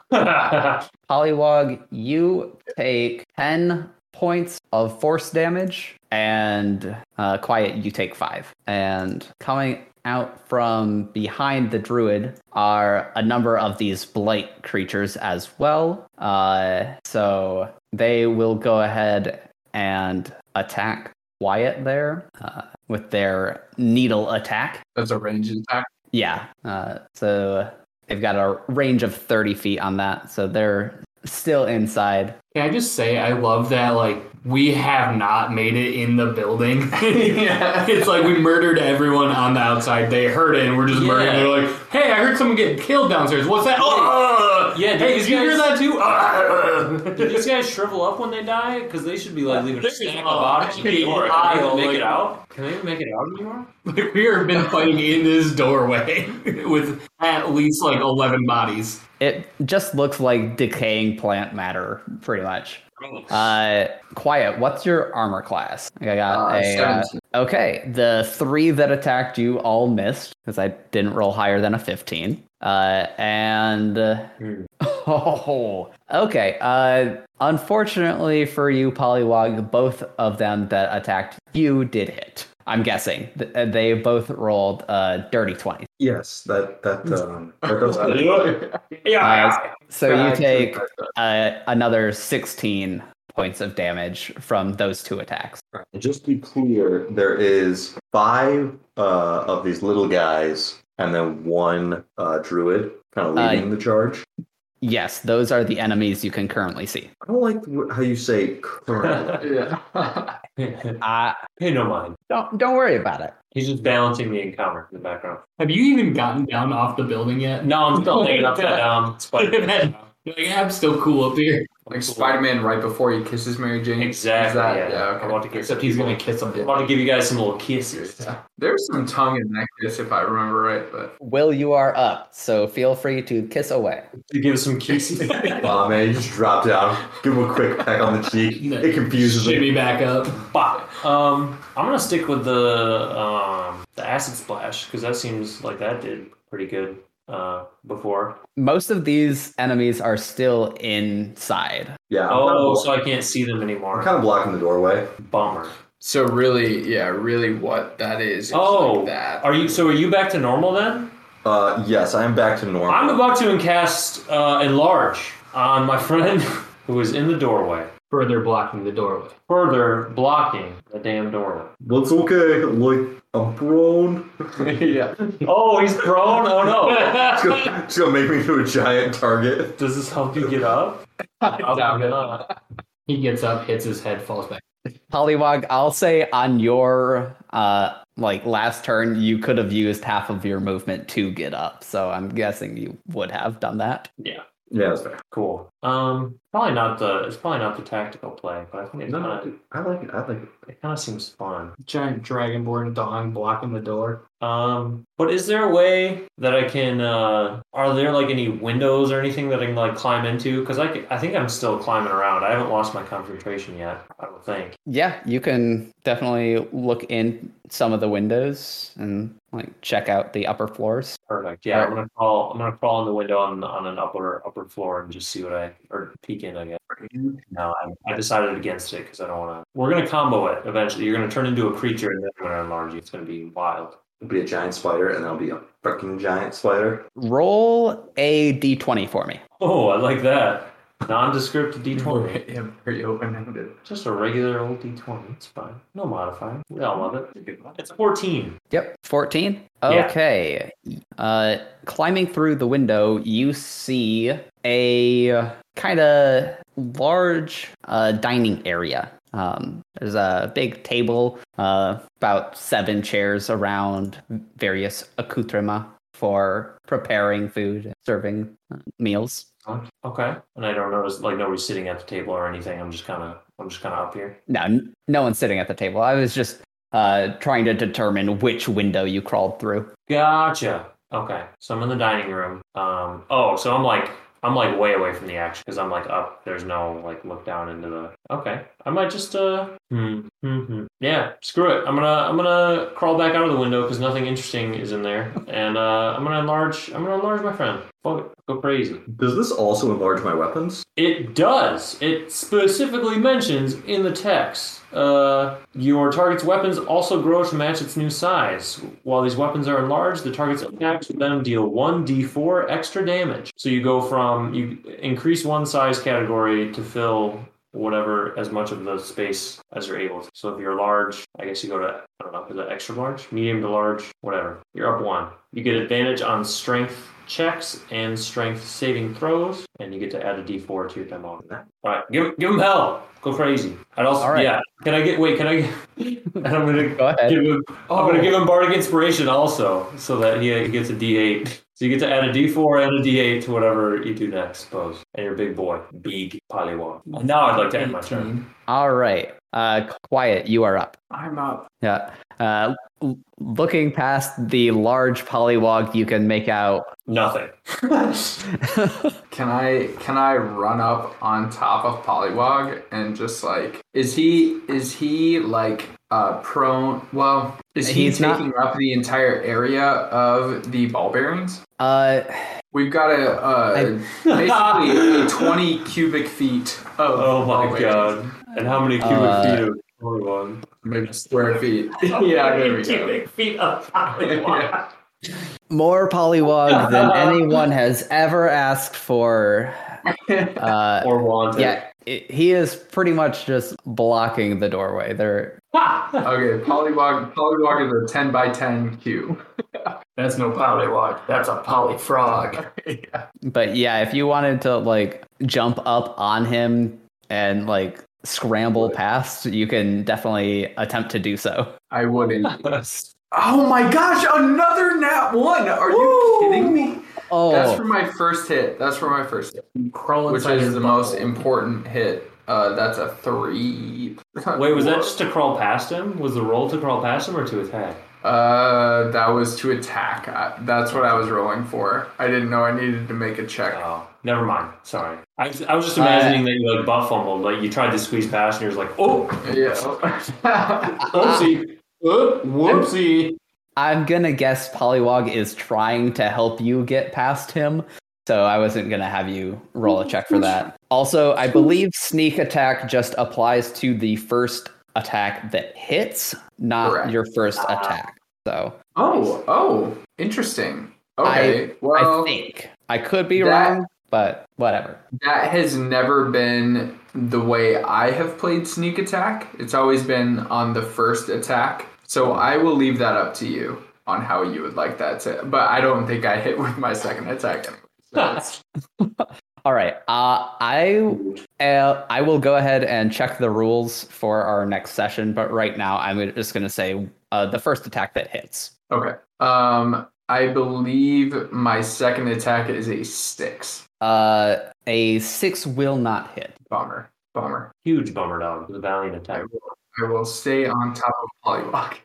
G: Hollywog, you take 10 points of force damage, and uh, Quiet, you take 5. And coming out from behind the druid are a number of these blight creatures as well. Uh, so they will go ahead and attack Quiet there uh, with their needle attack.
D: That's a range attack.
G: Yeah. Uh, so they've got a range of 30 feet on that. So they're still inside.
A: Can I just say I love that like we have not made it in the building. [laughs] It's like we murdered everyone on the outside. They heard it and we're just murdering.
E: Yeah.
A: They're like, hey, I heard someone get killed downstairs. What's that? Oh,
E: Yeah,
A: hey,
E: these
A: did you hear
E: guys-
A: that too? Ah."
E: Did [laughs] these guys shrivel up when they die? Because they should be like leaving a
A: There's
E: stack of
A: a
E: bodies. Can they
A: big
E: even
A: aisle,
E: make
A: like-
E: it out? Can they even make it out anymore?
A: [laughs] Like, we have been fighting in this doorway [laughs] with at least like eleven bodies.
G: It just looks like decaying plant matter, pretty much. Uh, quiet. What's your armor class? I got
D: Uh,
G: a. uh,
D: 17.
G: okay, the three that attacked you all missed because I didn't roll higher than a fifteen. Uh, and [laughs] oh, okay. Uh, unfortunately for you, Polywog, both of them that attacked you did hit. I'm guessing Th- uh, they both rolled uh, dirty twenty.
B: Yes, that
C: [laughs]
B: that um that goes out.
D: [laughs]
G: Uh, so you take
B: All
G: uh, another 16 points of damage from those two attacks.
B: right, and Just to be clear, there is five uh of these little guys and then one uh druid kind of
G: Uh,
B: leading the charge.
G: Yes, those are the enemies you can currently see.
B: I don't like the, how you say current.
D: Yeah. [laughs]
G: Uh,
E: Pay no mind.
G: don't don't worry about it.
E: He's just balancing the encounter in the background.
A: Have you even gotten down off the building yet?
E: No, I'm um, still thinking [laughs] upside down. It's funny.
A: You're like, I'm still cool up here.
D: like Spider Man right before he kisses Mary Jane. Is
E: Exactly.
D: that-
E: yeah.
D: yeah, okay.
E: I want to give.
A: Except he's gonna kiss him.
E: I want to give you guys some little kisses.
D: [laughs] There's some tongue in that kiss if I remember right, but
G: Will, you are up, so feel free to kiss away.
E: To give some kisses.
B: Aw man, you just drop down. Give him a quick peck on the cheek. It confuses him.
A: Jimmy back up.
E: Bop. [laughs] Um, I'm gonna stick with the um the acid splash because that seems like that did pretty good uh before.
G: Most of these enemies are still inside.
B: Yeah. I'm kind
E: Oh,
B: of-
E: so I can't see them
B: I'm
E: anymore.
B: kind of blocking the doorway.
E: Bummer.
D: so really, yeah, really, what that is? is
E: Oh,
D: like that.
E: are you? So are you back to normal then?
B: Uh, yes, I am back to normal.
E: I'm about to cast uh, enlarge on my friend [laughs] who is in the doorway,
A: Further blocking the doorway.
E: further blocking the damn doorway.
B: That's okay. Like I'm
E: [laughs]
B: prone.
D: yeah.
E: Oh, he's prone. Oh no.
B: It's gonna, it's gonna make me into a giant target.
E: Does this help you get up?
D: doubt it.
E: not.
A: He gets up, hits his head, falls back.
G: Polywog, I'll say on your uh like last turn, you could have used half of your movement to get up. So I'm guessing you would have done that.
E: Yeah.
B: Yeah, that's fair.
E: Cool. Uh, Um, probably not the. It's probably not the tactical play, but I think it
D: No, no,
E: kind
D: dude, I like it. I like it.
E: of it kind of seems fun.
D: Giant dragonborn dong blocking the door.
E: Um, but is there a way that I can? Uh, are there like any windows or anything that I can like climb into? Because I, c- I think I'm still climbing around. I haven't lost my concentration yet. I don't think.
G: Yeah, you can definitely look in some of the windows and like check out the upper floors.
E: Perfect. Yeah, I'm
G: Right.
E: gonna crawl. I'm gonna crawl in the window on on an upper upper floor and just see what I or peek in. I guess. No, I, I decided against it because I don't want to. We're gonna combo it eventually. You're gonna turn into a creature and then I'm gonna enlarge you. It's gonna be wild.
B: It'll be a giant spider, and there'll be a fucking giant spider.
G: Roll a d20 for me.
E: Oh, I like that. Nondescript D20.
D: Yeah, very open ended.
E: Just a regular old D20. It's fine. No modifier. We all love it. It's 14.
G: Yep, 14.
E: Yeah.
G: Okay. Uh climbing through the window, you see a kind of large uh dining area. Um there's a big table, uh about 7 chairs around various accoutrements for preparing food, serving uh, meals.
E: Okay. And I don't notice like nobody's sitting at the table or anything. I'm just kind of I'm just kind of up here.
G: No, n- no one's sitting at the table. I was just uh trying to determine which window you crawled through.
E: Gotcha. Okay. So I'm in the dining room. Um. Oh, so I'm like I'm like way away from the action because I'm like up. There's no like look down into the. Okay. I might just uh. Hmm. Hmm. hmm. Yeah. Screw it. I'm gonna I'm gonna crawl back out of the window because nothing interesting is in there, and uh, I'm gonna enlarge. I'm gonna enlarge my friend. Fuck it. Go crazy.
B: Does this also enlarge my weapons?
E: It does. It specifically mentions in the text uh, your target's weapons also grow to match its new size. While these weapons are enlarged, the target's attacks with them deal 1d4 extra damage. So you go from, you increase one size category to fill whatever as much of the space as you're able to. So if you're large, I guess you go to I don't know, is that extra large, medium to large, whatever. You're up one. You get advantage on strength checks and strength saving throws, and you get to add a d4 to your demo. All right, give give him hell. Go crazy. I'd also
G: All right.
E: yeah. Can I get wait? Can I?
G: [laughs]
E: Get, and I'm gonna
G: Go ahead.
E: give him. I'm gonna give him bardic inspiration also, so that he gets a d8. So you get to add a d4 and a d8 to whatever you do next, suppose. And you're a big boy, big polywog. Now I'd like to end my turn.
G: All right. Uh quiet, you are up.
D: I'm up.
G: Yeah. Uh, l- looking past the large polywog, you can make out.
E: Nothing.
D: Can I can I run up on top of Polywog and just like is he is he like uh prone well is he
G: He's not-
D: taking up the entire area of the ball bearings?
G: Uh,
D: We've got a uh basically a twenty cubic feet of
E: Oh
D: ball
E: my
D: bearings.
E: god. And how many cubic
G: Uh,
E: feet of
G: [laughs]
E: polywog?
D: Maybe square feet. yeah, there we go.
E: Cubic feet of
D: [laughs]
E: polywog.
G: more polywog than anyone has ever asked for. Uh,
E: or wanted.
G: yeah, i he is pretty much just blocking the doorway. There,
D: Okay, polywog polywog is a ten by ten cube.
L: That's no polywog. That's a polyfrog.
G: but yeah, if you wanted to like jump up on him and like scramble past, you can definitely attempt to do so.
D: I wouldn't. oh my gosh, another nat one! Are you kidding me?
G: Oh,
D: That's for my first hit. That's for my first hit,
L: Crawl
D: which
L: inside
D: is
L: his
D: the
L: butthole.
D: most important hit. Uh, that's a three.
E: Wait, was that just to crawl past him? Was the roll to crawl past him or to attack?
D: Uh, that was to attack. I, that's what I was rolling for. I didn't know I needed to make a check.
E: Oh, never mind. Sorry. I, I was just imagining that you like butt fumbled, like you tried to squeeze past and you're just like, oh,
D: Yeah.
E: oopsie. Uh, whoopsie.
G: I'm gonna guess Polywog is trying to help you get past him, so I wasn't gonna have you roll a check for that. Also, I believe sneak attack just applies to the first attack that hits, not
D: Correct.
G: your first attack. So
D: [laughs] oh, oh, interesting. Okay, well,
G: I think I could be
D: that-
G: wrong, but whatever.
D: That has never been the way I have played sneak attack. It's always been on the first attack. So I will leave that up to you on how you would like that to. But I don't think I hit with my second attack. anyway. So
G: [laughs]
D: it's-
G: All right, uh, I uh, I will go ahead and check the rules for our next session, but right now I'm just gonna say uh, the first attack that hits.
D: okay. Um, I believe my second attack is a six.
G: Uh, a six will not hit.
A: Bummer. Bummer.
E: Huge bummer dog. The valiant attack.
A: I will stay on top of Polywalk.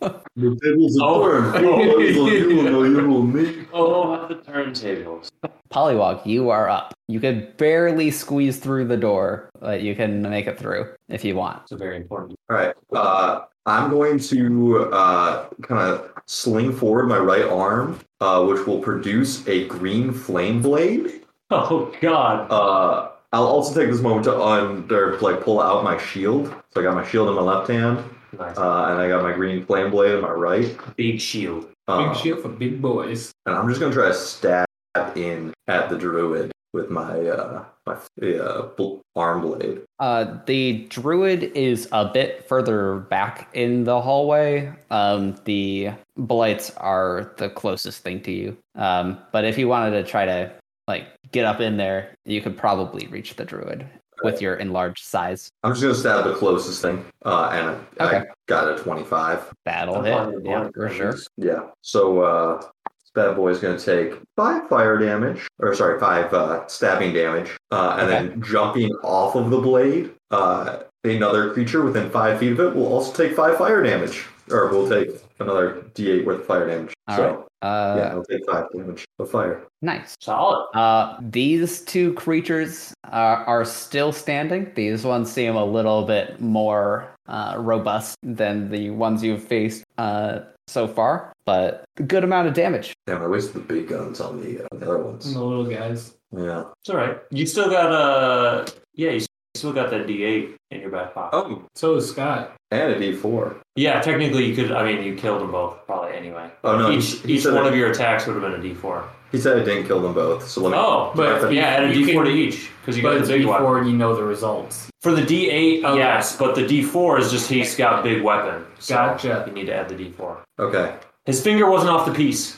B: The tables
E: Oh.
B: turned. You will, you will, you will, me.
E: Oh, how the turntables.
G: Polywalk, you are up. You could barely squeeze through the door, but you can make it through if you want.
E: It's a very important.
B: All right. Uh, I'm going to uh, kind of sling forward my right arm, uh, which will produce a green flame blade.
E: [laughs] Oh God.
B: Uh, I'll also take this moment to under like pull out my shield. So I got my shield in my left hand,
E: Nice.
B: uh, and I got my green flame blade in my right.
E: Big shield.
B: Uh,
A: Big shield for big boys.
B: And I'm just gonna try to stab in at the druid with my uh, my uh, bl- arm blade.
G: Uh, the druid is a bit further back in the hallway. Um, the blights are the closest thing to you. Um, but if you wanted to try to like get up in there, you could probably reach the druid with your enlarged size.
B: I'm just gonna stab the closest thing, uh, and I, I
G: Okay.
B: got a 25.
G: That'll hit, yeah, for sure.
B: Yeah. So uh, this bad boy is gonna take five fire damage, or sorry, five uh, stabbing damage, uh, and then jumping off of the blade, uh, another creature within five feet of it will also take five fire damage, or will take another D8 worth of fire damage.
G: All
B: so
G: right. Uh,
B: yeah, it'll take five damage of fire.
G: nice.
E: Solid.
G: Uh, these two creatures are, are still standing. These ones seem a little bit more uh, robust than the ones you've faced uh, so far, but good amount of damage.
B: Damn, I wasted the big guns on the, uh, the other ones.
A: The little guys.
B: Yeah.
E: It's all right. You still got uh yeah. You still got that D8 in your back pocket.
B: Oh,
A: So is Scott.
B: and a D4.
E: Yeah, technically you could. I mean, you killed them both probably anyway.
B: Oh no,
E: each
B: he, he
E: each
B: said
E: one
B: I-
E: of your attacks would have been a D4.
B: He said I didn't kill them both, so let me.
E: Oh,
A: But
E: but yeah, add a
A: you
E: D4 to
A: can-
E: each because you
A: But
E: got
A: it's
E: the big one.
A: before you know the results.
E: For the D8,
A: Okay.
E: yes, but the D4 is just he's got big weapon. So
A: Gotcha.
E: You need to add the D4.
B: Okay.
E: His finger wasn't off the piece.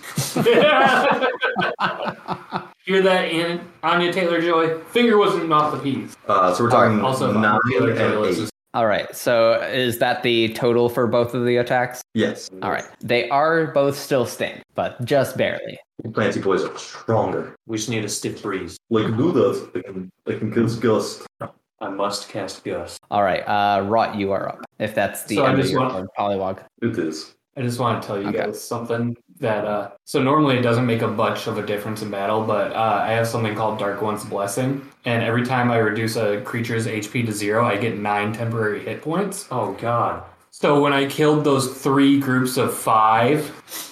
A: Hear that, Ann? Anya Taylor Joy. Finger wasn't off the piece.
B: Uh, so we're talking
A: Also,
B: nine
A: Taylor
B: and
A: Joy
B: eight.
A: was just
G: All right, so is that the total for both of the attacks?
B: Yes.
G: All right, they are both still standing, but just barely.
B: Clancy boys are stronger.
E: we just need a stiff breeze.
B: Like Ludas, they can they can kill Gust.
E: I must cast Gust.
G: All right, uh, Rot, you are up. If that's the
A: So I
G: end of
A: just
G: your
A: want-
G: turn, Polywog.
B: It is.
A: I just want to tell you
G: Okay.
A: guys something that uh so normally it doesn't make a bunch of a difference in battle, but uh, I have something called Dark One's Blessing, and every time I reduce a creature's HP to zero, I get nine temporary hit points.
E: Oh, God.
A: So when I killed those three groups of five,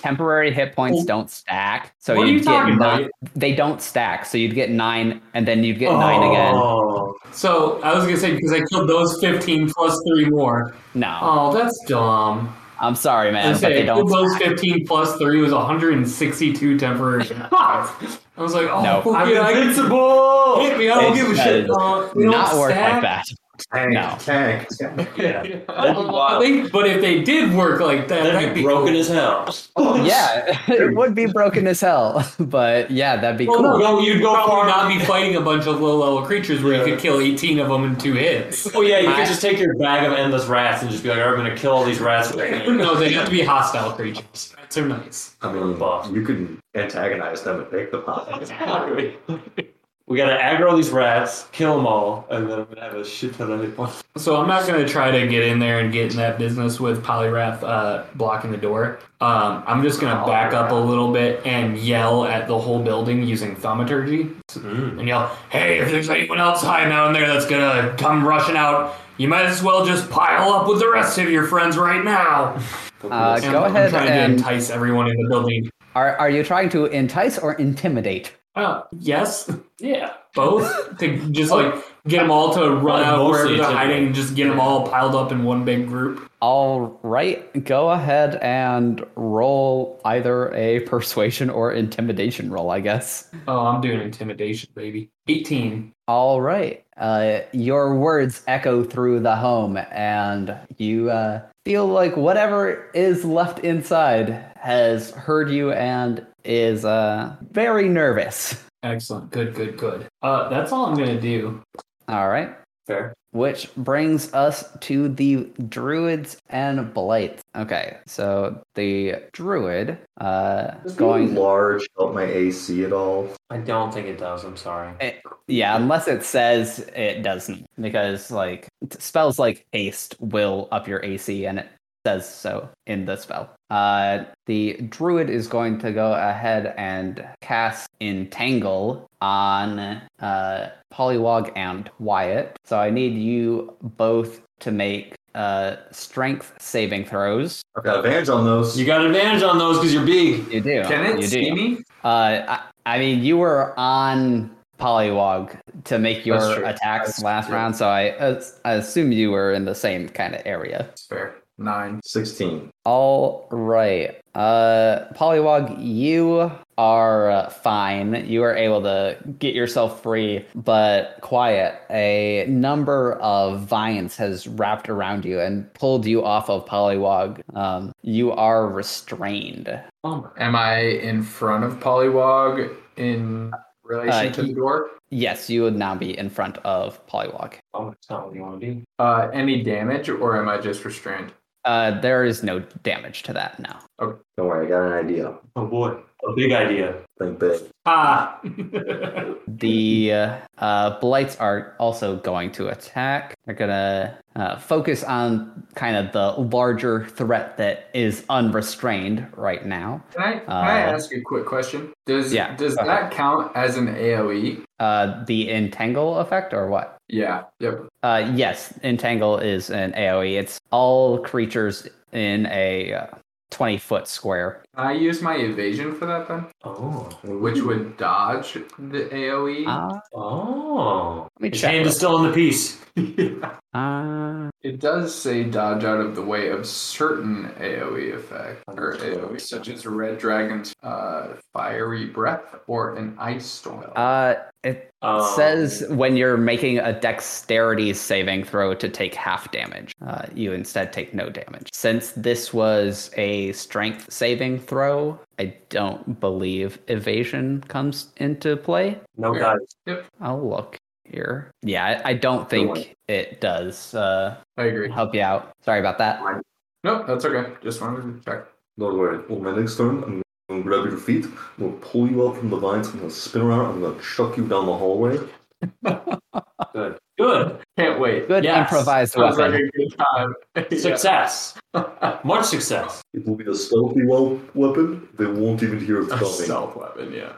G: Temporary hit points don't stack, so
A: Oh. What are
G: you'd
A: you talking
G: get
A: about?
G: nine, they don't stack, so you'd get nine, and then you'd get nine again.
E: Oh,
A: so I was gonna say because I killed those fifteen plus three more.
G: No,
A: Oh, that's dumb.
G: I'm sorry,
A: I
G: man,
A: was
G: but they
A: saying,
G: don't.
A: those fifteen plus three was one hundred and sixty-two
G: [laughs]
A: temporary. hit points. I was like, oh,
G: No.
A: fuck
E: I'm
A: it, I can
E: invincible!
A: Hit me, I don't
G: It's-
A: give a
G: that
A: shit.
G: is
A: Uh, you know,
G: Not work like
A: stack.
G: that.
B: Tank.
G: No.
A: [laughs]
B: Tank. tank.
E: Yeah.
A: Uh, they- but if they did work like that,
E: That'd be broken as hell.
A: Oh,
G: Yeah, [laughs] it would be broken as hell, [laughs] but yeah, that'd be
A: Well,
G: cool.
A: Oh, no, you'd go far not be fighting a bunch of low level creatures where you could kill 18 of them in two hits.
E: Oh, yeah, you could just take your bag of endless rats and just be like, I'm going to kill all these
A: [laughs]
E: rats.
A: no, they have to be hostile creatures. Rats are nice.
B: I mean,
E: Buff.
B: you can antagonize them and take the
E: [laughs]
B: pot. [laughs]
E: we got to aggro these rats, kill them all, and then I'm going to have a shit ton of hit points.
A: So I'm not going to try to get in there and get in that business with Polyrath uh, blocking the door. Um, I'm just going to back up a little bit and yell at the whole building using thaumaturgy. and yell, "Hey, if there's anyone else hiding out in there that's gonna come rushing out, you might as well just pile up with the rest of your friends right now."
G: Uh,
A: And
G: go
A: I'm
G: ahead
A: trying
G: and
A: to entice everyone in the building.
G: are are you trying to entice or intimidate?
A: Uh, yes,
E: Yeah.
A: both to just like get them all to run out where
E: Mostly
A: they're
E: it's a-
A: hiding and just get them all piled up in one big group.
G: All right, go ahead and roll either a persuasion or intimidation roll, I guess.
A: Oh, I'm doing intimidation, baby. 18.
G: All right. Uh, your words echo through the home, and you uh, feel like whatever is left inside has heard you and is uh, very nervous.
A: Excellent. Good, good, good. Uh, that's all I'm gonna do.
G: All right.
E: Fair.
G: Which brings us to the druids and blights. Okay, so the druid, uh,
B: Going
G: going.
B: large help my AC at all?
E: I don't think it does. I'm sorry.
G: It, yeah, unless it says it doesn't, because like t- spells like haste will up your AC, and it says so in the spell. Uh, the druid is going to go ahead and cast entangle on uh, Polywog and Wyatt. So I need you both to make uh, strength saving throws.
B: Got advantage on those.
E: You got advantage on those because you're big.
G: You do.
M: Can it
G: you
M: see
G: do.
M: me?
G: Uh, I, I mean, you were on Polywog to make your
M: That's true.
G: attacks
M: That's
G: last
M: true.
G: round, so I, as- I assume you were in the same kind of area.
M: It's fair. Nine.
B: 16.
G: All right. Uh, Polywog, you are uh, fine. You are able to get yourself free, but quiet. A number of vines has wrapped around you and pulled you off of Polywog. Um, you are restrained.
E: Bummer.
M: Am I in front of Polywog in relation
G: Uh,
M: to
G: he-
M: the door?
G: Yes, you would now be in front of Polywog.
E: Bummer. It's not what you want to be.
M: Uh, any damage, or am I just restrained?
G: Uh, there is no damage to that now.
B: Don't worry, I got an idea.
E: Oh boy. A big idea.
B: Think big.
E: Ah.
G: The uh, uh, blights are also going to attack. They're gonna uh, focus on kind of the larger threat that is unrestrained right now.
M: Can I, can I
G: Uh,
M: ask a quick question? Does
G: yeah,
M: does
G: go
M: that count as an AOE?
G: Uh, the entangle effect, or what?
M: Yeah. Yep.
G: Uh, yes, entangle is an AOE. It's all creatures in a uh, twenty foot square.
M: Can I use my evasion for that then,
E: Oh.
M: which would dodge the AOE.
G: Uh,
E: Oh.
G: let me
E: His
G: check.
E: hand
G: real-
E: is still in the piece.
G: uh,
M: It does say dodge out of the way of certain AoE effect or
G: E
M: AoE such as red dragon's uh, fiery breath or an ice storm.
G: uh, it
E: Um,
G: says when you're making a dexterity saving throw to take half damage, uh, you instead take no damage. Since this was a strength saving throw, I don't believe evasion comes into play.
E: No guys.
G: I'll look here. Yeah, I, I don't think it does uh,
M: I agree.
G: help you out. Sorry about that.
M: Nope, that's okay. Just wanted to check.
B: Don't worry. On my next turn, I'm going to grab your feet. I'm going to pull you up from the vines. I'm going to spin around. I'm going to chuck you down the hallway.
E: Good. Good.
M: Can't wait.
G: Good
E: Yes.
G: improvised
M: Sounds like
G: weapon.
M: a good time. Yeah.
E: Success. [laughs] Much success.
B: It will be a stealthy wel- weapon. They won't even hear it
M: A
B: coming.
M: stealth weapon, yeah.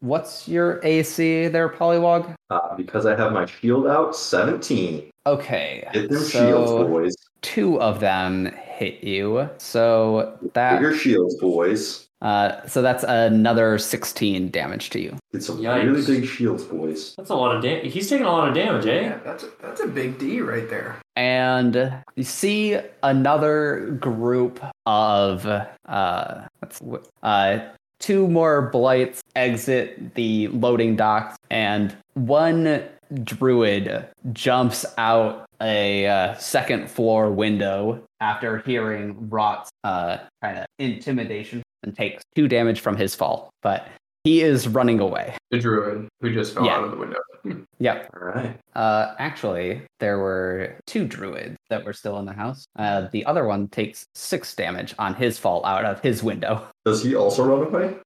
G: What's your AC there, Polywog?
B: Uh, because I have my shield out, 17.
G: Okay.
B: Hit them shields,
G: So
B: boys.
G: two of them hit you. So that.
B: Hit your shields, boys.
G: Uh, so that's another 16 damage to you.
B: It's some
E: Yikes.
B: really big shields, boys.
E: That's a lot of damage. He's taking a lot of damage, eh?
M: that's a, that's a big D right there.
G: And you see another group of uh, that's, wh- uh, two more blights exit the loading docks, and one druid jumps out a uh, second floor window after hearing Rot's uh, kind of intimidation and takes two damage from his fall. But he is running away.
M: The druid who just fell
G: Yeah.
M: out of the window.
G: Yep.
B: All right.
G: Uh, actually, there were two druids that were still in the house. Uh, the other one takes six damage on his fall out of his window.
B: [laughs] Does he also run away?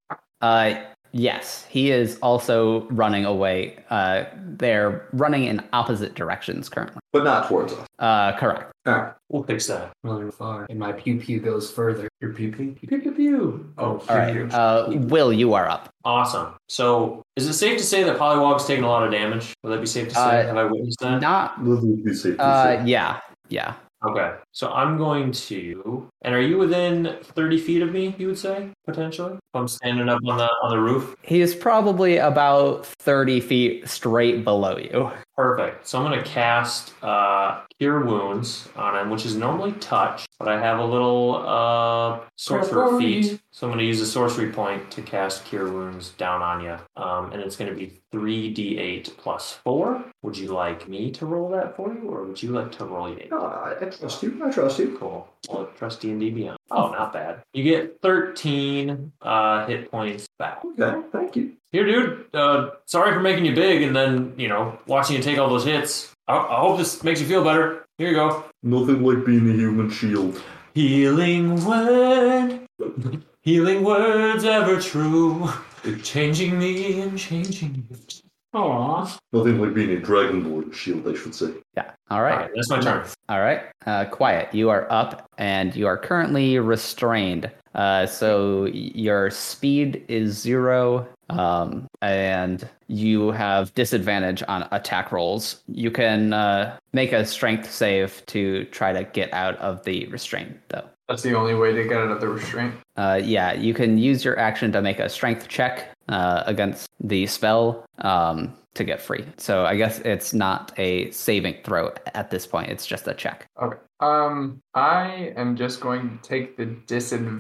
G: Uh, yes, he is also running away. Uh, they're running in opposite directions currently.
B: But not towards us.
G: Uh, correct.
B: All right.
E: We'll fix that. Really far. And my pew pew goes further. Your pew pew pew pew pew. pew.
M: Oh,
G: All right. Uh, Will, you are up.
E: Awesome. So, is it safe to say that Polywog's taking a lot of damage? Would that be safe to say?
G: Uh,
E: Have I witnessed that?
G: Not.
B: Let's do two safety
G: Uh,
B: saves.
G: yeah, yeah.
E: Okay. So I'm going to. And are you within 30 feet of me? You would say potentially. If I'm standing up on the on the roof.
G: He is probably about thirty feet straight below you.
E: Perfect. So I'm going to cast uh, Cure Wounds on him, which is normally touch, but I have a little uh, sorcerer feat. So I'm going to use a sorcery point to cast Cure Wounds down on you. Um, and it's going to be 3d8 plus 4. Would you like me to roll that for you, or would you like to roll it?
B: No, I, I trust you. I trust you.
E: Cool. Well, trust D&D Beyond. Oh, not bad. You get 13 uh, hit points back.
B: Okay. Thank you.
E: Here, dude. Uh, sorry for making you big and then, you know, watching you take all those hits. I, I hope this makes you feel better. Here you go.
B: Nothing like being a human shield.
E: Healing word, [laughs] healing words ever true, [laughs] changing me and changing you. Aww.
B: Nothing like being a dragonborn shield, I should say.
G: Yeah. All right.
E: All right, that's my turn.
G: All right. Uh, quiet. You are up and you are currently restrained. Uh, so y- your speed is zero um, and you have disadvantage on attack rolls. You can uh, make a strength save to try to get out of the restraint, though.
D: That's the only way to get out of the restraint.
G: Uh, yeah, you can use your action to make a strength check uh, against the spell um, to get free. So I guess it's not a saving throw at this point. It's just a check.
D: Okay. Um, I am just going to take the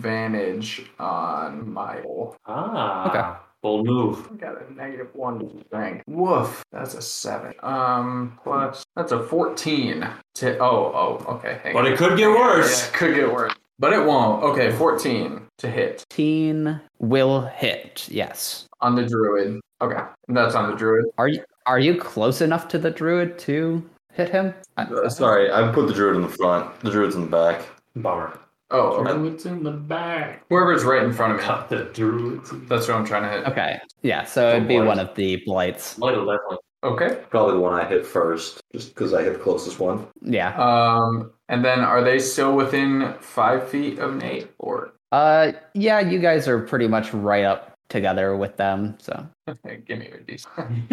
D: disadvantage on my.
E: Ah.
G: Okay.
E: Bold move.
D: I got a negative one to think. Woof. That's a seven. Um, plus that's a fourteen. To oh oh okay. Hang
E: But
D: on.
E: it could get
D: Yeah,
E: worse.
D: it could get worse, but it won't. Okay, fourteen to hit
G: 18 will hit. Yes.
D: on the druid. Okay, that's on the druid.
G: Are you are you close enough to the druid to hit him? I-
B: Uh, sorry, I put the druid in the front. The druid's in the back.
E: Bummer.
D: Oh, okay.
B: Druid's
D: in the back. Whoever's right in front of me.
E: Got the druids.
D: That's what I'm trying to hit.
G: Okay. Yeah, so it'd be one of the blights.
E: Might have definitely.
D: Okay.
H: Probably the one I hit first, just because I hit the closest one.
G: Yeah.
D: Um, and then are they still within five feet of Nate? Or [laughs]
G: Uh yeah, you guys are pretty much right up together with them, so
D: okay, give me your D.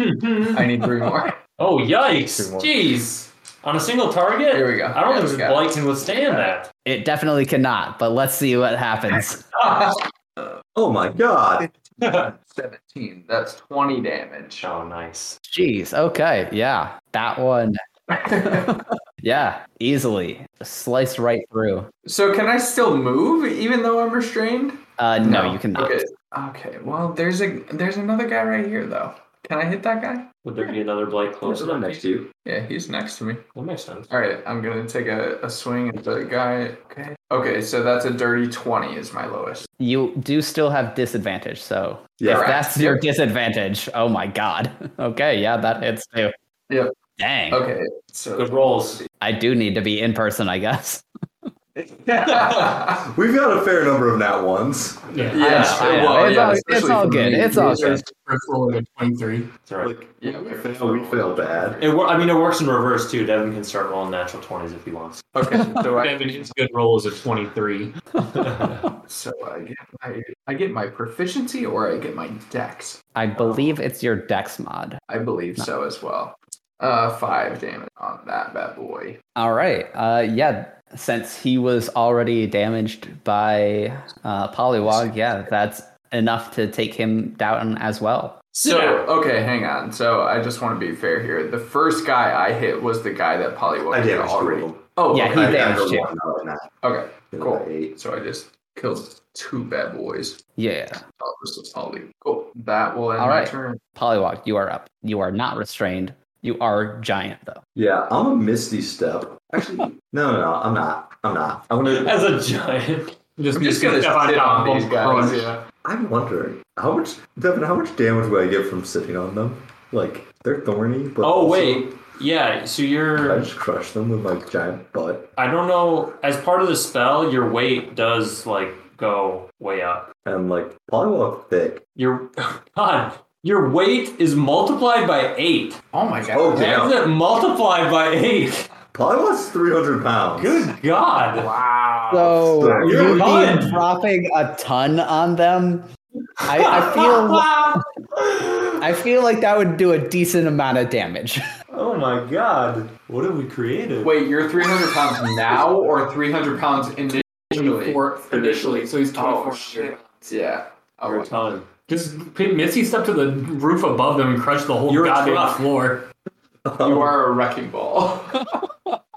D: [laughs] I need three more.
E: [laughs] Oh yikes! Jeez. On a single target.
D: Here we go.
E: I
D: Yeah,
E: don't think
D: we
E: this
D: got it.
E: blight can withstand that.
G: it definitely cannot, but let's see what happens.
H: Oh my god!
D: Seventeen. That's twenty damage.
E: Oh nice.
G: Jeez. Okay. Yeah. That one. yeah, easily. Slice right through.
D: So can I still move even though I'm restrained?
G: Uh no, you cannot.
D: Okay. Okay. Well, there's a there's another guy right here though. Can I hit that guy?
E: Would there be another blight
H: Close
E: closer?
H: one next to you.
D: Yeah, he's next to me.
E: That makes sense.
D: All right, I'm gonna take a, a swing at the guy. Okay. Okay, so that's a dirty twenty is my lowest.
G: You do still have disadvantage, so
H: Yeah.
G: if that's your disadvantage, oh my god. [laughs] Okay, yeah, that hits too.
D: Yep.
G: Dang.
D: Okay, so
E: [laughs]
D: [laughs]
E: Good rolls.
G: I do need to be in person, I guess.
D: yeah,
H: We've got a fair number of nat ones.
G: [laughs] I know,
D: Oh,
G: it's all- it's all good, it's all good.
B: Twenty-three.
E: That's all right.
H: Like,
D: Yeah,
H: we fail, we fail bad.
E: It, wor- I mean, it works in reverse too. Devin can start rolling natural twenties if he wants.
D: Okay, so I
E: Devin, his good roll is a twenty-three.
D: so I get my I get my proficiency or I get my dex.
G: I believe it's your dex mod.
D: I believe so as well. Uh, five damage on that bad boy.
G: All right. Uh, yeah. Since he was already damaged by uh, Polywog, yeah, that's enough to take him down as well.
D: So okay, hang on. So I just want to be fair here. The first guy I hit was the guy that Polywog
H: I
D: had
H: damaged two of
D: already.
H: them.
D: Oh,
G: Yeah,
D: okay.
G: he
H: I- I
G: damaged
H: rolled
G: you.
H: one, not a nat.
D: okay,
H: You know,
D: cool.
H: eight.
D: So I just killed two bad boys.
G: Yeah.
D: Oh, this is all leave. Cool. That will end
G: All
D: my
G: right.
D: turn.
G: Polywog, you are up. You are not restrained. You are giant, though.
H: Yeah, I'm a misty step. Actually, [laughs] no, no, no, I'm not. I'm not. I want to.
E: As a giant,
D: I'm just gonna sit
E: Stefan
D: on
E: Tom
D: these guys.
E: Crunch.
D: Yeah.
H: I'm wondering how much, Devin. How much damage would I get from sitting on them? Like they're thorny, but
E: Oh
H: also,
E: wait, yeah. So
H: I
E: you're.
H: just crush them with my giant butt,
E: I don't know. As part of the spell, your weight does like go way up.
H: and like polywalk thick.
E: Your [laughs] God, your weight is multiplied by eight.
D: Oh my god.
H: Oh
E: Why is
H: damn,
E: it multiplied by eight? [laughs]
H: polywalk's 300 pounds.
E: Good God.
H: Oh,
D: Wow.
G: So
H: Sorry.
E: You're
G: you
E: fine.
G: be dropping a ton on them. I, I
D: [laughs]
G: feel I feel like that would do a decent amount of damage. [laughs]
E: Oh my God. What have we created?
D: Wait, you're 300 pounds now or 300 pounds initially?
N: Four initially, so he's
D: Oh,
N: 24.
D: shit. Yeah.
E: You're a
D: Oh,
E: ton.
N: Just p- Mitzi stepped to the roof above them and crushed the whole
E: You're a truck.
N: goddamn floor.
D: you are a
M: [laughs]
D: wrecking ball.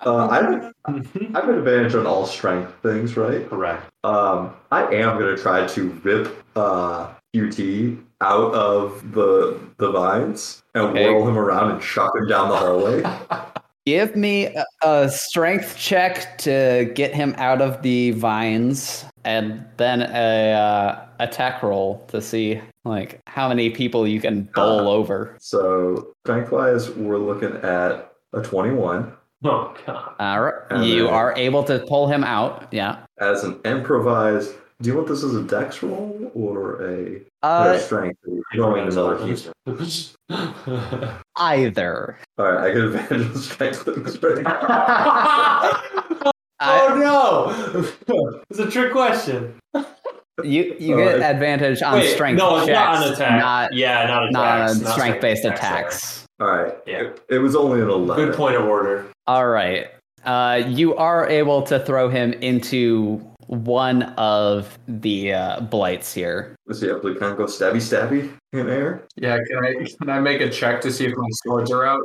H: Uh, I have, I have an advantage on all strength things, right?
E: Mm-hmm. Correct.
H: Um, I am gonna try to rip uh, QT out of the the vines and
G: Okay.
H: whirl him around and chuck him down
E: [laughs]
H: the hallway.
G: Give me a, a strength check to get him out of the vines, and then a uh, attack roll to see
H: Uh,
G: like how many people you can bowl over.
H: so strength wise, we're looking at a 21.
E: Oh god.
G: All right.
H: And
G: You
H: then-
G: are able to pull him out. Yeah.
H: As an improvised, do you want this as a dex roll or a or
G: Uh,
H: strength? You don't need another piece.
G: either.
H: All right, I get [laughs] advantage on strength. with
E: [laughs]
H: strength. [laughs]
G: I-
E: oh no! [laughs] it's a trick question.
G: you you get
H: Alright.
G: advantage on
E: Wait,
G: strength
E: no, it's not
G: checks,
E: on attack.
G: not
E: yeah, not attacks.
G: not on
E: not
G: strength based
E: sorry.
G: attacks.
H: All right.
E: Yeah.
H: It was only an 11.
E: Good point of order.
G: All right. Uh, you are able to throw him into one of the uh, blights here.
H: Let's see, I believe can I go stabby stabby in air.
M: Yeah, can I can I make a check to see if my swords are out?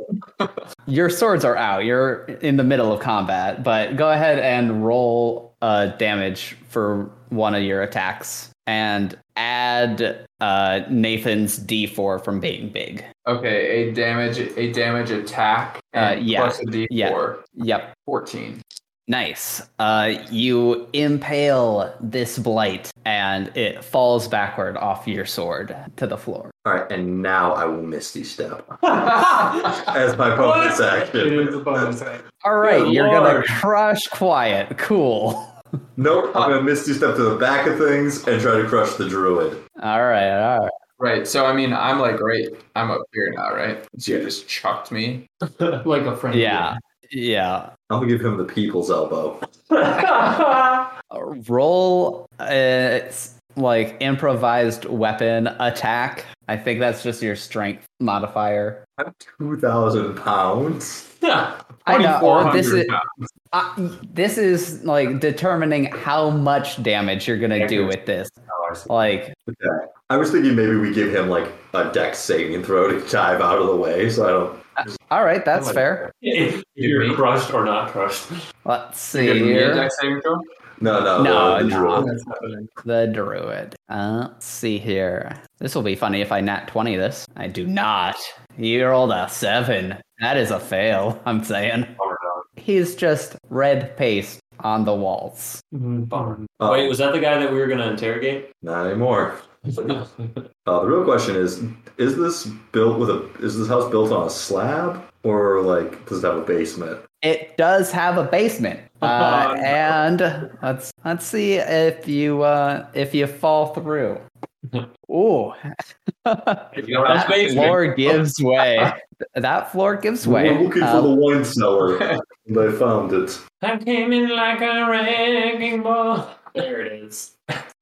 G: Your swords are out. You're in the middle of combat, but go ahead and roll uh, damage for one of your attacks and add uh, Nathan's D4 from being big.
M: Okay, a damage a damage attack and
G: Uh, yeah,
M: plus a D4.
G: yeah. Yep.
M: 14.
G: Nice. Uh, you impale this blight, and it falls backward off your sword to the floor.
H: All right, and now I will misty step [laughs] as my bonus action.
G: All right,
E: Good
G: you're gonna
E: lord.
G: crush quiet. Cool.
H: Nope, I'm gonna misty step to the back of things and try to crush the druid.
G: All right, all right.
M: Right. So I mean I'm like right I'm up here now, right? So you just chucked
A: [laughs]
M: me.
E: like a friend.
G: Yeah, yeah.
H: I'm gonna give him the people's elbow.
G: Uh, Roll uh, it's like improvised weapon attack. I think that's just your strength modifier.
H: I'm 2,000 pounds.
G: I know
M: 2400
G: this is
M: pounds.
G: uh, this is like determining how much damage you're gonna do with this.
H: Oh,
G: Like
H: Okay. I was thinking maybe we give him like a dex saving throw to dive out of the way, so I don't.
G: All right, that's fair.
E: If you're crushed or not crushed.
G: Let's see
M: Give me a
G: here.
M: dex saving throw?
H: No, no,
G: No,
H: the, the
G: no.
H: druid.
M: That's happening.
G: The druid. Uh, let's see here. This will be funny if I nat 20 this. I do not. He rolled a seven. That is a fail, I'm saying. He's just red paste on the walls.
E: Bummer.
H: Oh,
E: Wait, was that the guy that we were gonna interrogate?
H: not anymore. Uh, the real question is: Is this built with a? Is this house built on a slab, or like does it have a basement?
G: It does have a
H: [laughs]
G: basement. Uh, and let's let's see if you uh, if you fall
H: [laughs]
G: through. Ooh.
E: If you don't have
G: that
E: space,
G: floor
H: [laughs]
G: gives way. That floor gives
H: We
G: way.
H: We're looking
G: Uh,
H: for the wine cellar. and I found it.
E: I came in like a wrecking ball. There it is.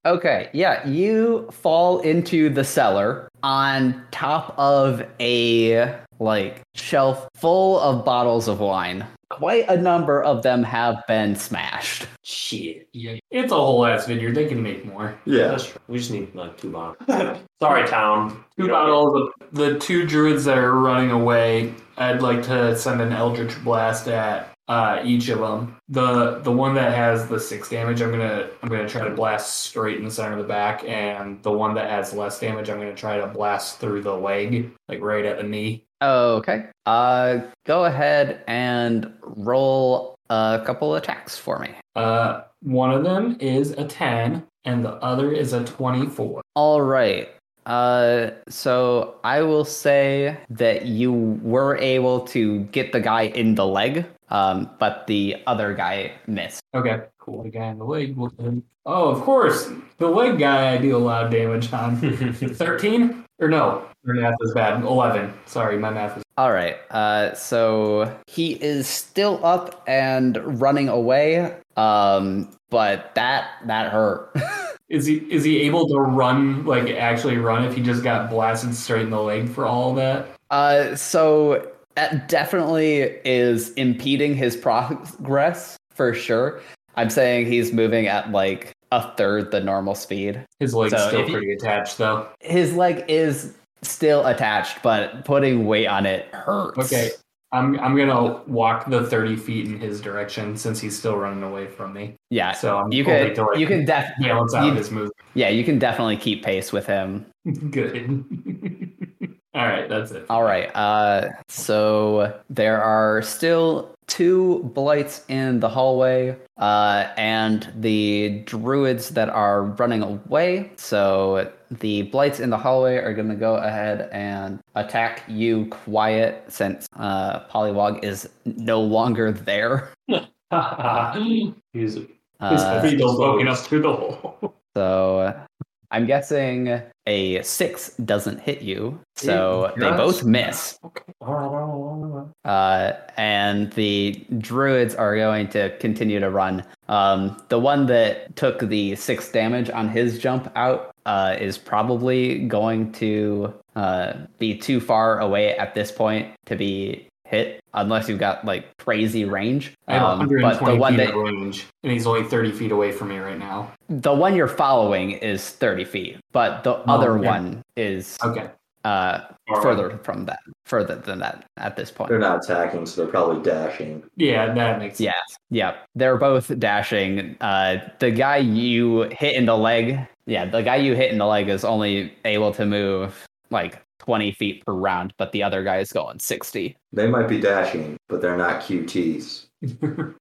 G: Okay, yeah, you fall into the cellar on top of a like shelf full of bottles of wine. Quite a number of them have been smashed.
E: Shit. Yeah. It's a whole ass vineyard. They can make more.
H: Yeah.
E: That's true. We just need like two bottles. Sorry, town.
A: Two bottles. of- The two druids that are running away. I'd like to send an eldritch blast at uh, each of them. The the one that has the six damage, I'm gonna I'm gonna try to blast straight in the center of the back, and the one that has less damage, I'm gonna try to blast through the leg, like right at the knee.
G: Okay. Uh go ahead and roll a couple attacks for me.
A: Uh, one of them is a ten, and the other is a twenty-four.
G: All right. Uh, so I will say that you were able to get the guy in the leg, um, but the other guy missed.
A: Okay, cool. The guy in the leg. will- Oh, of course, the leg guy. I do a lot of damage on. Thirteen or no? Your math is bad. Eleven. Sorry, my math is.
G: All right. Uh, so he is still up and running away. Um, but that that hurt. [laughs]
A: Is he is he able to run like actually run if he just got blasted straight in the leg for all that?
G: uh, so that definitely is impeding his [laughs] progress for sure. I'm saying he's moving at like a third the normal speed.
A: His leg's
G: So
A: still
G: if he-
A: pretty attached though.
G: his leg is still attached, but putting weight on it hurts.
A: Okay. I'm I'm gonna walk the thirty feet in his direction since he's still running away from me.
G: Yeah.
A: So I'm
G: you
A: hoping
G: can
A: to, like,
G: you can def
A: balance out
G: you-
A: his move.
G: yeah you can definitely keep pace with him.
A: Good. all right, that's it.
G: All right. Uh, so there are still two blights in the hallway, uh, and the druids that are running away. So the blights in the hallway are going to go ahead and attack you quiet since uh, Polywog is no longer there.
E: [laughs] He's
G: Uh,
A: Feet are poking up through the hole.
G: so uh, I'm guessing a six doesn't hit you. So they
D: Yes.
G: both miss.
E: all right, all right, all right.
G: Uh, and the druids are going to continue to run. Um, the one that took the six damage on his jump out uh, is probably going to uh, be too far away at this point to be hit, unless you've got like crazy range.
A: I have
G: Um,
A: 120
G: but the one
A: feet
G: that
A: of range, and [laughs] he's only 30 feet away from me right now.
G: the one you're following is thirty feet, but the other
A: Oh, okay.
G: one is
A: Okay.
G: uh,
A: All right.
G: further from that, further than that at this point.
B: They're not attacking, so they're probably dashing.
A: Yeah, that makes sense.
G: Yeah, yeah. They're both dashing. Uh, the guy you hit in the leg, yeah, the guy you hit in the leg is only able to move like 20 feet per round, but the other guy is going 60.
B: They might be dashing, but they're not QTs.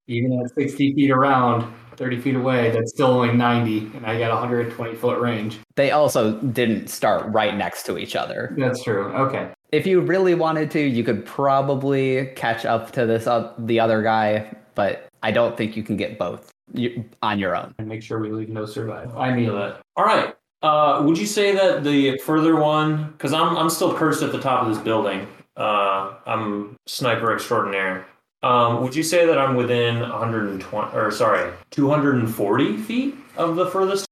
A: Even at 60 feet around, 30 feet away, that's still only 90, and I got 120 foot range.
G: They also didn't start right next to each other.
A: That's true. Okay.
G: If you really wanted to, you could probably catch up to this uh, the other guy, but I don't think you can get both you, on your own.
A: And make sure we leave no survival. I mean,
E: feel that. All right. Uh, would you say that the further one, because I'm I'm still perched at the top of this building. Uh, I'm sniper extraordinaire. Um, would you say that I'm within 120 or sorry, 240 feet of the furthest?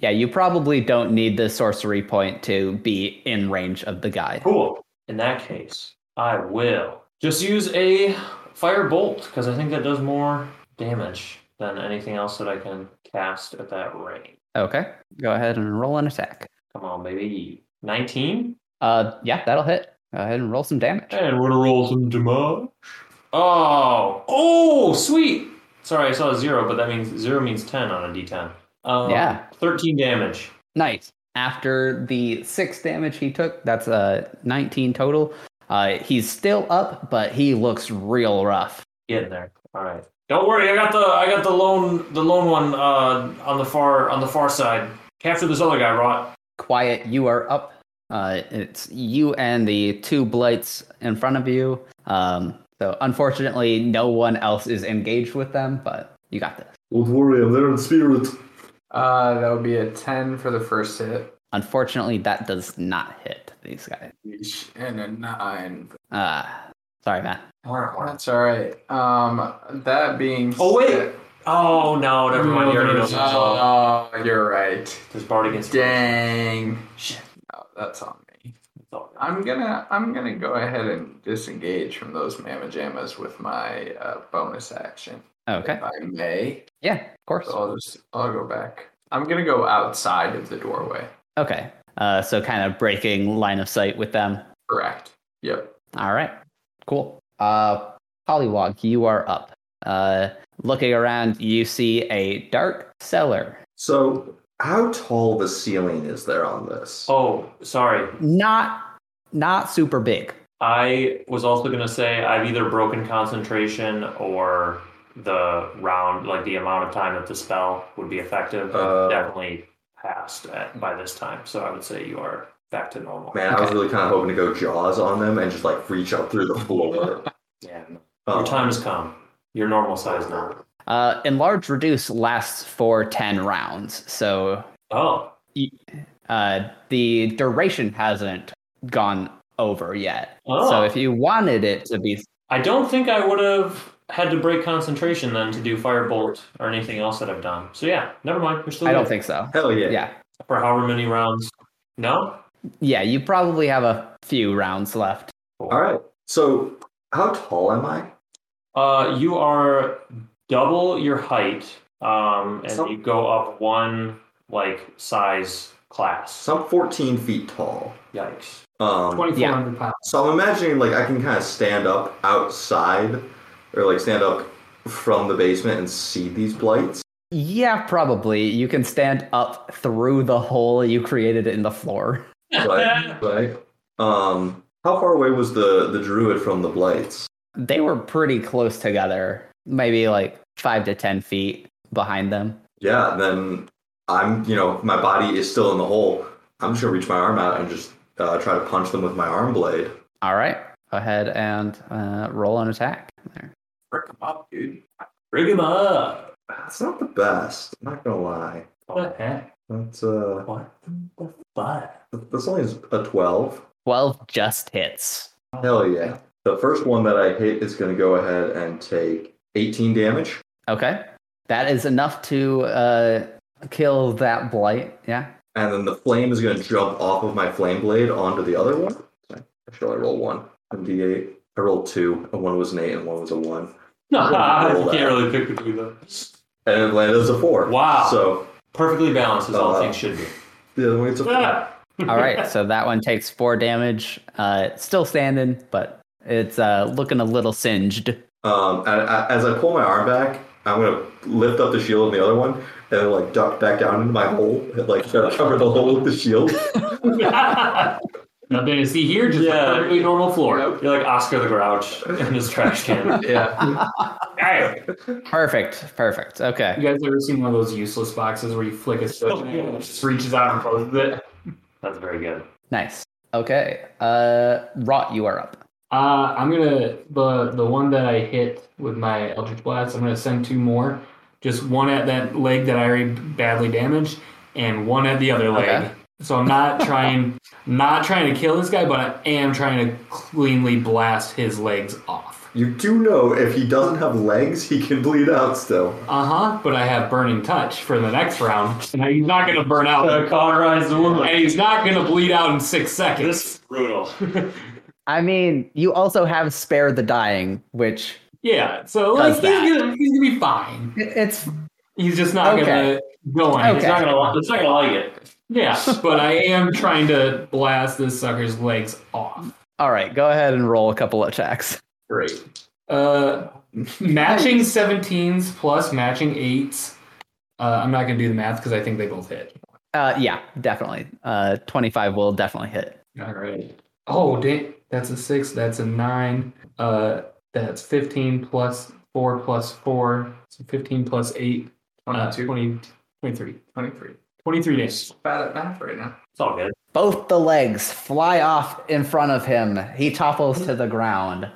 G: Yeah, you probably don't need the sorcery point to be in range of the guy.
E: Cool. In that case, I will just use a fire bolt because I think that does more damage than anything else that I can cast at that range.
G: Okay, go ahead and roll an attack.
E: Come on, baby. 19.
G: Uh, yeah, that'll hit. Go ahead and roll some damage.
E: And we're gonna roll some damage. Oh, oh, sweet. Sorry, I saw a zero, but that means zero means ten on a d10. Um,
G: Yeah.
E: thirteen damage.
G: Nice. After the six damage he took, that's uh, 19 total. Uh, he's still up, but he looks real rough.
E: Get in there. All right. Don't worry, I got the I got the lone the lone one uh, on the far on the far side. Capture this other guy, Rot.
G: Quiet, you are up. Uh, it's you and the two blights in front of you. Um, so unfortunately, no one else is engaged with them, but you got this.
B: Don't worry, I'm there in spirit.
D: Uh, that would be a 10 for the first hit.
G: Unfortunately, that does not hit these guys.
D: And a 9.
G: Uh, sorry, man.
D: That's alright. Um, that being
E: Oh wait. Oh no, never mind. You already know.
D: said-
E: the result.
D: Oh, you're right.
E: There's Bard against.
D: Dang.
E: Shit.
D: No, that's on me.
E: It's all right.
D: I'm gonna I'm gonna go ahead and disengage from those mamma jammas with my uh, bonus action.
G: Okay.
D: If I may.
G: Yeah, of course.
D: So I'll just I'll go back. I'm gonna go outside of the doorway.
G: Okay. Uh, so kind of breaking line of sight with them.
D: Correct. Yep.
G: All right. Cool. Uh, Polywog, you are up. Uh, looking around, you see a dark cellar.
B: So, how tall the ceiling is there on this?
E: Oh, sorry.
G: Not, not super big.
E: I was also gonna say I've either broken concentration or the round, like the amount of time that the spell would be effective.
B: Uh.
E: definitely passed at, by this time, so I would say you are back to normal.
B: Man, I was really kind of hoping to go jaws on them and just like reach up through the floor.
E: Yeah, no.
B: Um,
E: your time has come. Your normal size now.
G: Uh, enlarge reduce lasts for 10 rounds. So
E: Oh,
G: uh, the duration hasn't gone over yet.
E: Oh.
G: So if you wanted it to be
E: I don't think I would have had to break concentration then to do firebolt or anything else that I've done. So yeah, never mind. You're still
G: I don't
E: good.
G: think so.
B: Hell yeah.
G: Yeah.
E: for however many [laughs] rounds. No,
G: Yeah, you probably have a few rounds left.
B: All right. So, how tall am I?
E: Uh, you are double your height, um, and
B: So-
E: you go up one like size class.
B: So, I'm 14 feet tall.
E: Yikes!
B: Um,
A: 2,400 pounds.
B: so, I'm imagining like I can kind of stand up outside or like stand up from the basement and see these blights.
G: Yeah, probably. You can stand up through the hole you created in the floor.
B: Right. right. Um, how far away was the, the druid from the blights?
G: They were pretty close together, maybe like five to ten feet behind them.
B: Yeah, then I'm, you know, my body is still in the hole. I'm just gonna reach my arm out and just uh, try to punch them with my arm blade.
G: All right. Go ahead and uh, roll an attack. There.
D: Frick 'em up, dude.
E: Rig him up.
B: It's not the best. I'm not gonna lie.
E: What the heck?
B: That's uh,
E: What the fuck?
B: that's only a twelve.
G: 12 just hits.
B: Hell yeah. The first one that I hit is gonna go ahead and take 18 damage.
G: Okay. That is enough to uh, kill that blight. Yeah.
B: And then the flame is going to jump off of my flame blade onto the other one. Actually, I roll one. A D8. I rolled two. And one was an eight and one was a one.
E: [laughs] you can't really pick between them.
B: And it landed as a four.
E: Wow.
B: So
E: Perfectly balanced as all
B: Uh,
E: things should be.
B: the other one gets a four.
G: All [laughs] right. so that one takes four damage. Uh, it's still standing, but it's uh, looking a little singed.
B: Um, and I, as I pull my arm back, I'm going to lift up the shield on the other one and then, like, duck back down into my hole [laughs] and, like, try to cover the hole with the shield.
A: Nothing to see here, [laughs] just
E: Yeah.
A: a perfectly normal floor.
E: You're like Oscar the Grouch in his trash can.
D: Yeah.
A: Hey,
G: Perfect. Perfect. Okay.
A: you guys ever seen one of those useless boxes where you flick a switch and it just reaches out and closes it?
E: That's very good.
G: Nice. Okay. Uh, Rot, you are up.
A: Uh, I'm gonna the the one that I hit with my Eldritch Blast. I'm gonna send two more, just one at that leg that I already badly damaged, and one at the other leg.
G: Okay.
A: So I'm
G: [laughs]
A: not trying not trying to kill this guy, but I am trying to cleanly blast his legs off.
B: you do know if he doesn't have legs, he can bleed out still.
A: Uh huh. But I have Burning Touch for the next round, and he's not gonna burn
G: [laughs]
A: out,
E: Cauterize the wound.
A: and he's not gonna bleed out in six seconds.
E: This is brutal.
G: I mean, you also have Spare the Dying, which
A: Yeah. So like
G: Does
A: he's
G: that.
A: gonna he's gonna be fine.
G: it's
A: He's just not
G: Okay.
A: gonna go anywhere.
E: It's not gonna. li- It's not gonna like it.
A: [laughs] Yeah, but I am trying to blast this sucker's legs off.
G: All right, go ahead and roll a couple attacks.
A: Great. Uh, matching 17s plus matching 8s. Uh, I'm not going to do the math because I think they both hit.
G: Uh, yeah, definitely. Uh, 25 will definitely hit.
A: All right. Oh, dang. That's a 6. That's a 9. Uh, that's 15 plus 4 plus 4. So 15 plus [laughs] 8. Uh,
D: 22,
A: 20, 23.
D: 23.
A: 23 days.
D: Bad at math right now.
E: It's all good.
G: Both the legs fly off in front of him. He topples to the ground.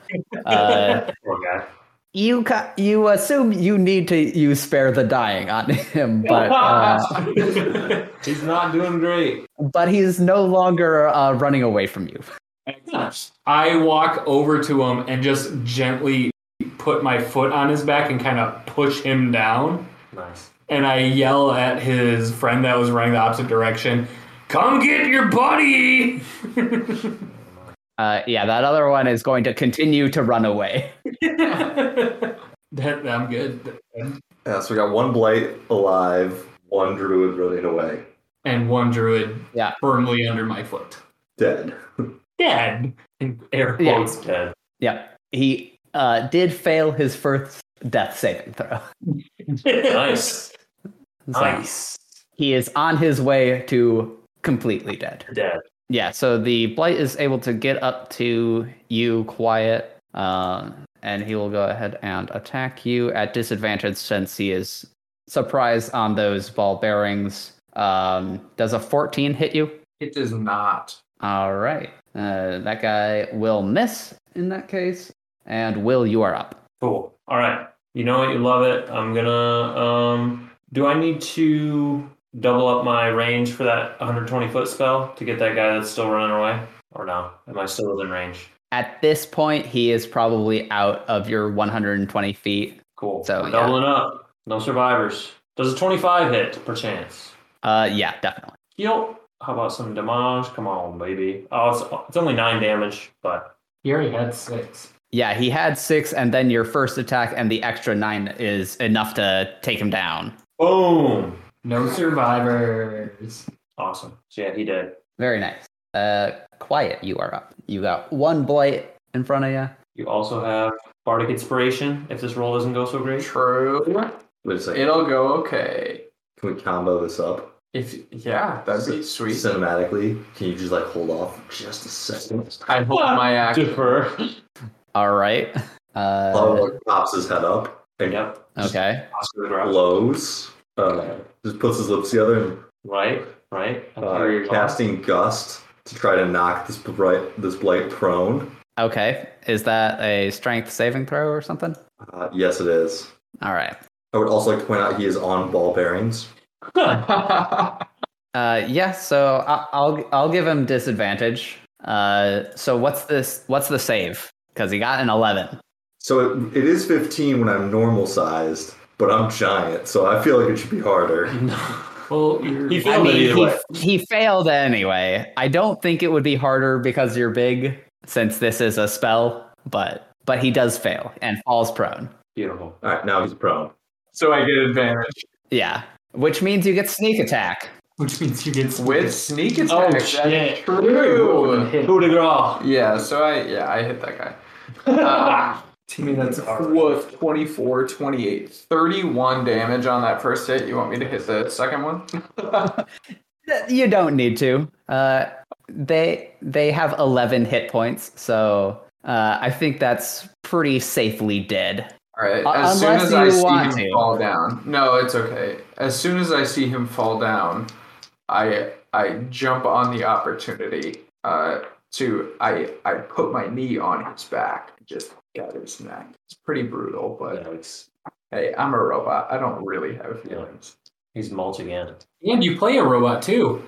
G: Uh,
E: Poor guy.
G: you ca- you assume you need to use spare the dying on him, but uh,
E: He's not doing great.
G: but he's no longer uh, running away from you.
A: I walk over to him and just gently put my foot on his back and kind of push him down.
E: Nice.
A: And I yell at his friend that was running the opposite direction, Come get your buddy!
G: Uh, yeah, that other one is going to continue to run away.
A: That, I'm good.
B: Yeah, so we got one blight alive, one druid running away.
A: And one druid
G: Yeah.
A: firmly under my foot.
B: Dead.
F: [laughs]
A: Dead!
E: Air
G: Yeah.
E: quotes dead.
G: Yep, he uh, did fail his first death saving throw.
E: Nice.
G: So-
E: Nice.
G: He is on his way to completely dead.
E: Dead.
G: Yeah, so the blight is able to get up to you, quiet, uh, and he will go ahead and attack you at disadvantage since he is surprised on those ball bearings. Um, does a 14 hit you?
D: It does not.
G: All right. Uh, that guy will miss in that case. And Will, you are up.
E: Cool. All right. You know what? You love it. I'm gonna. Um, do I need to double up my range for that 120 foot spell to get that guy that's still running away, or no? Am I still within range?
G: At this point, he is probably out of your 120 feet.
E: Cool.
G: So,
E: We're
G: yeah.
E: doubling up. No survivors. Does a 25 hit perchance?
G: Uh, yeah, definitely.
E: Yo. How about some damage? Come on, baby. Oh, it's, it's only nine damage, but
A: He already had six.
G: Yeah, he had six, and then your first attack and the extra nine is enough to take him down.
E: boom.
A: No survivors.
E: Awesome. So yeah, he did.
G: Very nice. Uh, quiet, you are up. You got one blight in front of you.
E: You also have bardic inspiration if this roll doesn't go so great.
D: True.
B: Wait a second.
D: It'll go okay.
B: Can we combo this up?
D: If yeah, that'd be sweet.
B: Cinematically, can you just like hold off just a second?
D: I hope
A: Ah!
D: my action.
E: Defer.
G: All right. [laughs] Uh,
B: Lava pops his head up and
E: Yep.
G: okay.
E: Oscar the Grouch.
B: blows. Uh, just puts his lips together and
E: Right? right? A
B: Uh,
E: carrier toss.
B: casting gust to try to knock this bright this blight prone.
G: Okay. Is that a strength saving throw or something?
B: Uh, yes, it is.
G: All right.
B: I would also like to point out he is on ball bearings.
G: Uh, yeah. So I- I'll I'll give him disadvantage. Uh, so what's this? What's the save? Because he got an eleven.
B: So it, it is 15 when I'm normal sized, but I'm giant, so I feel like it should be harder.
F: Well, you're,
E: He
G: I
E: failed it either
G: mean,
E: way.
G: he, he failed anyway. I don't think it would be harder because you're big, since this is a spell. But but he does fail and falls prone.
E: Beautiful.
B: All right, now he's prone.
D: So I get advantage.
G: Yeah, which means you get sneak attack.
F: which means you get
D: With
F: sneaked.
D: sneak attack.
E: Oh,
D: that's
E: shit.
D: True.
E: Coup de grace.
D: Yeah, so I yeah, I hit that
E: [laughs]
D: guy. Um,
F: I mean, that's hard.
D: Woof, 24, 28, 31 damage on that first hit. You want me to hit the second one?
E: [laughs]
G: Th- You don't need to. Uh, they they have eleven hit points, so uh, I think that's pretty safely dead.
D: All right.
G: Uh,
D: As soon
G: unless
D: as
G: you
D: I see
G: want
D: him
G: to.
D: fall down. No, it's okay. As soon as I see him fall down, I I jump on the opportunity uh, to I I put my knee on his back, and just got his neck. It's pretty brutal, but
E: Yeah, it's-
D: hey, I'm a robot. I don't really have feelings.
E: He's mulching in.
F: And you play a
D: [laughs]
E: [laughs]
F: robot too.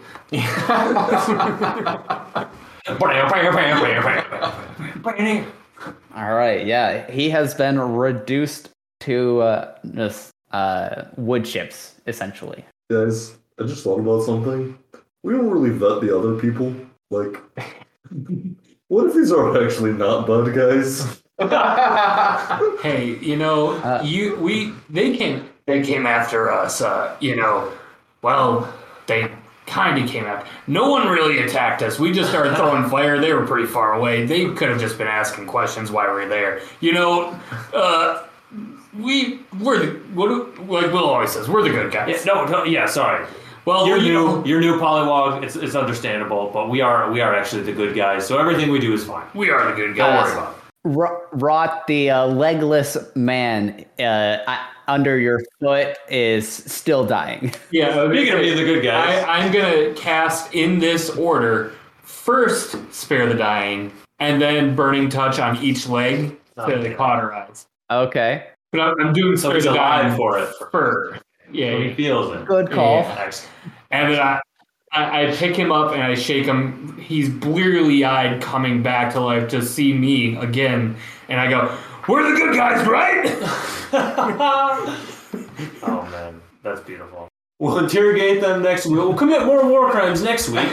G: All right, yeah, he has been reduced to uh, just uh, wood chips essentially.
B: Guys, I just thought about something. We don't really vet the other people. Like, what if these are actually not bud guys?
F: Hey, you know,
G: Uh,
F: you we they came they came after us. Uh, you know, well, they kind of came after. No one really attacked us. We just started throwing fire. They were pretty far away. They could have just been asking questions why we're there. You know, uh, we we're the what do- like Will always says we're the good guys.
E: Yeah, no, no, yeah, sorry.
F: Well,
E: You're
F: you
E: new,
F: know,
E: you're new, Polywog. It's, it's understandable, but we are we are actually the good guys, so everything we do is fine.
F: we are the good
E: Don't
F: guys.
E: worry about it.
G: Ro- Rot, the uh, legless man uh, I- under your foot, is still dying. [laughs]
F: Yeah, okay.
E: Speaking of being the good guys,
F: I, I'm gonna cast in this order: first, spare the dying, and then burning touch on each leg to cauterize.
G: Okay,
F: But I'm, I'm doing
E: so
F: spare
E: he's
F: the
E: alive
F: dying
E: for it.
F: first.
E: So
F: Yeah,
E: he feels it.
G: good call.
F: Yeah. and uh, then I, I, I pick him up and I shake him. Um, He's bleary eyed, coming back to life to see me again, and I go, "We're the good
A: [laughs]
F: guys, right?"
E: Oh man, that's beautiful. We'll interrogate them next week. We'll commit more war crimes next week.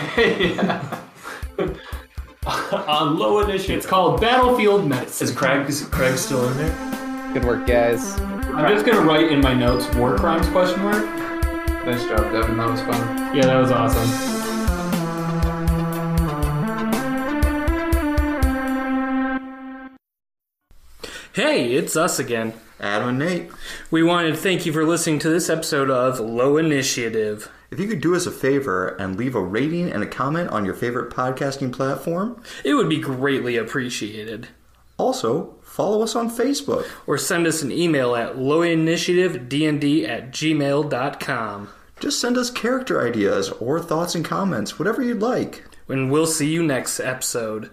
A: [laughs]
E: On low initiative.
F: it's called battlefield medicine.
E: Is Craig is Craig still in there?
G: Good work, guys.
F: I'm just gonna write in my notes war crimes question mark.
D: nice job, Devin. That was fun.
F: Yeah, that was awesome.
A: Hey, it's us again.
H: Adam and Nate,
A: We wanted to thank you for listening to this episode of Low Initiative.
H: if you could do us a favor and leave a rating and a comment on your favorite podcasting platform,
A: It would be greatly appreciated.
H: also follow us on Facebook.
A: Or send us an email at lowinitiativednd at gmail.com.
H: Just send us character ideas or thoughts and comments, whatever you'd like.
A: And we'll see you next episode.